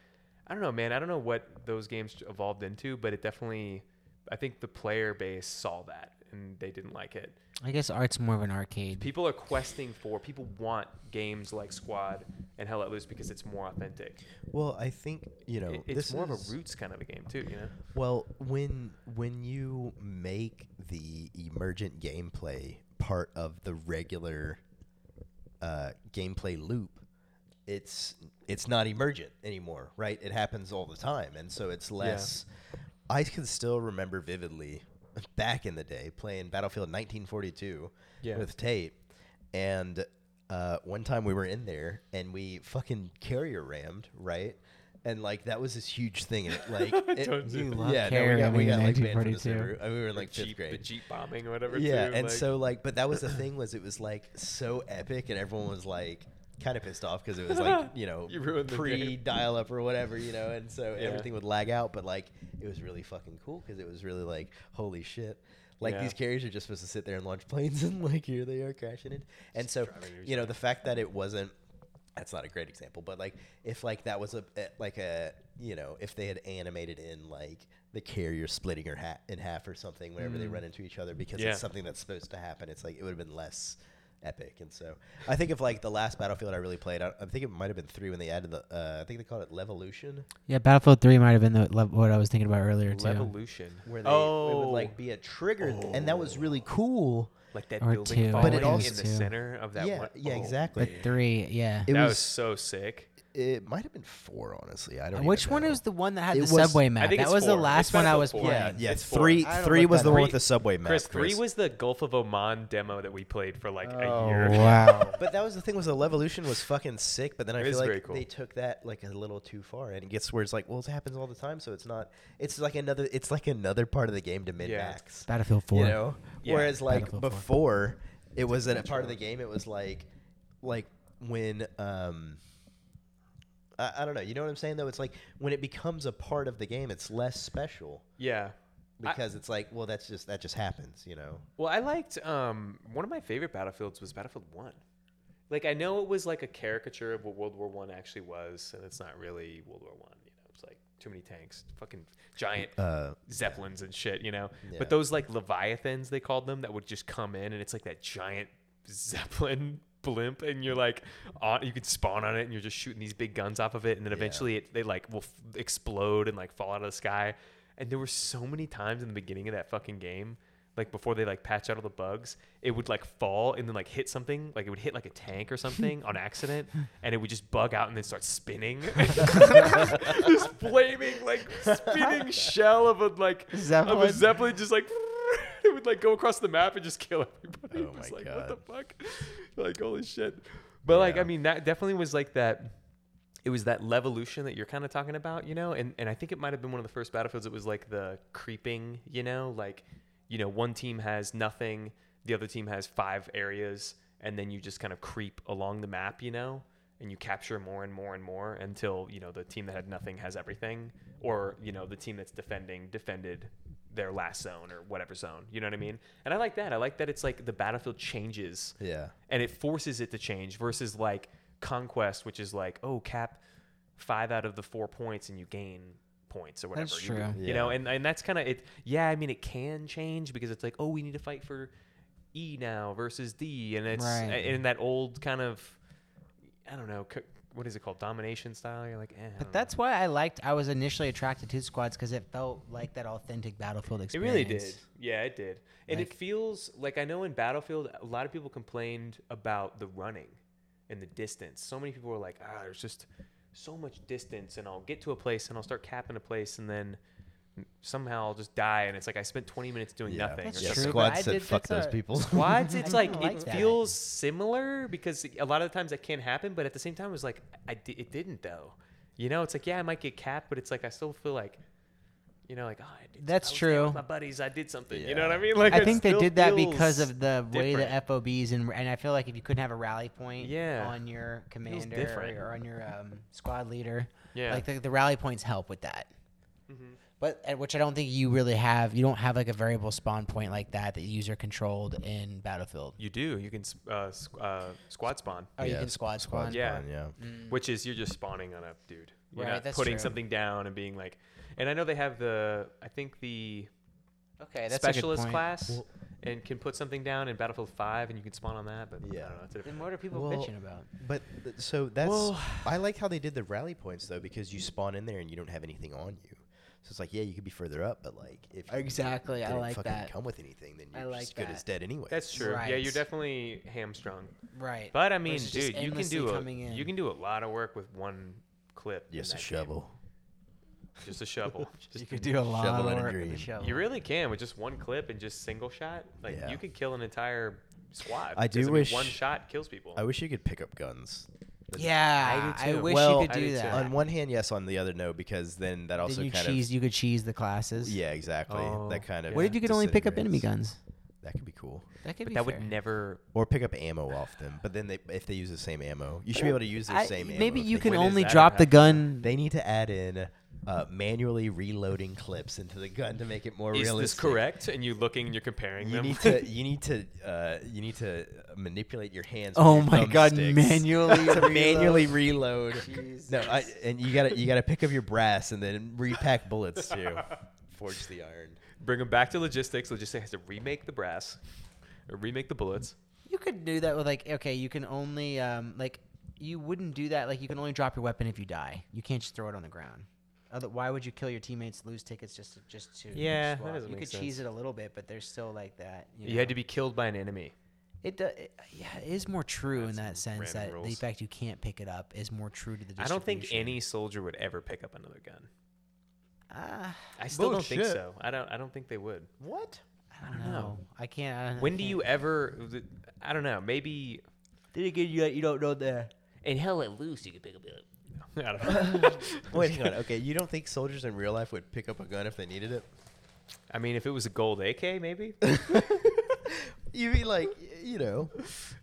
Speaker 4: I don't know, man. I don't know what those games evolved into, but it definitely, I think the player base saw that and they didn't like it.
Speaker 3: I guess art's more of an arcade.
Speaker 4: People are questing for, people want games like Squad and Hell Let Loose because it's more authentic.
Speaker 2: Well, I think, you know,
Speaker 4: It-
Speaker 2: this
Speaker 4: it's more
Speaker 2: is-
Speaker 4: of a roots kind of a game too, you know.
Speaker 2: Well, when when you make the emergent gameplay part of the regular uh, gameplay loop, it's it's not emergent anymore, right? It happens all the time, and so it's less. I can still remember vividly back in the day playing Battlefield 1942
Speaker 4: Yeah.
Speaker 2: with Tate, and uh, one time we were in there and we fucking carrier rammed, right? And like that was this huge thing, and it, like it-
Speaker 3: You love
Speaker 2: yeah,
Speaker 3: carrier
Speaker 2: no, we got, we
Speaker 3: ramming in
Speaker 2: got like banned from the
Speaker 3: 1942.
Speaker 2: server. I mean, we were in like fifth
Speaker 4: Jeep, the
Speaker 2: grade.
Speaker 4: Jeep bombing or whatever.
Speaker 2: yeah,
Speaker 4: too,
Speaker 2: and
Speaker 4: like-
Speaker 2: so like, but that was the thing was it was like so epic, and everyone was like kind of pissed off because it was like you know
Speaker 4: You ruined the game.
Speaker 2: pre dial up or whatever you know, and so
Speaker 4: Yeah.
Speaker 2: everything would lag out. But like it was really fucking cool because it was really like holy shit. Like
Speaker 4: Yeah.
Speaker 2: these carriers are just supposed to sit there and launch planes, and like here they are crashing it. And so, you know, the fact that it wasn't that's not a great example, but like if like that was a eh, like a you know if they had animated in like the carrier splitting her hat in half or something whenever
Speaker 4: Mm.
Speaker 2: they run into each other because
Speaker 4: Yeah.
Speaker 2: it's something that's supposed to happen, it's like it would have been less epic. And so I think of like the last Battlefield I really played, I, I think it might have been three when they added the uh, I think they called it Levolution,
Speaker 3: Yeah, Battlefield 3 might have been the, lev- what I was thinking about earlier, too.
Speaker 4: Levolution.
Speaker 2: where they it would like be a trigger, th- and that was really cool.
Speaker 4: like that
Speaker 3: Or
Speaker 4: building
Speaker 3: two.
Speaker 4: falling
Speaker 2: But it also-
Speaker 4: in the
Speaker 3: two.
Speaker 4: center of that
Speaker 2: yeah,
Speaker 4: one.
Speaker 2: yeah,
Speaker 4: oh,
Speaker 2: exactly.
Speaker 3: But three, yeah.
Speaker 2: It
Speaker 4: that was,
Speaker 2: was-
Speaker 4: so sick.
Speaker 2: It might have been four, honestly. I don't.
Speaker 3: Which
Speaker 2: even
Speaker 3: one
Speaker 2: know.
Speaker 3: was the one that had
Speaker 2: It
Speaker 3: the
Speaker 2: was-
Speaker 3: subway
Speaker 4: I
Speaker 3: map?
Speaker 4: think
Speaker 3: That
Speaker 4: it's
Speaker 3: was the
Speaker 4: four.
Speaker 3: last
Speaker 4: It's
Speaker 3: one I
Speaker 4: Battlefield
Speaker 3: was
Speaker 4: four.
Speaker 2: Yeah,
Speaker 3: playing.
Speaker 2: yeah.
Speaker 4: It's four.
Speaker 2: three,
Speaker 4: I
Speaker 3: don't
Speaker 2: three
Speaker 3: look
Speaker 2: was
Speaker 3: that
Speaker 2: the
Speaker 3: up.
Speaker 2: one with the subway map.
Speaker 4: Chris, three
Speaker 2: Chris.
Speaker 4: was the Gulf of Oman demo that we played for like a year.
Speaker 3: Oh, wow.
Speaker 2: But that was the thing was the Levolution was fucking sick, but then
Speaker 4: It
Speaker 2: I feel
Speaker 4: is very
Speaker 2: like
Speaker 4: cool.
Speaker 2: they took that like a little too far, and it gets where it's like, well, it happens all the time, so it's not. It's like another. It's like another part of the game to mid max.
Speaker 3: Battlefield 4.
Speaker 2: You know,
Speaker 4: Yeah.
Speaker 2: whereas like
Speaker 3: Battlefield four.
Speaker 2: before, it was in a part of the game. It was like, like when um. I, I don't know. You know what I'm saying, though. It's like when it becomes a part of the game, it's less special
Speaker 4: Yeah. I-
Speaker 2: because it's like, well, that's just that just happens, you know.
Speaker 4: Well, I liked um, one of my favorite battlefields was Battlefield One. Like I know it was like a caricature of what World War One actually was, and it's not really World War One. You know, it's like too many tanks, fucking giant
Speaker 2: Uh,
Speaker 4: zeppelins and shit. You know,
Speaker 2: Yeah.
Speaker 4: but those like leviathans they called them that would just come in, and it's like that giant zeppelin blimp, and you're like on, you could spawn on it, and you're just shooting these big guns off of it, and then eventually it, they like will f- explode and like fall out of the sky. And there were so many times in the beginning of that fucking game like before they like patch out all the bugs, it would like fall and then like hit something, like it would hit like a tank or something on accident, and it would just bug out and then start spinning, this flaming like spinning shell of a like of
Speaker 3: Zeppelin.
Speaker 4: a zeppelin, just like it would like go across the map and just kill everybody.
Speaker 2: Oh
Speaker 4: it was
Speaker 2: my
Speaker 4: like
Speaker 2: God.
Speaker 4: what the fuck, like holy shit. But like
Speaker 2: Yeah.
Speaker 4: I mean that definitely was like that. It was that levolution that you're kind of talking about, you know, and and I think it might have been one of the first battlefields. It was like the creeping, you know, like you know one team has nothing, the other team has five areas, and then you just kind of creep along the map, you know, and you capture more and more and more until you know the team that had nothing has everything, or you know the team that's defending defended their last zone or whatever zone, you know what I mean? And I like that. I like that it's like the battlefield changes
Speaker 2: yeah.
Speaker 4: and it forces it to change versus like conquest which is like oh cap five out of the four points and you gain points or whatever
Speaker 3: That's
Speaker 4: You-
Speaker 3: true.
Speaker 4: you know
Speaker 2: Yeah.
Speaker 4: and, and that's kind of it yeah i mean it can change because it's like oh we need to fight for e now versus d and it's
Speaker 3: Right.
Speaker 4: and in that old kind of i don't know c- what is it called domination style you're like eh, I don't know.
Speaker 3: But that's why I liked. I was initially attracted to squads because it felt like that authentic battlefield
Speaker 4: It
Speaker 3: experience.
Speaker 4: really did. Yeah, it did. And it feels like I know in Battlefield, a lot of people complained about the running and the distance. So many people were like, ah, there's just so much distance, and I'll get to a place and I'll start capping a place, and then somehow I'll just die. And it's like I spent 20 minutes doing
Speaker 2: Yeah.
Speaker 4: nothing.
Speaker 3: That's
Speaker 4: or
Speaker 2: yeah.
Speaker 3: true,
Speaker 4: something.
Speaker 3: but
Speaker 2: Squad
Speaker 3: I
Speaker 2: said
Speaker 3: did-
Speaker 2: fuck
Speaker 3: that's
Speaker 2: those
Speaker 3: a-
Speaker 2: people.
Speaker 4: Squads, it's
Speaker 3: I
Speaker 4: like,
Speaker 3: kinda
Speaker 4: it
Speaker 3: like that.
Speaker 4: feels similar because a lot of the times that can happen, but at the same time, it was like, I di- it didn't though. You know, it's like, yeah, I might get capped, but it's like, I still feel like, you know, like, oh, I did
Speaker 3: That's
Speaker 4: I was there with
Speaker 3: true.
Speaker 4: My buddies, I did something. You
Speaker 2: Yeah.
Speaker 4: know what I mean? Like,
Speaker 3: I
Speaker 4: it
Speaker 3: think they
Speaker 4: still
Speaker 3: did that
Speaker 4: feels
Speaker 3: because of the way the
Speaker 4: different.
Speaker 3: FOBs and and I feel like if you couldn't have a rally point
Speaker 4: Yeah.
Speaker 3: on your commander
Speaker 4: different.
Speaker 3: or, on your um, squad leader,
Speaker 4: Yeah. Mm-hmm.
Speaker 3: like the, the rally points help with that. But uh, which I don't think you really have. You don't have like a variable spawn point like that that user controlled in Battlefield.
Speaker 4: You do. You can s- uh, s- uh, squad spawn,
Speaker 3: Oh, you
Speaker 2: Yeah,
Speaker 3: can
Speaker 2: squ-
Speaker 3: squad spawn.
Speaker 4: Yeah.
Speaker 2: spawn, yeah.
Speaker 4: which is you're just spawning on a dude. You're
Speaker 3: Mm. Right,
Speaker 4: not
Speaker 3: that's
Speaker 4: putting
Speaker 3: true.
Speaker 4: something down and being like. And I know they have the. I think the
Speaker 3: Okay, that's
Speaker 4: specialist
Speaker 3: a good point.
Speaker 4: class.
Speaker 2: Well-
Speaker 4: and can put something down in Battlefield 5, and you can spawn on that. But I
Speaker 2: Yeah.
Speaker 4: don't know. It's a
Speaker 3: Then
Speaker 4: different.
Speaker 3: what are people
Speaker 2: Well,
Speaker 3: bitching about?
Speaker 2: But th- so that's
Speaker 4: Well-
Speaker 2: I like how they did the rally points though because you spawn in there and you don't have anything on you. So it's like yeah, you could be further up, but like if you
Speaker 3: Exactly, I
Speaker 2: didn't
Speaker 3: like
Speaker 2: fucking
Speaker 3: that.
Speaker 2: come with anything, then
Speaker 3: I
Speaker 2: you're
Speaker 3: like
Speaker 2: just good
Speaker 3: that.
Speaker 2: as dead anyway.
Speaker 4: That's true. Yeah,
Speaker 3: Right.
Speaker 4: you're definitely hamstrung.
Speaker 3: Right.
Speaker 4: But I mean,
Speaker 3: Versus just
Speaker 4: dude, you can
Speaker 3: endlessly
Speaker 4: do a,
Speaker 3: coming in.
Speaker 4: you can do a lot of work with one clip. in
Speaker 2: just a
Speaker 4: that game.
Speaker 2: shovel.
Speaker 4: Just a shovel.
Speaker 3: you could do a lot
Speaker 2: shovel
Speaker 3: of
Speaker 2: and a
Speaker 3: work with
Speaker 2: dream.
Speaker 3: the shovel.
Speaker 4: You really can with just one clip and just single shot. Like
Speaker 2: Yeah.
Speaker 4: you could kill an entire squad.
Speaker 2: I do
Speaker 4: because, mean,
Speaker 2: wish-
Speaker 4: one shot kills people.
Speaker 2: I wish you could pick up guns.
Speaker 3: Yeah,
Speaker 4: I do
Speaker 3: Ah, I,
Speaker 4: too.
Speaker 3: wish
Speaker 2: Well,
Speaker 3: you could
Speaker 4: I do
Speaker 3: do
Speaker 4: too.
Speaker 3: that.
Speaker 2: On one hand, yes. On the other, no, because then that also
Speaker 3: then you
Speaker 2: kind
Speaker 3: cheese. You could cheese the
Speaker 2: of
Speaker 3: classes.
Speaker 2: yeah, exactly.
Speaker 4: Oh,
Speaker 2: that kind of.
Speaker 3: What if you could only pick up enemy
Speaker 2: disintegrates.
Speaker 3: guns?
Speaker 2: That could be cool.
Speaker 3: That could
Speaker 4: but
Speaker 3: be.
Speaker 4: that
Speaker 3: fair.
Speaker 4: would never.
Speaker 2: Or pick up ammo off them, but then they, if they use the same ammo, you should be able to use the
Speaker 3: I-
Speaker 2: same.
Speaker 3: maybe
Speaker 2: ammo
Speaker 3: you
Speaker 2: thing.
Speaker 3: can
Speaker 4: When is
Speaker 3: only
Speaker 4: that
Speaker 3: drop the
Speaker 4: happening?
Speaker 3: gun.
Speaker 2: They need to add in uh, manually reloading clips into the gun to make it more
Speaker 4: Is this
Speaker 2: realistic.
Speaker 4: correct? And you looking, and you're comparing
Speaker 2: You
Speaker 4: them.
Speaker 2: need to you need to uh, you need to manipulate your hands. with
Speaker 3: Oh
Speaker 2: your
Speaker 3: my god!
Speaker 2: thumbsticks
Speaker 3: Manually
Speaker 2: to manually reload.
Speaker 3: Jesus.
Speaker 2: No, I, and you gotta you gotta pick up your brass and then repack bullets too. Forge the iron.
Speaker 4: Bring them back to logistics. Logistics has to remake the brass, or remake the bullets.
Speaker 3: You could do that with like okay, you can only um like you wouldn't do that like you can only drop your weapon if you die. You can't just throw it on the ground. Other, why would you kill your teammates, lose tickets just to, just to
Speaker 4: Yeah, that
Speaker 3: swap?
Speaker 4: doesn't
Speaker 3: you
Speaker 4: make
Speaker 3: could cheese it a little bit, but there's still like that. You,
Speaker 4: You
Speaker 3: know.
Speaker 4: had to be killed by an enemy.
Speaker 3: It, do, it yeah, it is more true in that sense
Speaker 4: random
Speaker 3: that the
Speaker 4: rules.
Speaker 3: fact you can't pick it up is more true to the.
Speaker 4: I don't think
Speaker 3: distribution.
Speaker 4: any soldier would ever pick up another gun.
Speaker 3: Ah,
Speaker 4: I still don't
Speaker 2: Bullshit.
Speaker 4: think so. I don't. I don't think they would.
Speaker 2: What?
Speaker 3: I don't know. I can't. I don't,
Speaker 4: When do you ever? I don't know. Maybe.
Speaker 3: Did it get you? You don't know that.
Speaker 4: And hell, at loose, you could pick up. I don't know.
Speaker 2: Wait, hang on. Okay, you don't think soldiers in real life would pick up a gun if they needed it?
Speaker 4: I mean, if it was a gold AK, maybe.
Speaker 2: You mean like, you know,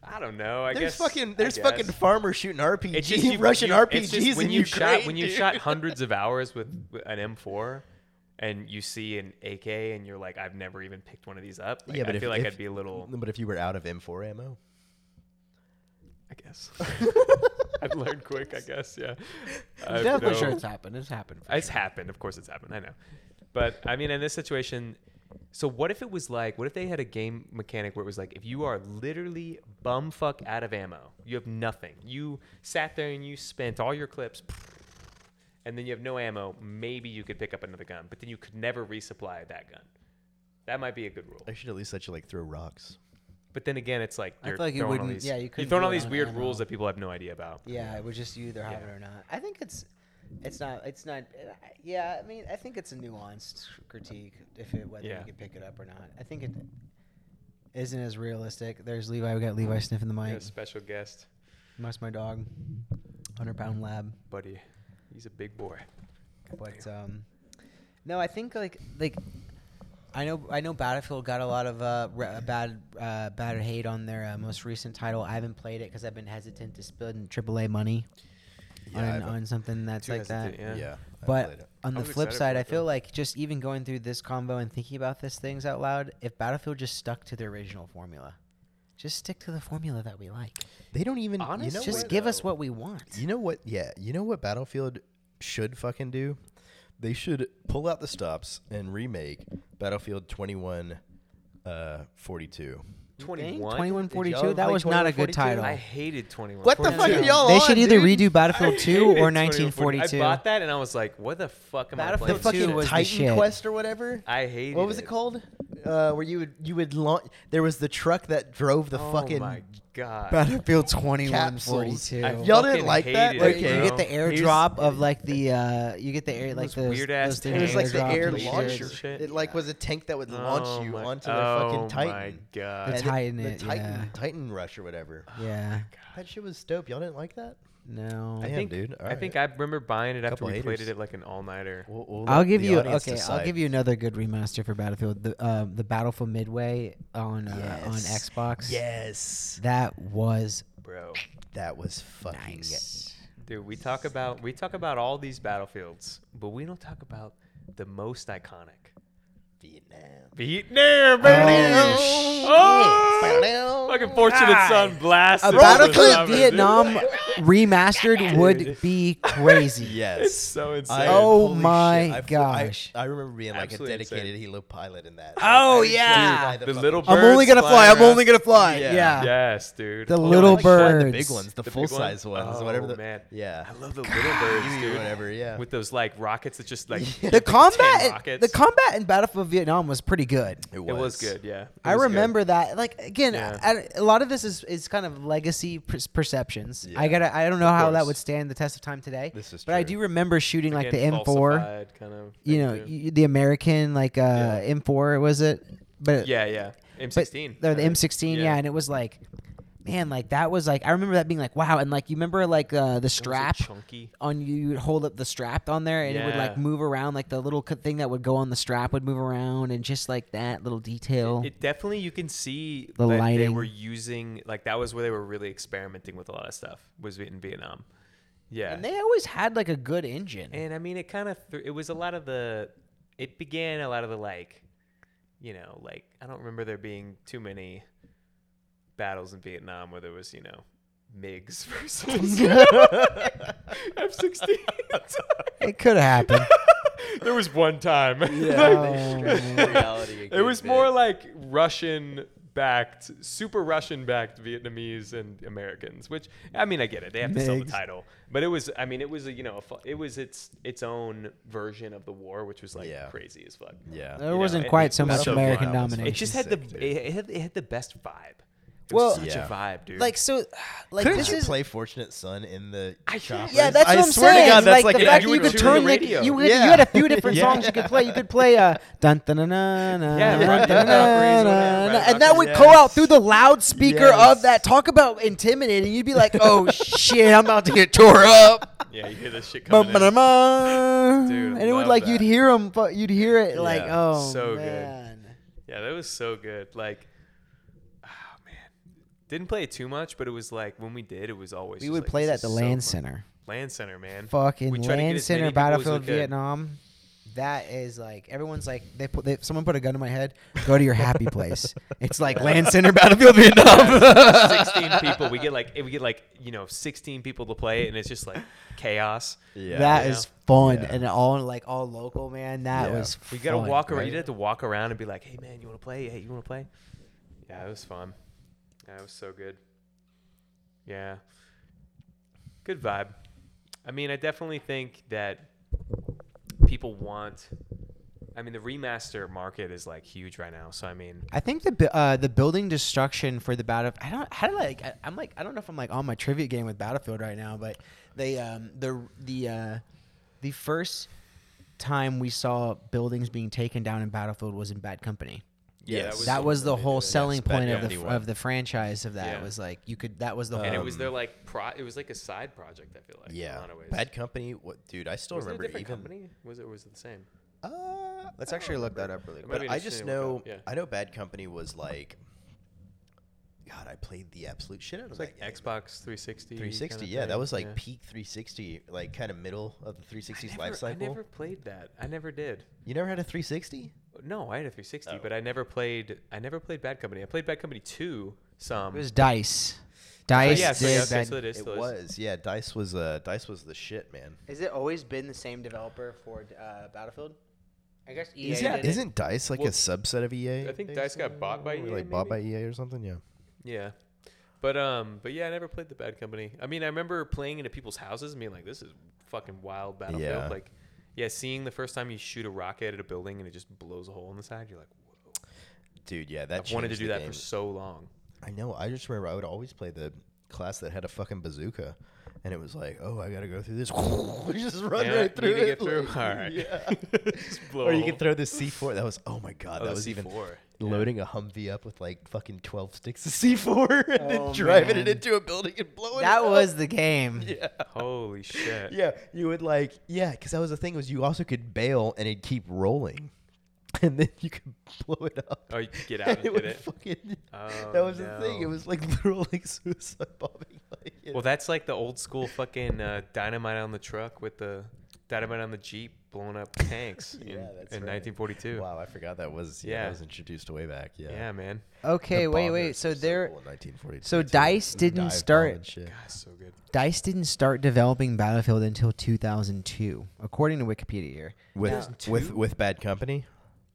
Speaker 4: I don't know. I
Speaker 2: there's
Speaker 4: guess I
Speaker 2: fucking there's fucking
Speaker 4: guess.
Speaker 2: farmers shooting RPGs,
Speaker 4: It's just you,
Speaker 2: Russian
Speaker 4: you,
Speaker 2: RPGs
Speaker 4: it's just when
Speaker 2: in
Speaker 4: you
Speaker 2: Ukraine.
Speaker 4: shot when you
Speaker 2: dude.
Speaker 4: shot hundreds of hours with, with an M4, and you see an AK, and you're like, I've never even picked one of these up. Like,
Speaker 2: yeah, but
Speaker 4: I
Speaker 2: if,
Speaker 4: feel like
Speaker 2: if-
Speaker 4: I'd be a little.
Speaker 2: But if you were out of M4 ammo,
Speaker 4: I guess. I'd learn quick. I guess. Yeah. I've
Speaker 3: Definitely
Speaker 4: no-
Speaker 3: sure it's happened. It's happened.
Speaker 4: It's happened. Of course, it's happened. I know. But I mean, in this situation, so what if it was like, what if they had a game mechanic where it was like, if you are literally bumfuck out of ammo, you have nothing. You sat there and you spent all your clips, and then you have no ammo. Maybe you could pick up another gun, but then you could never resupply that gun. That might be a good rule.
Speaker 2: I should at least let you like throw rocks.
Speaker 4: But then again, it's like
Speaker 3: I
Speaker 4: you're
Speaker 3: feel like you
Speaker 4: throwing all
Speaker 3: wouldn't-
Speaker 4: these,
Speaker 3: yeah, you
Speaker 4: you're
Speaker 3: couldn't
Speaker 4: throwing
Speaker 3: do
Speaker 4: all
Speaker 3: it
Speaker 4: these
Speaker 3: on
Speaker 4: weird
Speaker 3: ammo.
Speaker 4: rules that people have no idea about.
Speaker 3: Yeah, it was just you either have
Speaker 4: Yeah.
Speaker 3: it or not. I think it's, it's not, it's not. Yeah, I mean, I think it's a nuanced critique if it whether
Speaker 4: Yeah.
Speaker 3: you could pick it up or not. I think it isn't as realistic. There's Levi. We got Levi sniffing the
Speaker 4: We
Speaker 3: mic.
Speaker 4: got a special guest,
Speaker 3: Must my dog, hundred pound lab.
Speaker 4: buddy. He's a big boy.
Speaker 3: But um, no, I think like like I know I know Battlefield got a lot of uh, re- uh, bad uh, bad hate on their uh, most recent title. I haven't played it because I've been hesitant to spend AAA money
Speaker 2: I
Speaker 3: on,
Speaker 2: have a-
Speaker 3: on something that's
Speaker 4: Too
Speaker 3: like
Speaker 4: hesitant,
Speaker 3: that.
Speaker 4: Yeah.
Speaker 2: I played
Speaker 3: But
Speaker 2: it.
Speaker 3: on
Speaker 4: I
Speaker 3: the
Speaker 4: was
Speaker 3: flip
Speaker 4: excited for
Speaker 3: side, I
Speaker 4: it,
Speaker 3: feel
Speaker 4: though.
Speaker 3: like just even going through this combo and thinking about these things out loud, if Battlefield just stuck to the original formula, just stick to the formula that we like.
Speaker 2: they don't even. you
Speaker 4: Honest-
Speaker 2: know
Speaker 4: No
Speaker 3: just
Speaker 2: what?
Speaker 4: way,
Speaker 3: give us
Speaker 4: though.
Speaker 3: what we want.
Speaker 2: You know what? Yeah, you know what Battlefield should fucking do? They should pull out the stops and remake Battlefield 21 uh 42.
Speaker 3: Dang,
Speaker 4: 21.
Speaker 3: 2142.
Speaker 2: y'all
Speaker 3: That
Speaker 2: play
Speaker 3: was not a
Speaker 2: 2142?
Speaker 3: good title.
Speaker 4: I hated 21.
Speaker 2: What the fuck are
Speaker 3: 42.
Speaker 2: y'all
Speaker 3: They
Speaker 2: on,
Speaker 3: should either
Speaker 2: dude?
Speaker 3: redo Battlefield 2 or
Speaker 4: I
Speaker 3: 1942.
Speaker 4: bought that and I was like, what the fuck am
Speaker 3: Battlefield
Speaker 4: I
Speaker 2: The
Speaker 3: But two
Speaker 4: playing?
Speaker 2: fucking
Speaker 3: was the
Speaker 2: Titan
Speaker 3: shit.
Speaker 2: Quest or whatever.
Speaker 4: I hated
Speaker 2: what was it, called? Uh, where you would you would launch? There was the truck that drove the
Speaker 4: oh
Speaker 2: fucking.
Speaker 4: my god.
Speaker 3: Battlefield
Speaker 2: Capsules.
Speaker 3: 2142.
Speaker 4: I
Speaker 2: Y'all didn't
Speaker 4: fucking
Speaker 2: like that?
Speaker 4: hated
Speaker 3: Where
Speaker 4: it,
Speaker 2: Okay.
Speaker 3: You
Speaker 4: bro.
Speaker 3: get the airdrop of like the uh, you get the air like
Speaker 4: Those
Speaker 3: those
Speaker 4: weird-ass
Speaker 3: those
Speaker 2: It
Speaker 3: things
Speaker 2: was
Speaker 4: tanks.
Speaker 2: like the
Speaker 3: airdropped
Speaker 2: air
Speaker 3: and
Speaker 4: Airdrop
Speaker 2: launcher.
Speaker 3: shit.
Speaker 4: shit.
Speaker 2: It like was a tank that would launch
Speaker 4: Oh
Speaker 2: you
Speaker 4: my-
Speaker 2: onto their fucking Titan.
Speaker 4: Oh my god.
Speaker 3: The
Speaker 2: And it-
Speaker 3: Titan
Speaker 2: the
Speaker 3: it,
Speaker 2: Titan,
Speaker 3: yeah.
Speaker 2: Titan Rush or whatever.
Speaker 3: Yeah,
Speaker 2: That shit was dope. Y'all didn't like that?
Speaker 3: no.
Speaker 4: I
Speaker 2: Damn,
Speaker 4: think,
Speaker 2: dude.
Speaker 4: I
Speaker 2: Alright.
Speaker 4: think I remember buying it after
Speaker 2: Couple
Speaker 4: we played
Speaker 2: haters.
Speaker 4: it at like an all nighter.
Speaker 2: We'll- we'll
Speaker 3: I'll
Speaker 2: let
Speaker 3: give
Speaker 2: the
Speaker 3: you
Speaker 2: audience
Speaker 3: okay. I'll
Speaker 2: decide.
Speaker 3: give you another good remaster for Battlefield. The um, the Battlefield Midway on uh, on
Speaker 2: Yes.
Speaker 3: Xbox.
Speaker 2: Yes,
Speaker 3: that was
Speaker 4: Bro.
Speaker 2: that was fucking.
Speaker 3: nice.
Speaker 4: Dude, we talk about we talk about all these battlefields, but we don't talk about the most iconic.
Speaker 2: Vietnam.
Speaker 4: Vietnam,
Speaker 3: Oh,
Speaker 4: baby. Oh, fucking fortunate son blasted.
Speaker 3: A
Speaker 4: over the
Speaker 3: Battlefield
Speaker 4: summer, dude.
Speaker 3: Vietnam remastered would be crazy.
Speaker 4: It's
Speaker 2: Yes.
Speaker 4: so insane.
Speaker 2: I-
Speaker 3: Oh
Speaker 2: holy shit.
Speaker 3: my
Speaker 2: I flew- I-
Speaker 3: gosh.
Speaker 2: I, remember being like
Speaker 4: Absolutely
Speaker 2: a dedicated Hilo pilot in that. I
Speaker 3: Oh,
Speaker 2: used to
Speaker 3: yeah.
Speaker 2: fly
Speaker 4: the
Speaker 2: fucking-
Speaker 4: little.
Speaker 3: I'm only
Speaker 4: birds
Speaker 3: gonna fly.
Speaker 4: flying
Speaker 3: I'm only
Speaker 4: around.
Speaker 3: gonna fly. Yeah.
Speaker 2: Yeah.
Speaker 4: Yes, dude.
Speaker 3: The
Speaker 4: Oh,
Speaker 3: little
Speaker 2: like flying The
Speaker 3: birds.
Speaker 2: big ones, the,
Speaker 4: The big
Speaker 2: full size
Speaker 4: ones?
Speaker 2: ones,
Speaker 4: Oh,
Speaker 2: whatever. The,
Speaker 4: man.
Speaker 2: Yeah.
Speaker 4: I love the little birds,
Speaker 2: Huey or
Speaker 4: dude.
Speaker 2: whatever. Yeah.
Speaker 4: With those like rockets that just like
Speaker 3: The combat,
Speaker 4: rockets.
Speaker 3: the combat in Battlefield Vietnam was pretty good.
Speaker 4: it was good. Yeah, It
Speaker 3: I
Speaker 4: was good.
Speaker 3: remember that. Like again,
Speaker 4: Yeah.
Speaker 3: I- a lot of this is, is kind of legacy per- perceptions. I
Speaker 2: Yeah.
Speaker 3: gotta. I don't know how that
Speaker 2: course.
Speaker 3: would stand the test of time today.
Speaker 2: This is
Speaker 3: but I
Speaker 2: true.
Speaker 3: do remember shooting like the
Speaker 4: Again,
Speaker 3: M4.
Speaker 4: falsified Kind of.
Speaker 3: You
Speaker 4: thing,
Speaker 3: know,
Speaker 4: too.
Speaker 3: you, the American like uh, M4 was it? But
Speaker 4: yeah, yeah.
Speaker 3: but
Speaker 4: M16.
Speaker 3: they're the
Speaker 4: I mean,
Speaker 3: M16, yeah.
Speaker 4: yeah.
Speaker 3: and it was like, man, like that was like I remember that being like, wow, and like you remember like uh, the
Speaker 4: Those are
Speaker 3: strap
Speaker 4: Chunky.
Speaker 3: on you, you would hold up the strap on there, and it would like
Speaker 4: Yeah.
Speaker 3: move around, like the little c- thing that would go on the strap would move around, and just like that little detail.
Speaker 4: It definitely you can see
Speaker 3: The
Speaker 4: that they
Speaker 3: lighting.
Speaker 4: were using like that was where they were really experimenting with a lot of stuff was in Vietnam. Yeah.
Speaker 3: and they always had like a good engine.
Speaker 4: And I mean, it kind of th- it was a lot of the it began a lot of the like, you know, like I don't remember there being too many battles in Vietnam where there was you know MIGs versus F16.
Speaker 3: it could have happened.
Speaker 4: there was one time.
Speaker 3: Oh, man.
Speaker 2: Reality
Speaker 4: it was more like Russian backed, super Russian backed Vietnamese and Americans. Which I mean, I get it. They have to sell the
Speaker 5: Migs.
Speaker 4: title, but it was. I mean, it was a you know, a fu- it was its its own version of the war, which was like
Speaker 2: Yeah.
Speaker 4: crazy as fuck.
Speaker 2: Yeah.
Speaker 4: You
Speaker 5: There
Speaker 4: know,
Speaker 5: wasn't
Speaker 4: and
Speaker 5: quite
Speaker 4: it-
Speaker 5: so much
Speaker 2: so
Speaker 5: American
Speaker 2: wild. It's
Speaker 4: It
Speaker 5: domination.
Speaker 4: just had the
Speaker 2: Sick, dude.
Speaker 4: it, had it had the best vibe. It was
Speaker 3: Well-
Speaker 4: such
Speaker 2: Yeah.
Speaker 4: a vibe, dude.
Speaker 3: Like so, like
Speaker 2: Couldn't
Speaker 3: this
Speaker 2: you
Speaker 3: is
Speaker 2: play Fortunate Son in the
Speaker 4: I
Speaker 2: chopper?
Speaker 4: can't-
Speaker 3: Yeah, that's
Speaker 2: I
Speaker 3: what I'm
Speaker 2: swear
Speaker 3: saying.
Speaker 2: To God, that's
Speaker 3: like, the
Speaker 4: an
Speaker 3: fact that
Speaker 4: hour
Speaker 3: you
Speaker 4: to tune
Speaker 3: could
Speaker 4: the
Speaker 3: turn like
Speaker 4: radio.
Speaker 3: you had, you
Speaker 2: Yeah.
Speaker 3: had a few different
Speaker 2: Yeah.
Speaker 3: songs you could play. You could play uh, dun dun dun dun dun
Speaker 4: Yeah,
Speaker 3: dun,
Speaker 4: Rock the Valkyries,
Speaker 3: dun,
Speaker 4: whatever,
Speaker 3: dun, dun,
Speaker 4: Rock
Speaker 3: and
Speaker 4: the
Speaker 3: that would go
Speaker 2: Valkyries.
Speaker 3: out through the loudspeaker
Speaker 2: Yes.
Speaker 3: of that. Talk about intimidating. You'd be like, oh shit, I'm about to get tore up.
Speaker 4: yeah, you hear this shit coming in. Dude,
Speaker 3: Dude, and it
Speaker 4: love
Speaker 3: would like
Speaker 4: that.
Speaker 3: you'd hear them, you'd hear it like,
Speaker 2: Yeah,
Speaker 3: oh
Speaker 4: so good.
Speaker 3: man.
Speaker 4: Yeah, that was so good. Like, oh man, didn't play it too much, but it was like when we did, it was always
Speaker 3: We
Speaker 4: just
Speaker 3: would
Speaker 4: like,
Speaker 3: play that
Speaker 4: this
Speaker 3: at the
Speaker 4: is so
Speaker 3: land
Speaker 4: fun.
Speaker 3: center.
Speaker 4: Land Center, man. We
Speaker 3: Fucking
Speaker 4: try to get
Speaker 3: land
Speaker 4: as many
Speaker 3: center,
Speaker 4: people as we
Speaker 3: battlefield,
Speaker 4: could.
Speaker 3: Vietnam. That is like everyone's like they put they, someone put a gun to my head. Go to your happy place. It's like land center, battlefield, Vietnam.
Speaker 4: Sixteen people. We get like we get like you know sixteen people to play, it, and it's just like chaos.
Speaker 2: Yeah.
Speaker 3: That
Speaker 4: Yeah.
Speaker 3: is fun
Speaker 2: Yeah.
Speaker 3: and all like all local man. That
Speaker 2: Yeah.
Speaker 3: was
Speaker 4: We gotta
Speaker 3: fun.
Speaker 4: walk around. You had to walk around and be like, "Hey man, you want to play? Hey, you want to play?" Yeah, it was fun. Yeah, it was so good. Yeah, good vibe. I mean, I definitely think that people want. I mean, the remaster market is like huge right now. So I mean,
Speaker 3: I think the bu- uh, the building destruction for the battle. I don't how do I, like I, I'm like I don't know if I'm like on my trivia game with Battlefield right now, but they um the the uh, the first time we saw buildings being taken down in Battlefield was in Bad Company.
Speaker 4: yeah,
Speaker 2: Yes.
Speaker 3: that
Speaker 4: the
Speaker 3: was
Speaker 4: one
Speaker 3: the
Speaker 4: they
Speaker 3: whole
Speaker 4: did.
Speaker 3: selling
Speaker 2: Yes, Bad
Speaker 3: point of the
Speaker 2: Company one.
Speaker 3: of the franchise of that
Speaker 4: Yeah.
Speaker 3: was like you could that was the
Speaker 4: And
Speaker 3: whole
Speaker 4: it was their like pro. It was like a side project. I feel like. In a
Speaker 2: Um, Yeah.
Speaker 4: lot of ways.
Speaker 2: Bad Company. What, dude? I still
Speaker 4: Was it a
Speaker 2: remember
Speaker 4: different
Speaker 2: even.
Speaker 4: company? Was it? Was it the same?
Speaker 2: Uh, let's actually look that up really.
Speaker 4: It might be
Speaker 2: But I just
Speaker 4: interesting to look
Speaker 2: know.
Speaker 4: up, yeah.
Speaker 2: I know Bad Company was like. God, I played the absolute shit out of
Speaker 4: It was like
Speaker 2: that game.
Speaker 4: Xbox 360.
Speaker 2: 360.
Speaker 4: kinda
Speaker 2: yeah, that
Speaker 4: thing.
Speaker 2: was like
Speaker 4: Yeah.
Speaker 2: peak 360, like kind of middle of the 360's
Speaker 4: never-
Speaker 2: life cycle.
Speaker 4: I never played that. I never did.
Speaker 2: You never had a 360?
Speaker 4: No, I had a 360,
Speaker 2: Oh.
Speaker 4: but I never played. I never played Bad Company. I played Bad Company 2 some.
Speaker 3: it was Dice.
Speaker 4: Oh,
Speaker 3: Dice
Speaker 4: yeah, so, yeah,
Speaker 3: did
Speaker 4: okay,
Speaker 3: Bad-
Speaker 4: so it is.
Speaker 2: It
Speaker 4: still is.
Speaker 2: was. Yeah, Dice was uh Dice was the shit, man.
Speaker 3: Has it always been the same developer for uh, Battlefield? I guess EA
Speaker 4: Yeah,
Speaker 3: did it.
Speaker 2: Isn't Dice like
Speaker 4: Well,
Speaker 2: a subset of EA?
Speaker 4: I think
Speaker 2: based
Speaker 4: Dice
Speaker 2: on-
Speaker 4: got bought by E EA.
Speaker 2: Like bought by
Speaker 4: maybe?
Speaker 2: EA or something? Yeah.
Speaker 4: Yeah. But um, but yeah, I never played the Bad Company. I mean, I remember playing into people's houses and being like, "This is fucking wild battlefield."
Speaker 2: Yeah.
Speaker 4: Like, yeah, seeing the first time you shoot a rocket at a building and it just blows a hole in the side, you're like, "Whoa!"
Speaker 2: Dude, yeah, that
Speaker 4: I've wanted to
Speaker 2: changed
Speaker 4: do
Speaker 2: the
Speaker 4: that
Speaker 2: game.
Speaker 4: for so long.
Speaker 2: I know. I just remember I would always play the class that had a fucking bazooka, and it was like, oh, I gotta go through this. just run
Speaker 4: Yeah,
Speaker 2: right through
Speaker 4: you need to
Speaker 2: it.
Speaker 4: get through.
Speaker 2: like,
Speaker 4: All right.
Speaker 2: Yeah.
Speaker 4: Just blow
Speaker 2: or
Speaker 4: a
Speaker 2: you
Speaker 4: hole.
Speaker 2: could throw the C4. That was oh my god.
Speaker 4: Oh,
Speaker 2: that
Speaker 4: the
Speaker 2: was even
Speaker 4: C4.
Speaker 2: loading a Humvee up with like fucking twelve sticks of C4 and
Speaker 3: Oh,
Speaker 2: then driving it
Speaker 3: man.
Speaker 2: into a building and blowing. it
Speaker 3: That
Speaker 2: up.
Speaker 3: was the game.
Speaker 2: yeah.
Speaker 4: Holy shit!
Speaker 2: Yeah, you would like yeah, because that was the thing was you also could bail and it'd keep rolling, and then you could blow it up.
Speaker 4: Oh, you could get out and hit
Speaker 2: would
Speaker 4: it.
Speaker 2: fucking-
Speaker 4: Oh,
Speaker 2: that was the thing. It
Speaker 4: no.
Speaker 2: was like literal like suicide bombing. Like, it-
Speaker 4: Well, that's like the old school fucking uh, dynamite on the truck with the dynamite on the jeep blowing up tanks in,
Speaker 2: Yeah, that's
Speaker 4: in
Speaker 2: right.
Speaker 4: 1942.
Speaker 2: wow, I forgot that was yeah,
Speaker 4: Yeah.
Speaker 2: that was introduced way back. Yeah.
Speaker 4: Yeah. man.
Speaker 2: The
Speaker 3: Okay, wait,
Speaker 2: bombers
Speaker 3: wait. So
Speaker 2: were
Speaker 3: there,
Speaker 2: cool in 1942
Speaker 3: so
Speaker 2: too.
Speaker 3: Dice didn't
Speaker 2: Dive
Speaker 3: start-
Speaker 2: bomb and shit.
Speaker 4: God, so good.
Speaker 3: Dice didn't start developing Battlefield until 2002, according to Wikipedia here.
Speaker 2: with with with Bad Company.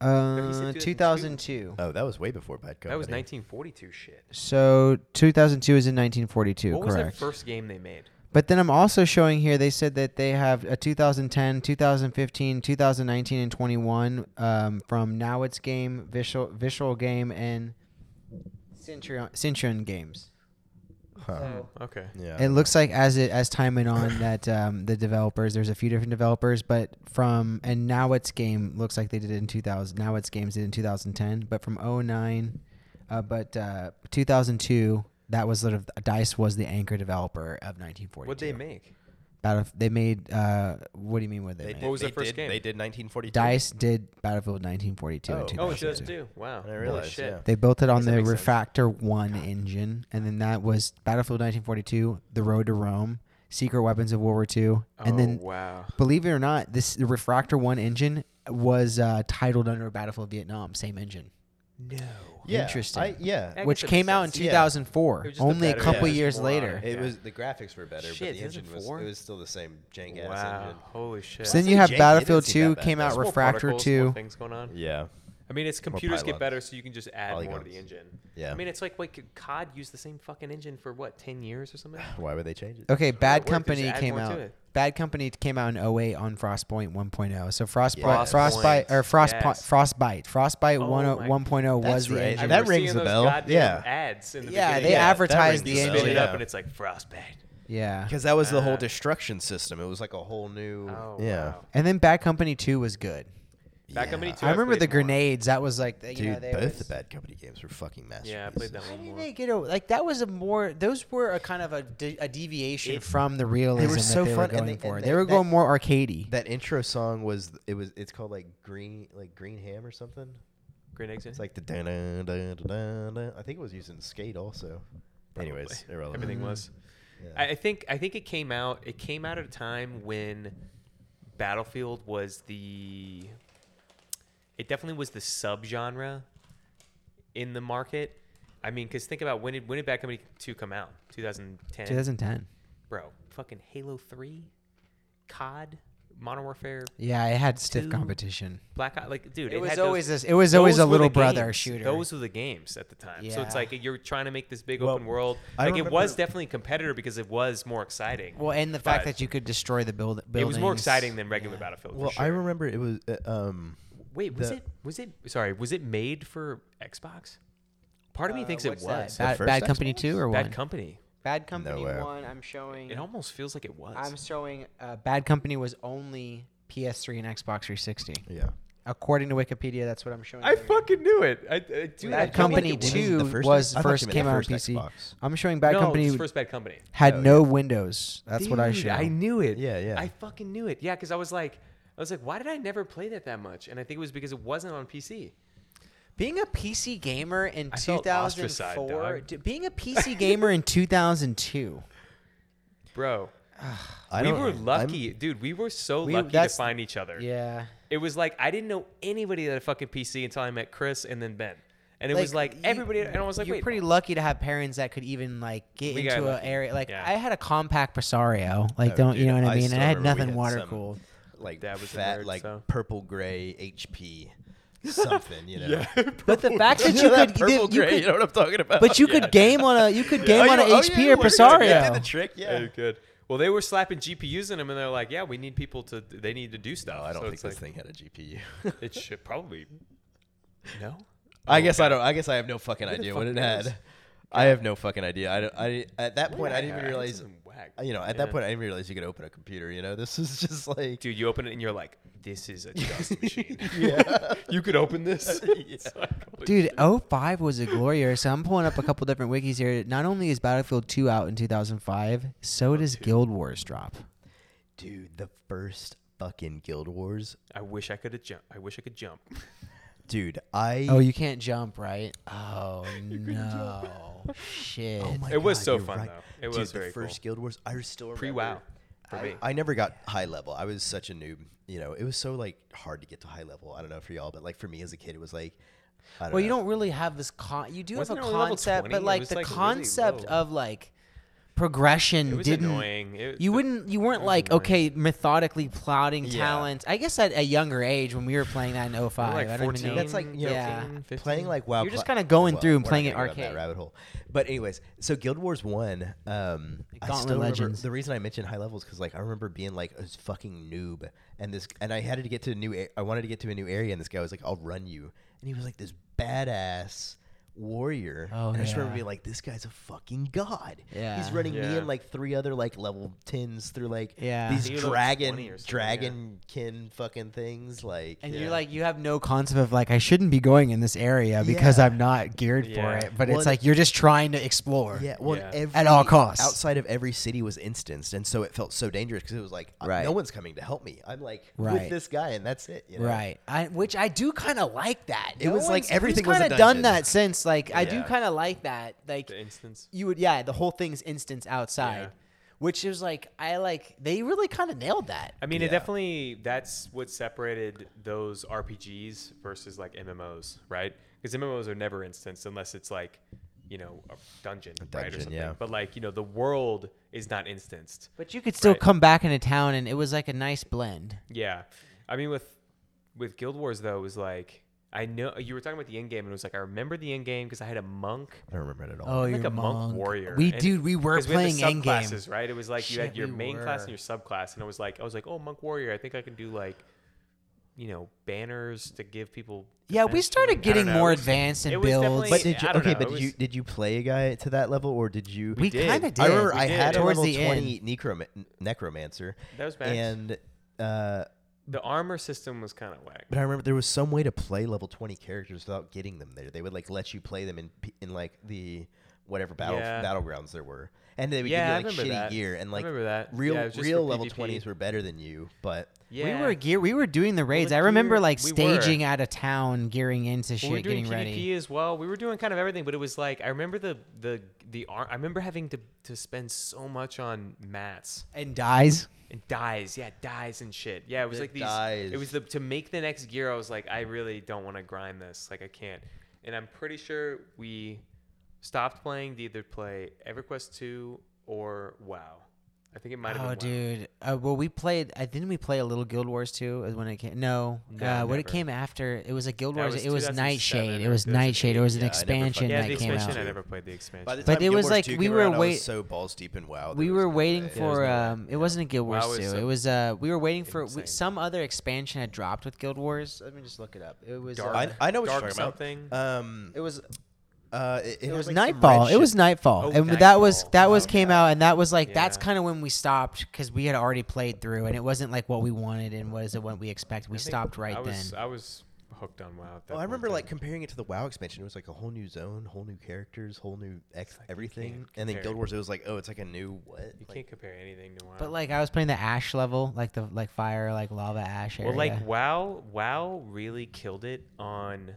Speaker 4: he
Speaker 3: Uh,
Speaker 4: said
Speaker 3: 2002.
Speaker 2: Oh, that was way before Bad Company.
Speaker 4: That was 1942 shit.
Speaker 3: So 2002 is in 1942,
Speaker 4: What was
Speaker 3: correct?
Speaker 4: their first game they made?
Speaker 3: But then I'm also showing here they said that they have a 2010, 2015, 2019, and 21 um, from Now It's Game, Visual, Visual Game, and Centurion, Centurion Games.
Speaker 2: Huh.
Speaker 4: Okay.
Speaker 2: Yeah.
Speaker 3: It looks like as it as time went on that um, the developers there's a few different developers, but from and Now It's Game looks like they did it in 2000. Now It's Games did in 2010, but from 09, uh, but uh, 2002 that was sort of Dice was the anchor developer of 1942.
Speaker 4: What'd they make?
Speaker 3: Battlef- they made. Uh, what do you mean? What they,
Speaker 2: They
Speaker 3: made?
Speaker 2: did,
Speaker 4: What was
Speaker 2: they
Speaker 4: their first
Speaker 2: did,
Speaker 4: game?
Speaker 2: They did 1942.
Speaker 3: Dice did Battlefield 1942
Speaker 2: Oh.
Speaker 3: and
Speaker 2: Oh,
Speaker 4: Oh, it
Speaker 3: 2002.
Speaker 4: does too. Wow.
Speaker 2: I realized,
Speaker 4: Holy shit.
Speaker 2: yeah.
Speaker 3: They built it on
Speaker 4: Guess that
Speaker 3: the
Speaker 4: makes sense.
Speaker 3: Refactor One engine, and then that was Battlefield 1942, The Road to Rome, Secret Weapons of World War II,
Speaker 4: oh,
Speaker 3: and then
Speaker 4: wow.
Speaker 3: believe it or not, this the Refractor One engine was uh, titled under Battlefield Vietnam, same engine,
Speaker 4: No.
Speaker 2: Yeah,
Speaker 3: Interesting.
Speaker 2: I- yeah.
Speaker 4: guess
Speaker 3: which
Speaker 4: that
Speaker 3: came
Speaker 4: makes
Speaker 3: out in
Speaker 4: sense.
Speaker 2: Yeah.
Speaker 3: 2004,
Speaker 4: It was just a
Speaker 3: only a
Speaker 4: better-
Speaker 3: couple
Speaker 2: yeah,
Speaker 4: just
Speaker 3: years
Speaker 4: more
Speaker 3: later.
Speaker 4: honest.
Speaker 2: It
Speaker 4: Yeah.
Speaker 2: was the graphics were better,
Speaker 4: Shit,
Speaker 2: but the engine was
Speaker 4: 2004?
Speaker 2: it was still the same jank ass
Speaker 4: Wow.
Speaker 2: engine.
Speaker 4: Holy shit.
Speaker 3: So then
Speaker 2: Honestly,
Speaker 3: you
Speaker 2: jank, it
Speaker 3: have
Speaker 2: didn't
Speaker 3: Battlefield
Speaker 2: seem that
Speaker 3: 2
Speaker 2: bad,
Speaker 3: came
Speaker 2: though.
Speaker 3: out
Speaker 4: There's more
Speaker 3: Refractor
Speaker 4: protocols, more
Speaker 3: 2.
Speaker 4: Things going on.
Speaker 2: Yeah.
Speaker 4: I mean, it's computers get
Speaker 2: pylons.
Speaker 4: better, so you can just add more to
Speaker 2: Polygons.
Speaker 4: the engine.
Speaker 2: Yeah.
Speaker 4: I mean, it's like like COD used the same fucking engine for what ten years or something.
Speaker 2: Why would they change it?
Speaker 3: Okay, Bad
Speaker 4: worked. They just
Speaker 3: Company
Speaker 4: add
Speaker 3: came
Speaker 4: more to
Speaker 3: out.
Speaker 4: it.
Speaker 3: Bad Company came out in 08 on Frostpoint 1.0. oh. So Frostbite,
Speaker 2: Yes.
Speaker 3: Frostbite, or Frostbite,
Speaker 4: Yes.
Speaker 3: Frostbite, Frostbite
Speaker 4: Oh
Speaker 3: 10
Speaker 4: my-
Speaker 3: 1.0 was
Speaker 2: That's
Speaker 3: the
Speaker 2: right.
Speaker 3: engine.
Speaker 2: That
Speaker 4: We're seeing
Speaker 2: rings a
Speaker 4: those
Speaker 2: bell.
Speaker 4: goddamn
Speaker 2: Yeah.
Speaker 4: Ads in the
Speaker 3: yeah, they
Speaker 4: beginning.
Speaker 2: that
Speaker 3: advertised
Speaker 2: rings
Speaker 3: the
Speaker 2: a
Speaker 4: spin
Speaker 2: bell,
Speaker 3: engine.
Speaker 4: it
Speaker 2: yeah.
Speaker 4: up, and it's like Frostbite.
Speaker 3: Yeah.
Speaker 2: Because that was the whole
Speaker 4: Ah.
Speaker 2: destruction system. It was like a whole new.
Speaker 4: Oh
Speaker 2: yeah.
Speaker 4: wow.
Speaker 3: And then Bad Company 2 was good.
Speaker 4: Bad
Speaker 2: Yeah.
Speaker 4: Company Two.
Speaker 3: I remember the
Speaker 4: played more.
Speaker 3: grenades. That was like, the, you
Speaker 2: Dude,
Speaker 3: know, they
Speaker 2: both
Speaker 3: was,
Speaker 2: the Bad Company games were fucking masterpieces.
Speaker 4: Yeah, I played that
Speaker 3: Why
Speaker 4: one
Speaker 3: did
Speaker 4: more.
Speaker 3: they get a, like that was a more those were a kind of a, de- a deviation
Speaker 2: It-
Speaker 3: from the realism
Speaker 2: They were so
Speaker 3: that they
Speaker 2: fun,
Speaker 3: were
Speaker 2: and
Speaker 3: going
Speaker 2: they-
Speaker 3: for.
Speaker 2: and
Speaker 3: They,
Speaker 2: they-
Speaker 3: were
Speaker 2: that-
Speaker 3: going more arcadey.
Speaker 2: That intro song was it was it's called like green like green ham or something.
Speaker 4: Green eggs. in
Speaker 2: It's
Speaker 4: it?
Speaker 2: like the dun dun dun dun dun. I think it was used in skate also. Anyways,
Speaker 4: Probably.
Speaker 2: irrelevant.
Speaker 4: everything
Speaker 3: Mm-hmm.
Speaker 4: was.
Speaker 2: Yeah.
Speaker 4: I, I think I think it came out it came out at a time when Battlefield was the it definitely was the subgenre in the market. I mean, because think about when did when did Bad Company Two come out? 2010.
Speaker 3: 2010.
Speaker 4: Bro, fucking Halo Three, COD, Modern Warfare,
Speaker 3: Yeah, it had stiff
Speaker 4: Two.
Speaker 3: competition.
Speaker 4: Black Ops. Like, dude,
Speaker 3: It was
Speaker 4: had
Speaker 3: always
Speaker 4: those,
Speaker 3: this- it was always
Speaker 4: those were
Speaker 3: a
Speaker 4: the
Speaker 3: little brother
Speaker 4: games.
Speaker 3: shooter.
Speaker 4: Those were the games at the time. So it's
Speaker 3: Yeah.
Speaker 4: like you're trying to make this big
Speaker 2: Well,
Speaker 4: open world.
Speaker 2: I
Speaker 4: Like it was
Speaker 2: remember-
Speaker 4: definitely a competitor because it was more exciting.
Speaker 3: Well, and the fact
Speaker 4: But-
Speaker 3: that you could destroy the build buildings.
Speaker 4: It was more exciting than regular
Speaker 3: Yeah.
Speaker 4: Battlefield.
Speaker 2: well,
Speaker 4: for sure.
Speaker 2: I remember it was uh, um
Speaker 4: Wait, was
Speaker 2: the-
Speaker 4: it was it sorry, was it made for Xbox? Part of me
Speaker 3: Uh,
Speaker 4: thinks
Speaker 3: what's
Speaker 4: it
Speaker 3: that?
Speaker 4: was.
Speaker 2: The
Speaker 3: Bad,
Speaker 2: first
Speaker 3: Bad Company
Speaker 2: Xbox?
Speaker 3: Two or one?
Speaker 4: Bad Company.
Speaker 3: Bad Company
Speaker 2: way.
Speaker 3: One. I'm showing.
Speaker 4: It almost feels like it was.
Speaker 3: I'm showing. Uh, Bad Company was only PS3 and Xbox 360.
Speaker 2: yeah.
Speaker 3: According to Wikipedia, that's what I'm showing.
Speaker 4: I
Speaker 3: here.
Speaker 4: fucking knew it. I, I dude, I
Speaker 3: Bad
Speaker 4: feel like
Speaker 3: Company
Speaker 4: it was-
Speaker 2: Wasn't it
Speaker 3: Two
Speaker 2: the first
Speaker 3: was
Speaker 2: Xbox? I thought
Speaker 3: first
Speaker 2: you meant
Speaker 3: came
Speaker 2: the
Speaker 3: out on
Speaker 2: first
Speaker 3: PC.
Speaker 2: Xbox.
Speaker 3: I'm showing Bad
Speaker 4: no,
Speaker 3: Company
Speaker 4: it's first Bad Company.
Speaker 3: had
Speaker 2: Oh,
Speaker 3: no windows. That's what I
Speaker 4: Dude,
Speaker 3: show.
Speaker 4: I knew it.
Speaker 2: Yeah, yeah.
Speaker 4: I fucking knew it. Yeah, because I was like, I was like, why did I never play that that much? And I think it was because it wasn't on PC.
Speaker 3: Being a PC gamer in
Speaker 4: I felt ostracized,
Speaker 3: 2004.
Speaker 4: dog.
Speaker 3: d- Being a PC gamer in 2002.
Speaker 4: Bro,
Speaker 2: I
Speaker 4: we
Speaker 2: don't-
Speaker 4: were
Speaker 2: I'm-
Speaker 4: lucky, dude. We were so
Speaker 3: We-
Speaker 4: lucky to
Speaker 3: that's-
Speaker 4: find each other.
Speaker 3: Yeah.
Speaker 4: It was like I didn't know anybody that had a fucking PC until I met Chris and then Ben. And it was like
Speaker 3: you-
Speaker 4: everybody, and I was like,
Speaker 3: you're
Speaker 4: wait,
Speaker 3: pretty lucky to have parents that could even like get
Speaker 4: We got
Speaker 3: into an
Speaker 4: lucky.
Speaker 3: area. Like
Speaker 4: Yeah.
Speaker 3: I had a compact Presario. Like
Speaker 2: Oh,
Speaker 3: don't
Speaker 2: dude,
Speaker 3: you know what I
Speaker 2: I
Speaker 3: mean?
Speaker 2: still
Speaker 3: and I had
Speaker 2: remember we
Speaker 3: nothing
Speaker 2: had
Speaker 3: water
Speaker 2: some-
Speaker 3: cooled.
Speaker 2: like
Speaker 4: Dad was a
Speaker 2: fat,
Speaker 4: nerd,
Speaker 2: like
Speaker 4: so.
Speaker 2: purple gray HP something, you know.
Speaker 3: But the fact that
Speaker 2: You
Speaker 3: you
Speaker 2: know that
Speaker 3: could, you,
Speaker 2: purple
Speaker 3: you
Speaker 2: gray, you
Speaker 3: could
Speaker 2: know what I'm talking about?
Speaker 3: but you could game on a you could game
Speaker 4: Oh,
Speaker 3: on
Speaker 2: oh,
Speaker 3: an HP or Presario.
Speaker 2: did the trick, yeah.
Speaker 4: Hey, good. Well, they were slapping GPUs in them, and they're like, "Yeah, we need people to. They need to do stuff."
Speaker 2: No, Oh, I don't
Speaker 4: So
Speaker 2: think
Speaker 4: it's
Speaker 2: this
Speaker 4: like,
Speaker 2: thing had a GPU.
Speaker 4: It should probably. No.
Speaker 2: I guess I don't. I guess I have no fucking
Speaker 4: the
Speaker 2: idea
Speaker 4: fuck
Speaker 2: what it
Speaker 4: knows?
Speaker 2: had. I have no fucking idea. I don't. I at that point I didn't even
Speaker 4: had
Speaker 2: realize.
Speaker 4: something whack.
Speaker 2: You know, at
Speaker 4: Yeah.
Speaker 2: that point I didn't realize you could open a computer. You know, this is just like.
Speaker 4: dude, you open it and you're like, "This is a dust machine."
Speaker 2: Yeah.
Speaker 4: you could open this, It's like, holy
Speaker 3: Dude, 05 was a glory year. So I'm pulling up a couple different wikis here. Not only is Battlefield 2 out in 2005,
Speaker 4: Oh,
Speaker 3: so does Guild Wars drop.
Speaker 2: Dude, the first fucking Guild Wars.
Speaker 4: I wish I could have jump. I wish I could jump.
Speaker 2: Dude, I.
Speaker 3: Oh, you can't jump, right? Oh no, shit.
Speaker 2: Oh my
Speaker 4: It was
Speaker 2: God,
Speaker 4: so
Speaker 2: you're
Speaker 4: fun,
Speaker 2: right.
Speaker 4: though. It
Speaker 2: Dude,
Speaker 4: was very
Speaker 2: the first Guild Wars. I still remember.
Speaker 4: Pre WoW, for
Speaker 2: I,
Speaker 4: me.
Speaker 2: I never got high level. I was such a noob. You know, it was so like hard to get to high level. I don't know for y'all, but like for me as a kid, it was like. I don't
Speaker 3: well,
Speaker 2: know.
Speaker 3: you don't really have this con. You do
Speaker 4: Wasn't
Speaker 3: have
Speaker 4: it
Speaker 3: a
Speaker 4: only level
Speaker 3: concept,
Speaker 4: 20?
Speaker 3: but
Speaker 4: It
Speaker 3: like
Speaker 4: was,
Speaker 3: the
Speaker 4: like, really
Speaker 3: concept
Speaker 4: low.
Speaker 3: of like progression
Speaker 4: It was
Speaker 3: didn't.
Speaker 4: annoying. It-
Speaker 3: You
Speaker 4: the-
Speaker 3: wouldn't. You weren't
Speaker 4: was
Speaker 3: like
Speaker 4: annoying.
Speaker 3: okay, methodically plotting
Speaker 2: Yeah.
Speaker 3: talents. I guess at a younger age when we were playing that in 05,
Speaker 4: like
Speaker 3: I don't even
Speaker 4: 14.
Speaker 3: know.
Speaker 2: That's like you know,
Speaker 3: Yeah.
Speaker 2: playing like WoW.
Speaker 3: You're just
Speaker 2: cla-
Speaker 3: kinda going
Speaker 2: Well,
Speaker 3: through
Speaker 2: we're
Speaker 3: and
Speaker 2: not
Speaker 3: playing it
Speaker 2: gonna go down that
Speaker 3: arcade.
Speaker 2: rabbit hole. But anyways, so Guild Wars One, um, I
Speaker 3: Gauntlet
Speaker 2: still remember-
Speaker 3: Legends.
Speaker 2: the reason I mentioned high levels because like I remember being like a fucking noob, and this, and I had to get to a new, a- I wanted to get to a new area, and this guy was like, "I'll run you," and he was like this badass warrior,
Speaker 3: Oh,
Speaker 2: and I just remember
Speaker 3: yeah.
Speaker 2: being like, "This guy's a fucking god."
Speaker 3: Yeah.
Speaker 2: he's running me
Speaker 4: Yeah.
Speaker 2: and like three other like level tens through like
Speaker 3: Yeah.
Speaker 2: these
Speaker 4: He was, like, 20
Speaker 2: dragon
Speaker 4: or something, yeah.
Speaker 2: dragon kin fucking things like
Speaker 3: And
Speaker 4: Yeah.
Speaker 3: you're like, you have no concept of like, I shouldn't be going in this area because
Speaker 2: Yeah.
Speaker 3: I'm not geared
Speaker 4: Yeah.
Speaker 3: for it. But
Speaker 2: Well,
Speaker 3: it's
Speaker 2: and-
Speaker 3: like you're just trying to explore.
Speaker 2: Yeah, well,
Speaker 4: Yeah.
Speaker 2: Every,
Speaker 3: At all costs.
Speaker 2: Outside of every city was instanced, and so it felt so dangerous because it was like, uh,
Speaker 3: Right.
Speaker 2: no one's coming to help me. I'm like
Speaker 3: Right.
Speaker 2: with this guy, and that's it. you know?
Speaker 3: Right. I, which I do kind of like that.
Speaker 2: It was like
Speaker 3: one's-
Speaker 2: everything
Speaker 3: we've
Speaker 2: was a
Speaker 3: kinda done
Speaker 2: dungeon.
Speaker 3: that since. Like I do
Speaker 4: Yeah.
Speaker 3: kind of like that. Like
Speaker 4: the instance.
Speaker 3: you would, yeah. The whole thing's instance outside,
Speaker 4: Yeah.
Speaker 3: which is like I like. They really kind of nailed that.
Speaker 4: I mean, it
Speaker 2: Yeah.
Speaker 4: definitely that's what separated those RPGs versus like MMOs, right? Because MMOs are never instanced unless it's like, you know, a dungeon, right or
Speaker 2: dungeon,
Speaker 4: something.
Speaker 2: yeah.
Speaker 4: But like, you know, the world is not instanced.
Speaker 3: But you could still
Speaker 4: Right.
Speaker 3: come back into town, and it was like a nice blend.
Speaker 4: Yeah, I mean with with Guild Wars though it was like I know you were talking about the end game, and it was like I remember the end game because I had a monk.
Speaker 2: I don't remember it at all.
Speaker 3: Oh,
Speaker 4: like
Speaker 3: you're
Speaker 4: a monk warrior.
Speaker 3: We
Speaker 4: And-
Speaker 3: dude, we were
Speaker 4: 'cause
Speaker 3: playing
Speaker 4: had the
Speaker 3: Endgame.
Speaker 4: subclasses, right? It was like you had
Speaker 3: Shit,
Speaker 4: your
Speaker 3: we
Speaker 4: main class and
Speaker 3: were.
Speaker 4: your subclass, and I was like, I was like, oh, monk warrior. I think I can do like, you know, banners to give people.
Speaker 3: Yeah, we
Speaker 4: defense to,
Speaker 3: started
Speaker 4: like- I
Speaker 3: getting
Speaker 4: don't know,
Speaker 3: more
Speaker 4: it was-
Speaker 3: advanced
Speaker 4: it
Speaker 3: and
Speaker 4: was
Speaker 3: builds.
Speaker 4: definitely-
Speaker 3: But
Speaker 2: but did you,
Speaker 4: I don't
Speaker 2: okay,
Speaker 4: know,
Speaker 2: but
Speaker 4: it
Speaker 2: did you
Speaker 4: was-
Speaker 2: did you play a guy to that level, or did you?
Speaker 3: we
Speaker 4: did.
Speaker 3: kind of did.
Speaker 2: I remember I
Speaker 4: did.
Speaker 2: had a
Speaker 3: towards
Speaker 2: level
Speaker 3: the end.
Speaker 2: twenty necroma- necromancer,
Speaker 4: That was bad.
Speaker 2: and uh,
Speaker 4: the armor system was kind of whack.
Speaker 2: but I remember there was some way to play level twenty characters without getting them there. They would like let you play them in p- in like the whatever battle
Speaker 4: Yeah.
Speaker 2: battlegrounds there were, and they would
Speaker 4: Yeah, I
Speaker 2: give you
Speaker 4: remember
Speaker 2: like shitty
Speaker 4: that.
Speaker 2: gear and
Speaker 4: I
Speaker 2: like
Speaker 4: remember that.
Speaker 2: real
Speaker 4: Yeah, it was just
Speaker 2: real
Speaker 4: for
Speaker 2: level
Speaker 4: PvP.
Speaker 2: twenties were better than you, but
Speaker 4: Yeah.
Speaker 3: We were gear. We were doing the raids.
Speaker 4: the
Speaker 3: I remember
Speaker 4: gear-
Speaker 3: like
Speaker 4: we were.
Speaker 3: staging out of town, gearing into shit,
Speaker 4: we were doing
Speaker 3: getting
Speaker 4: PvP
Speaker 3: ready.
Speaker 4: as well. We were doing kind of everything, but it was like I remember the the the ar- I remember having to to spend so much on mats
Speaker 3: And dies.
Speaker 4: and dies. Yeah, dies and shit. Yeah, it was
Speaker 2: The
Speaker 4: like these. It
Speaker 2: dies.
Speaker 4: was the to make the next gear. I was like, I really don't want to grind this. Like I can't. And I'm pretty sure we stopped playing to either play EverQuest two or WoW. I think it might have
Speaker 3: Oh,
Speaker 4: been. WoW.
Speaker 3: dude. Uh, well, we played. I didn't we play a little Guild Wars too? Is when it came. No,
Speaker 4: No,
Speaker 3: uh, what
Speaker 4: never.
Speaker 3: it came after. It was a Guild
Speaker 4: That
Speaker 3: Wars.
Speaker 4: was
Speaker 3: it was
Speaker 4: 2007
Speaker 3: Nightshade.
Speaker 4: or
Speaker 3: It was Nightshade. It was an
Speaker 2: 2008. Yeah, I never
Speaker 3: expansion
Speaker 2: fucking-
Speaker 4: Yeah,
Speaker 3: that
Speaker 4: the
Speaker 3: came
Speaker 4: expansion.
Speaker 3: out.
Speaker 4: I never played the expansion.
Speaker 3: But time it Guild was Wars like- 2 we came were around, I was wait-
Speaker 2: so balls deep in WoW.
Speaker 3: we were waiting
Speaker 4: there was
Speaker 3: for
Speaker 4: no way.
Speaker 3: um it wasn't a guild wars
Speaker 4: WoW is
Speaker 3: 2
Speaker 4: so
Speaker 3: it was uh we were waiting for
Speaker 4: insane.
Speaker 3: we, some other expansion had dropped with guild wars let me just look it up it was
Speaker 4: Dark.
Speaker 3: uh,
Speaker 2: I, I know what
Speaker 4: Dark
Speaker 2: you're talking
Speaker 4: something.
Speaker 2: about. Um,
Speaker 3: it was
Speaker 2: uh, it,
Speaker 3: it,
Speaker 2: had,
Speaker 3: was
Speaker 2: like, some red
Speaker 3: nightfall it
Speaker 2: shit.
Speaker 3: was nightfall
Speaker 4: Oh,
Speaker 3: and that was
Speaker 4: Nightfall.
Speaker 3: that was came out and that was like that's
Speaker 4: Yeah.
Speaker 3: kind of when we stopped because we had already played through and it wasn't like what we wanted and was it what we expected we
Speaker 4: I think
Speaker 3: stopped right
Speaker 4: I was,
Speaker 3: then
Speaker 4: I was hooked on WoW. At that point
Speaker 2: Well, Oh, I
Speaker 4: in
Speaker 2: remember
Speaker 4: time.
Speaker 2: like comparing it to the WoW expansion. It was like a whole new zone, whole new characters, whole new ex-
Speaker 4: like you
Speaker 2: everything.
Speaker 4: can't
Speaker 2: And then
Speaker 4: compare
Speaker 2: Guild
Speaker 4: it.
Speaker 2: Wars, it was like, oh, it's like a new what?
Speaker 4: you
Speaker 2: Like,
Speaker 4: can't compare anything to WoW.
Speaker 3: but like i was playing the ash level like the like fire like lava ash area.
Speaker 4: Well, like WoW, WoW really killed it on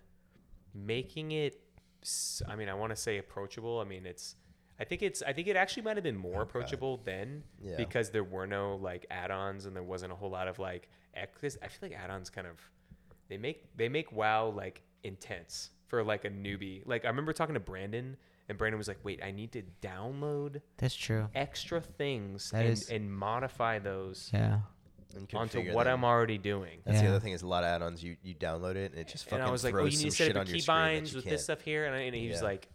Speaker 4: making it. s- I mean, I want to say approachable. I mean, it's. I think it's. I think it actually might have been more approachable then
Speaker 2: Yeah.
Speaker 4: because there were no like add-ons and there wasn't a whole lot of like. ex- 'cause I feel like add-ons kind of. They make they make WoW like intense for like a newbie. Like I remember talking to Brandon and Brandon was like, "Wait, I need to download
Speaker 3: that's true
Speaker 4: extra things
Speaker 3: That
Speaker 4: and,
Speaker 3: is-
Speaker 4: and modify those
Speaker 3: yeah
Speaker 2: and
Speaker 4: onto
Speaker 2: configure
Speaker 4: what
Speaker 2: them.
Speaker 4: I'm already doing."
Speaker 2: That's
Speaker 3: Yeah.
Speaker 2: the other thing is a lot of add-ons. You you download it and it just fucking
Speaker 4: and I was like,
Speaker 2: throws
Speaker 4: "Well, you
Speaker 2: some
Speaker 4: need to set
Speaker 2: shit
Speaker 4: up
Speaker 2: on
Speaker 4: the
Speaker 2: your
Speaker 4: key
Speaker 2: screen that
Speaker 4: binds
Speaker 2: you
Speaker 4: with
Speaker 2: can't-
Speaker 4: this stuff here," and, I, and he was
Speaker 2: Yeah.
Speaker 4: like,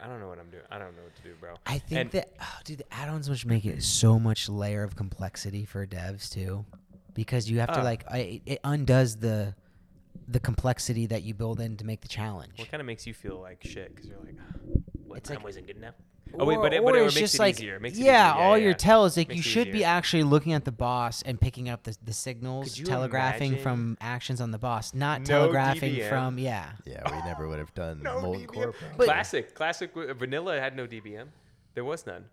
Speaker 4: "I don't know what I'm doing. I don't know what to do, bro."
Speaker 3: I think
Speaker 4: And-
Speaker 3: that oh, dude, the add-ons which make it so much layer of complexity for devs too, because you have to
Speaker 4: Ah.
Speaker 3: like I, it- it undoes the the complexity that you build in to make the challenge.
Speaker 4: What kind of makes you feel like shit? Because you're like, "Ah, "What
Speaker 3: It's
Speaker 4: time
Speaker 3: like-
Speaker 4: wasn't good enough." Oh wait, but it, but
Speaker 3: or
Speaker 4: it
Speaker 3: it's
Speaker 4: makes
Speaker 3: just
Speaker 4: it
Speaker 3: like
Speaker 4: easier. It makes it
Speaker 3: yeah,
Speaker 4: easier.
Speaker 3: all your
Speaker 4: yeah.
Speaker 3: tell is like
Speaker 4: Makes it
Speaker 3: you should be
Speaker 4: easier.
Speaker 3: actually looking at the boss and picking up the the signals,
Speaker 4: Could you
Speaker 3: telegraphing
Speaker 4: imagine-
Speaker 3: from actions on the boss, not
Speaker 4: No
Speaker 3: telegraphing
Speaker 4: DBM.
Speaker 3: from yeah.
Speaker 2: Yeah, we never would have done
Speaker 4: No
Speaker 2: molten
Speaker 4: DBM.
Speaker 2: core.
Speaker 3: But-
Speaker 4: classic, classic w- vanilla had no DBM. There was none.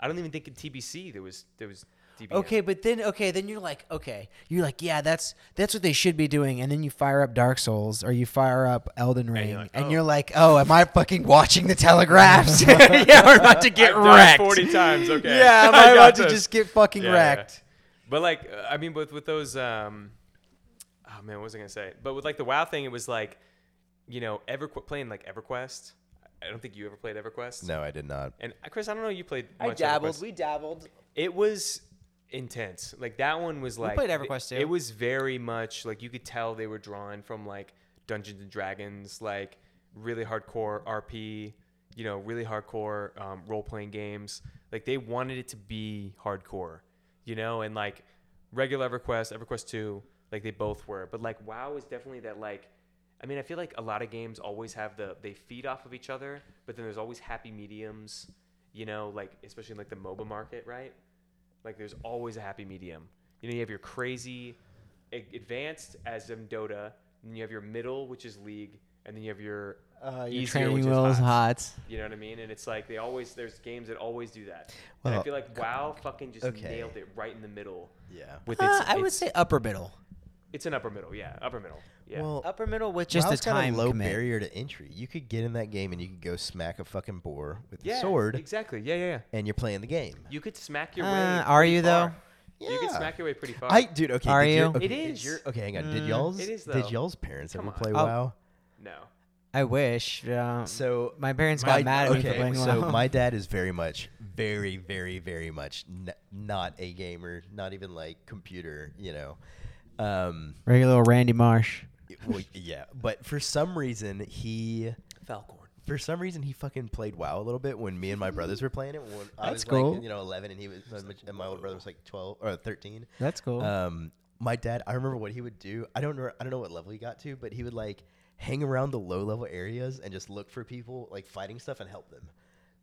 Speaker 4: I don't even think in TBC there was there was DBM.
Speaker 3: Okay, but then okay, then you're like, okay, you're like, yeah, that's that's what they should be doing, and then you fire up Dark Souls or you fire up Elden Ring, and
Speaker 4: you're
Speaker 3: you're like,
Speaker 4: like,
Speaker 3: oh,
Speaker 4: oh.
Speaker 3: am I fucking watching the telegraphs? yeah, we're about to get
Speaker 4: I've done it
Speaker 3: wrecked.
Speaker 4: forty times. Okay.
Speaker 3: Yeah, am
Speaker 4: I
Speaker 3: I,
Speaker 4: got
Speaker 3: about to
Speaker 4: this.
Speaker 3: just get fucking
Speaker 4: Yeah, yeah, yeah.
Speaker 3: wrecked?
Speaker 4: But like, uh, I mean, with with those, um, oh man, what was I gonna say? But with like the WoW thing, it was like, you know, ever playing like EverQuest. I don't think you ever played EverQuest.
Speaker 2: No, I did not.
Speaker 4: And uh, Chris, I don't know. You played. much EverQuest.
Speaker 3: We dabbled.
Speaker 4: It was intense. Like that one was like
Speaker 3: played EverQuest too.
Speaker 4: It was very much like you could tell they were drawn from like Dungeons and Dragons, like really hardcore RP, you know, really hardcore um, role playing games. Like they wanted it to be hardcore, you know, and like regular EverQuest, EverQuest two, like they both were. But like WoW is definitely that like. I mean, I feel like a lot of games always have the they feed off of each other, but then there's always happy mediums, you know, like especially in like the MOBA market, right? Like there's always a happy medium. You know, you have your crazy a- advanced as in Dota, and then you have your middle, which is League, and then you have your
Speaker 3: Uh,
Speaker 4: easier, which
Speaker 3: training
Speaker 4: is
Speaker 3: wheels
Speaker 4: HOTS.
Speaker 3: hot.
Speaker 4: You know what I mean? And it's like they always there's games that always do that. and
Speaker 2: Well,
Speaker 4: I feel like WoW fucking just
Speaker 2: okay.
Speaker 4: nailed it right in the middle.
Speaker 2: Yeah.
Speaker 4: With its,
Speaker 3: Uh, I would
Speaker 4: its-
Speaker 3: say upper middle,
Speaker 4: it's an upper middle, yeah, upper middle, yeah. Uh,
Speaker 2: Well,
Speaker 3: upper middle with just
Speaker 2: WoW's
Speaker 3: the
Speaker 2: got
Speaker 3: time
Speaker 2: a low
Speaker 3: commit.
Speaker 2: barrier to entry. You could get in that game and you could go smack a fucking boar with
Speaker 4: yeah,
Speaker 2: a sword,
Speaker 4: exactly, yeah, yeah, yeah.
Speaker 2: and you're playing the game.
Speaker 4: You could smack your way.
Speaker 3: Uh, are
Speaker 4: pretty
Speaker 3: you,
Speaker 4: far.
Speaker 3: though?
Speaker 4: You could
Speaker 2: Yeah.
Speaker 4: smack your way pretty far.
Speaker 2: I dude, okay.
Speaker 3: Are
Speaker 2: did your-
Speaker 3: you?
Speaker 4: Uh,
Speaker 2: okay,
Speaker 4: It
Speaker 2: did
Speaker 4: is. Mm,
Speaker 2: your- okay, hang on. Did y'all's
Speaker 4: It is, though.
Speaker 2: did y'all's parents
Speaker 4: Come
Speaker 2: ever
Speaker 4: on.
Speaker 2: play
Speaker 3: Oh.
Speaker 2: WoW?
Speaker 4: no.
Speaker 3: I wish. Um,
Speaker 2: So
Speaker 3: my parents got mad at me for playing
Speaker 2: so
Speaker 3: WoW.
Speaker 2: my dad is very much, very, very, very much n- not a gamer, not even like computer, you know. Um,
Speaker 3: regular old Randy Marsh.
Speaker 2: well, yeah, but for some reason he
Speaker 4: Falcorn.
Speaker 2: for some reason he fucking played WoW a little bit when me and my brothers were playing it. When I
Speaker 3: That's
Speaker 2: was like,
Speaker 3: cool.
Speaker 2: you know, eleven, and he was, and my older brother was like twelve or thirteen.
Speaker 3: That's cool.
Speaker 2: Um, my dad, I remember what he would do. I don't know, I don't know what level he got to, but he would like hang around the low level areas and just look for people like fighting stuff and help them.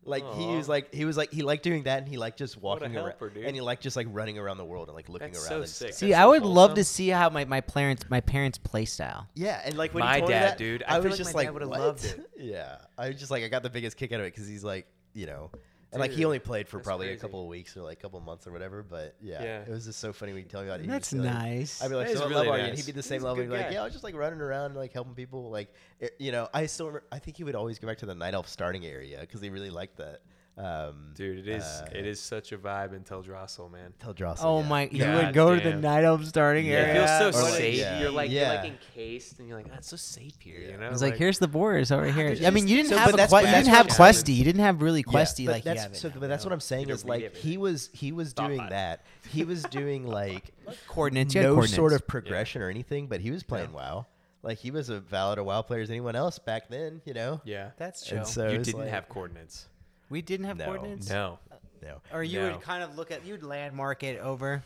Speaker 2: Like he was like he was like he liked doing that, and he liked just
Speaker 4: a
Speaker 2: walking around,
Speaker 4: helper, dude.
Speaker 2: and he liked just like running around the world and like looking
Speaker 4: That's
Speaker 2: around.
Speaker 4: so
Speaker 2: and
Speaker 4: sick.
Speaker 2: stuff.
Speaker 3: see,
Speaker 4: that's
Speaker 3: I
Speaker 4: so
Speaker 3: would love to
Speaker 4: wholesome.
Speaker 3: see how my, my parents my parents play style.
Speaker 2: Yeah, and like when
Speaker 4: My
Speaker 2: he told me
Speaker 4: dad,
Speaker 2: that,
Speaker 4: dude, I
Speaker 2: I,
Speaker 4: feel
Speaker 2: was
Speaker 4: like
Speaker 2: just
Speaker 4: my
Speaker 2: like,
Speaker 4: dad would've
Speaker 2: what?
Speaker 4: loved it.
Speaker 2: Yeah, I was just like, I got the biggest kick out of it because he's like, you know, and like he
Speaker 4: Dude,
Speaker 2: only played for
Speaker 4: that's
Speaker 2: probably a
Speaker 4: crazy.
Speaker 2: couple of weeks or like a couple of months or whatever. But yeah,
Speaker 4: Yeah.
Speaker 2: it was just so funny when you tell me about it. he'd
Speaker 3: That's
Speaker 2: just be like-
Speaker 3: nice.
Speaker 2: I'd be like,
Speaker 4: That
Speaker 2: so
Speaker 4: is
Speaker 2: what
Speaker 4: really
Speaker 2: level are you? And
Speaker 4: nice.
Speaker 2: he'd be the
Speaker 4: He's
Speaker 2: same
Speaker 4: a
Speaker 2: level.
Speaker 4: good
Speaker 2: He'd be like,
Speaker 4: guy.
Speaker 2: yeah, I was just like running around, like helping people. Like, it, you know, I still, remember, I think he would always go back to the night elf starting area because he really liked that. Um,
Speaker 4: Dude, it is
Speaker 2: uh,
Speaker 4: it is such a vibe in Tel Drossel, man.
Speaker 2: Tell Drossel.
Speaker 3: oh
Speaker 2: yeah.
Speaker 3: my! You
Speaker 4: God
Speaker 3: would go to the
Speaker 4: damn.
Speaker 3: night elf starting
Speaker 2: Yeah.
Speaker 3: area.
Speaker 2: It feels so
Speaker 3: or, like,
Speaker 2: safe. Yeah.
Speaker 4: You're like you're like
Speaker 2: Yeah.
Speaker 4: encased, and you're like, that's so safe here. You know,
Speaker 3: I was like, here's the boars over here. I mean, you didn't
Speaker 2: So,
Speaker 3: have
Speaker 2: but
Speaker 3: a
Speaker 2: that's
Speaker 3: que-
Speaker 2: what-
Speaker 3: you
Speaker 2: that's
Speaker 3: didn't have
Speaker 2: what I'm saying.
Speaker 3: questy. You didn't have really
Speaker 2: Yeah,
Speaker 3: questy
Speaker 2: but
Speaker 3: like you
Speaker 2: that's,
Speaker 3: have it
Speaker 2: so,
Speaker 3: now.
Speaker 2: But that's what I'm saying
Speaker 4: You
Speaker 2: is
Speaker 4: don't
Speaker 2: like
Speaker 4: read
Speaker 2: he was he was doing
Speaker 4: by.
Speaker 2: that. He was doing like
Speaker 3: coordinates. You had
Speaker 2: no
Speaker 3: coordinates.
Speaker 2: sort of progression or anything, but he was playing WoW. Like he was a valid a WoW player as anyone else back then, you know.
Speaker 4: yeah,
Speaker 3: That's true.
Speaker 2: And so
Speaker 4: you
Speaker 2: it's
Speaker 4: didn't
Speaker 2: like-
Speaker 4: have coordinates.
Speaker 3: we didn't have
Speaker 2: No.
Speaker 3: coordinates.
Speaker 4: No,
Speaker 2: no.
Speaker 3: Or you
Speaker 4: No.
Speaker 3: would kind of look at you'd landmark it over,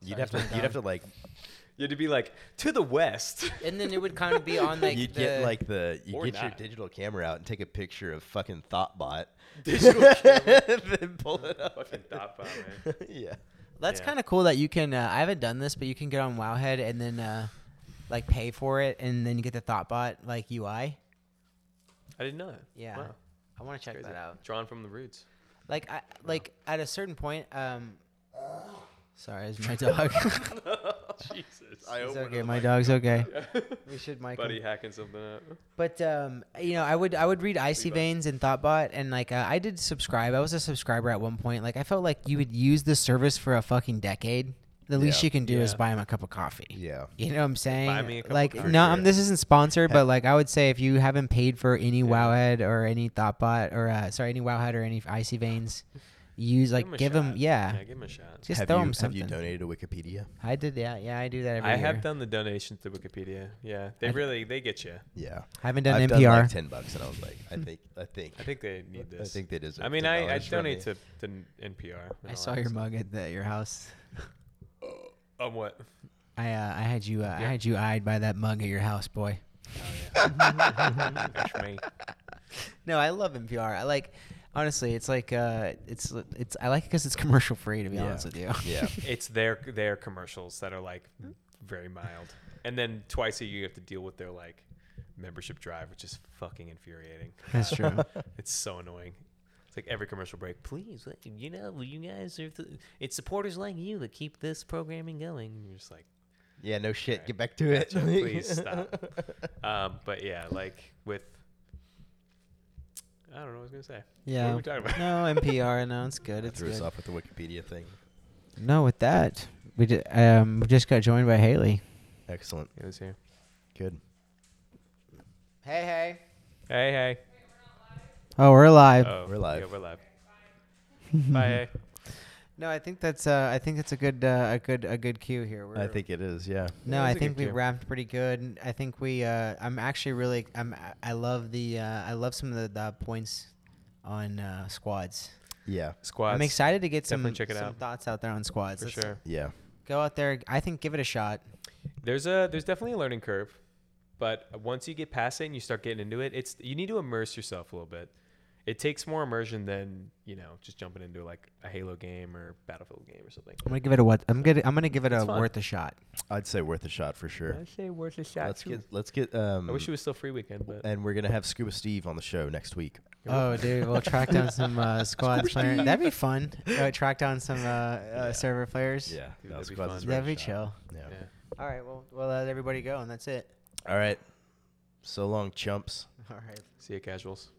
Speaker 2: You'd have to you'd have to like
Speaker 4: you had to be like to the west.
Speaker 3: and then it would kind of be on like
Speaker 2: you'd
Speaker 3: the,
Speaker 2: get like the you
Speaker 4: Or
Speaker 2: get your
Speaker 4: not.
Speaker 2: digital camera out and take a picture of fucking Thoughtbot.
Speaker 4: Digital
Speaker 2: then pull it up.
Speaker 4: Fucking thought bomb, man.
Speaker 2: yeah.
Speaker 3: That's
Speaker 4: Yeah.
Speaker 3: kind of cool that you can. Uh, I haven't done this, but you can get on Wowhead and then uh, like pay for it, and then you get the Thoughtbot like UI.
Speaker 4: I didn't know that.
Speaker 3: Yeah,
Speaker 4: Wow.
Speaker 3: I want to check
Speaker 4: Crazy.
Speaker 3: that out.
Speaker 4: Drawn from the roots.
Speaker 3: Like, I like at a certain point. Um, sorry, it's my dog.
Speaker 4: Jesus.
Speaker 3: It's okay, my dog's okay. We should mic him.
Speaker 4: Buddy hacking something up.
Speaker 3: But um, you know, I would I would read Icy Veins and Thoughtbot, and like uh, I did subscribe. I was a subscriber at one point. Like I felt like you would use this service for a fucking decade. The least
Speaker 2: Yeah.
Speaker 3: you can do is
Speaker 4: Yeah.
Speaker 3: buy him a cup of coffee.
Speaker 2: Yeah.
Speaker 3: You know what I'm saying?
Speaker 4: me a cup of
Speaker 3: like
Speaker 4: coffee.
Speaker 3: no, um, this isn't sponsored, but like I would say if you haven't paid for any Wowhead or any Thoughtbot or uh, sorry, any Wowhead or any Icy Veins, use like
Speaker 4: a
Speaker 3: give them
Speaker 4: shot.
Speaker 3: yeah,
Speaker 4: give him a shot.
Speaker 3: just
Speaker 2: have
Speaker 3: throw
Speaker 2: you,
Speaker 3: them
Speaker 2: have
Speaker 3: something.
Speaker 2: you donated to Wikipedia?
Speaker 3: I did that. Yeah, I do that every
Speaker 4: I
Speaker 3: year.
Speaker 4: have done the donations to Wikipedia. Yeah, they really they get you.
Speaker 2: Yeah.
Speaker 3: I haven't done
Speaker 2: I've
Speaker 3: NPR.
Speaker 2: done like ten bucks, and I was like, I think, I think,
Speaker 4: I think they need
Speaker 2: I
Speaker 4: this.
Speaker 2: think they deserve.
Speaker 4: I mean, I, I
Speaker 2: $10 from
Speaker 4: donate
Speaker 2: me.
Speaker 4: to, to NPR. and
Speaker 3: I
Speaker 4: all
Speaker 3: saw
Speaker 4: that
Speaker 3: your
Speaker 4: stuff.
Speaker 3: mug at the, your house.
Speaker 4: Oh, what?
Speaker 3: I uh, I had you uh, I had you eyed by that mug at your house, boy.
Speaker 4: That's me.
Speaker 3: No, I love NPR. I like honestly, it's like uh, it's it's I like it because it's commercial free. To be honest with you,
Speaker 2: Yeah.
Speaker 4: It's their their commercials that are like very mild, and then twice a year you have to deal with their like membership drive, which is fucking infuriating.
Speaker 3: that's true.
Speaker 4: It's so annoying. It's like every commercial break. Please, let- you know, you guys are. The, it's supporters like you that keep this programming going. And you're just like,
Speaker 2: Yeah, no shit.
Speaker 4: Alright.
Speaker 2: Get back to it.
Speaker 4: "Gotcha, please stop. Um, but yeah, like with. I don't know what I was gonna say.
Speaker 3: Yeah.
Speaker 4: What are we talking about?
Speaker 3: No NPR. No, it's good. It's
Speaker 2: Threw us
Speaker 3: good.
Speaker 2: off with the Wikipedia thing.
Speaker 3: No, with that we did, um we just got joined by Haley.
Speaker 2: Excellent.
Speaker 4: It was here.
Speaker 2: Good.
Speaker 3: Hey hey.
Speaker 4: Hey, hey.
Speaker 3: Oh, we're alive.
Speaker 4: Oh,
Speaker 2: We're live.
Speaker 4: Yeah, we're live. Bye.
Speaker 3: No, I think that's uh I think that's a good uh, a good a good cue here. We're,
Speaker 2: I think it is. Yeah.
Speaker 3: No,
Speaker 4: That
Speaker 3: I
Speaker 4: was a
Speaker 3: think
Speaker 4: good
Speaker 3: we
Speaker 4: jam.
Speaker 3: wrapped pretty good. and I think we. Uh, I'm actually really. I'm. I love the. Uh, I love some of the, the points on uh, squads.
Speaker 2: Yeah.
Speaker 4: Squad.
Speaker 3: I'm excited to get some,
Speaker 4: definitely check it
Speaker 3: some
Speaker 4: out.
Speaker 3: thoughts out there on squads.
Speaker 4: for
Speaker 3: Let's
Speaker 4: sure.
Speaker 2: Yeah.
Speaker 3: Go out there. I think give it a shot.
Speaker 4: There's a there's definitely a learning curve, but once you get past it and you start getting into it, it's you need to immerse yourself a little bit. It takes more immersion than you know just jumping into like a Halo game or Battlefield game or something.
Speaker 3: I'm gonna give it a what? I'm gonna. I'm gonna give it a
Speaker 4: fun.
Speaker 3: worth a shot.
Speaker 2: I'd say worth a shot for sure.
Speaker 4: say worth a shot.
Speaker 2: Let's get. Let's get. Um.
Speaker 4: I wish it was still free weekend, but
Speaker 2: and we're gonna have Scuba Steve on the show next week.
Speaker 3: Oh, dude, we'll track down some uh, squads player. That'd be fun. Uh, track down some uh, uh, server players.
Speaker 4: Dude,
Speaker 2: that
Speaker 4: that'd be
Speaker 2: squad's
Speaker 4: fun.
Speaker 2: is
Speaker 3: That'd
Speaker 2: worth
Speaker 3: be
Speaker 2: a
Speaker 3: chill.
Speaker 2: shot. Yeah.
Speaker 4: yeah.
Speaker 3: All right. Well, we'll let everybody go, and that's it.
Speaker 2: All right. So long, chumps.
Speaker 3: All right.
Speaker 4: See ya, casuals.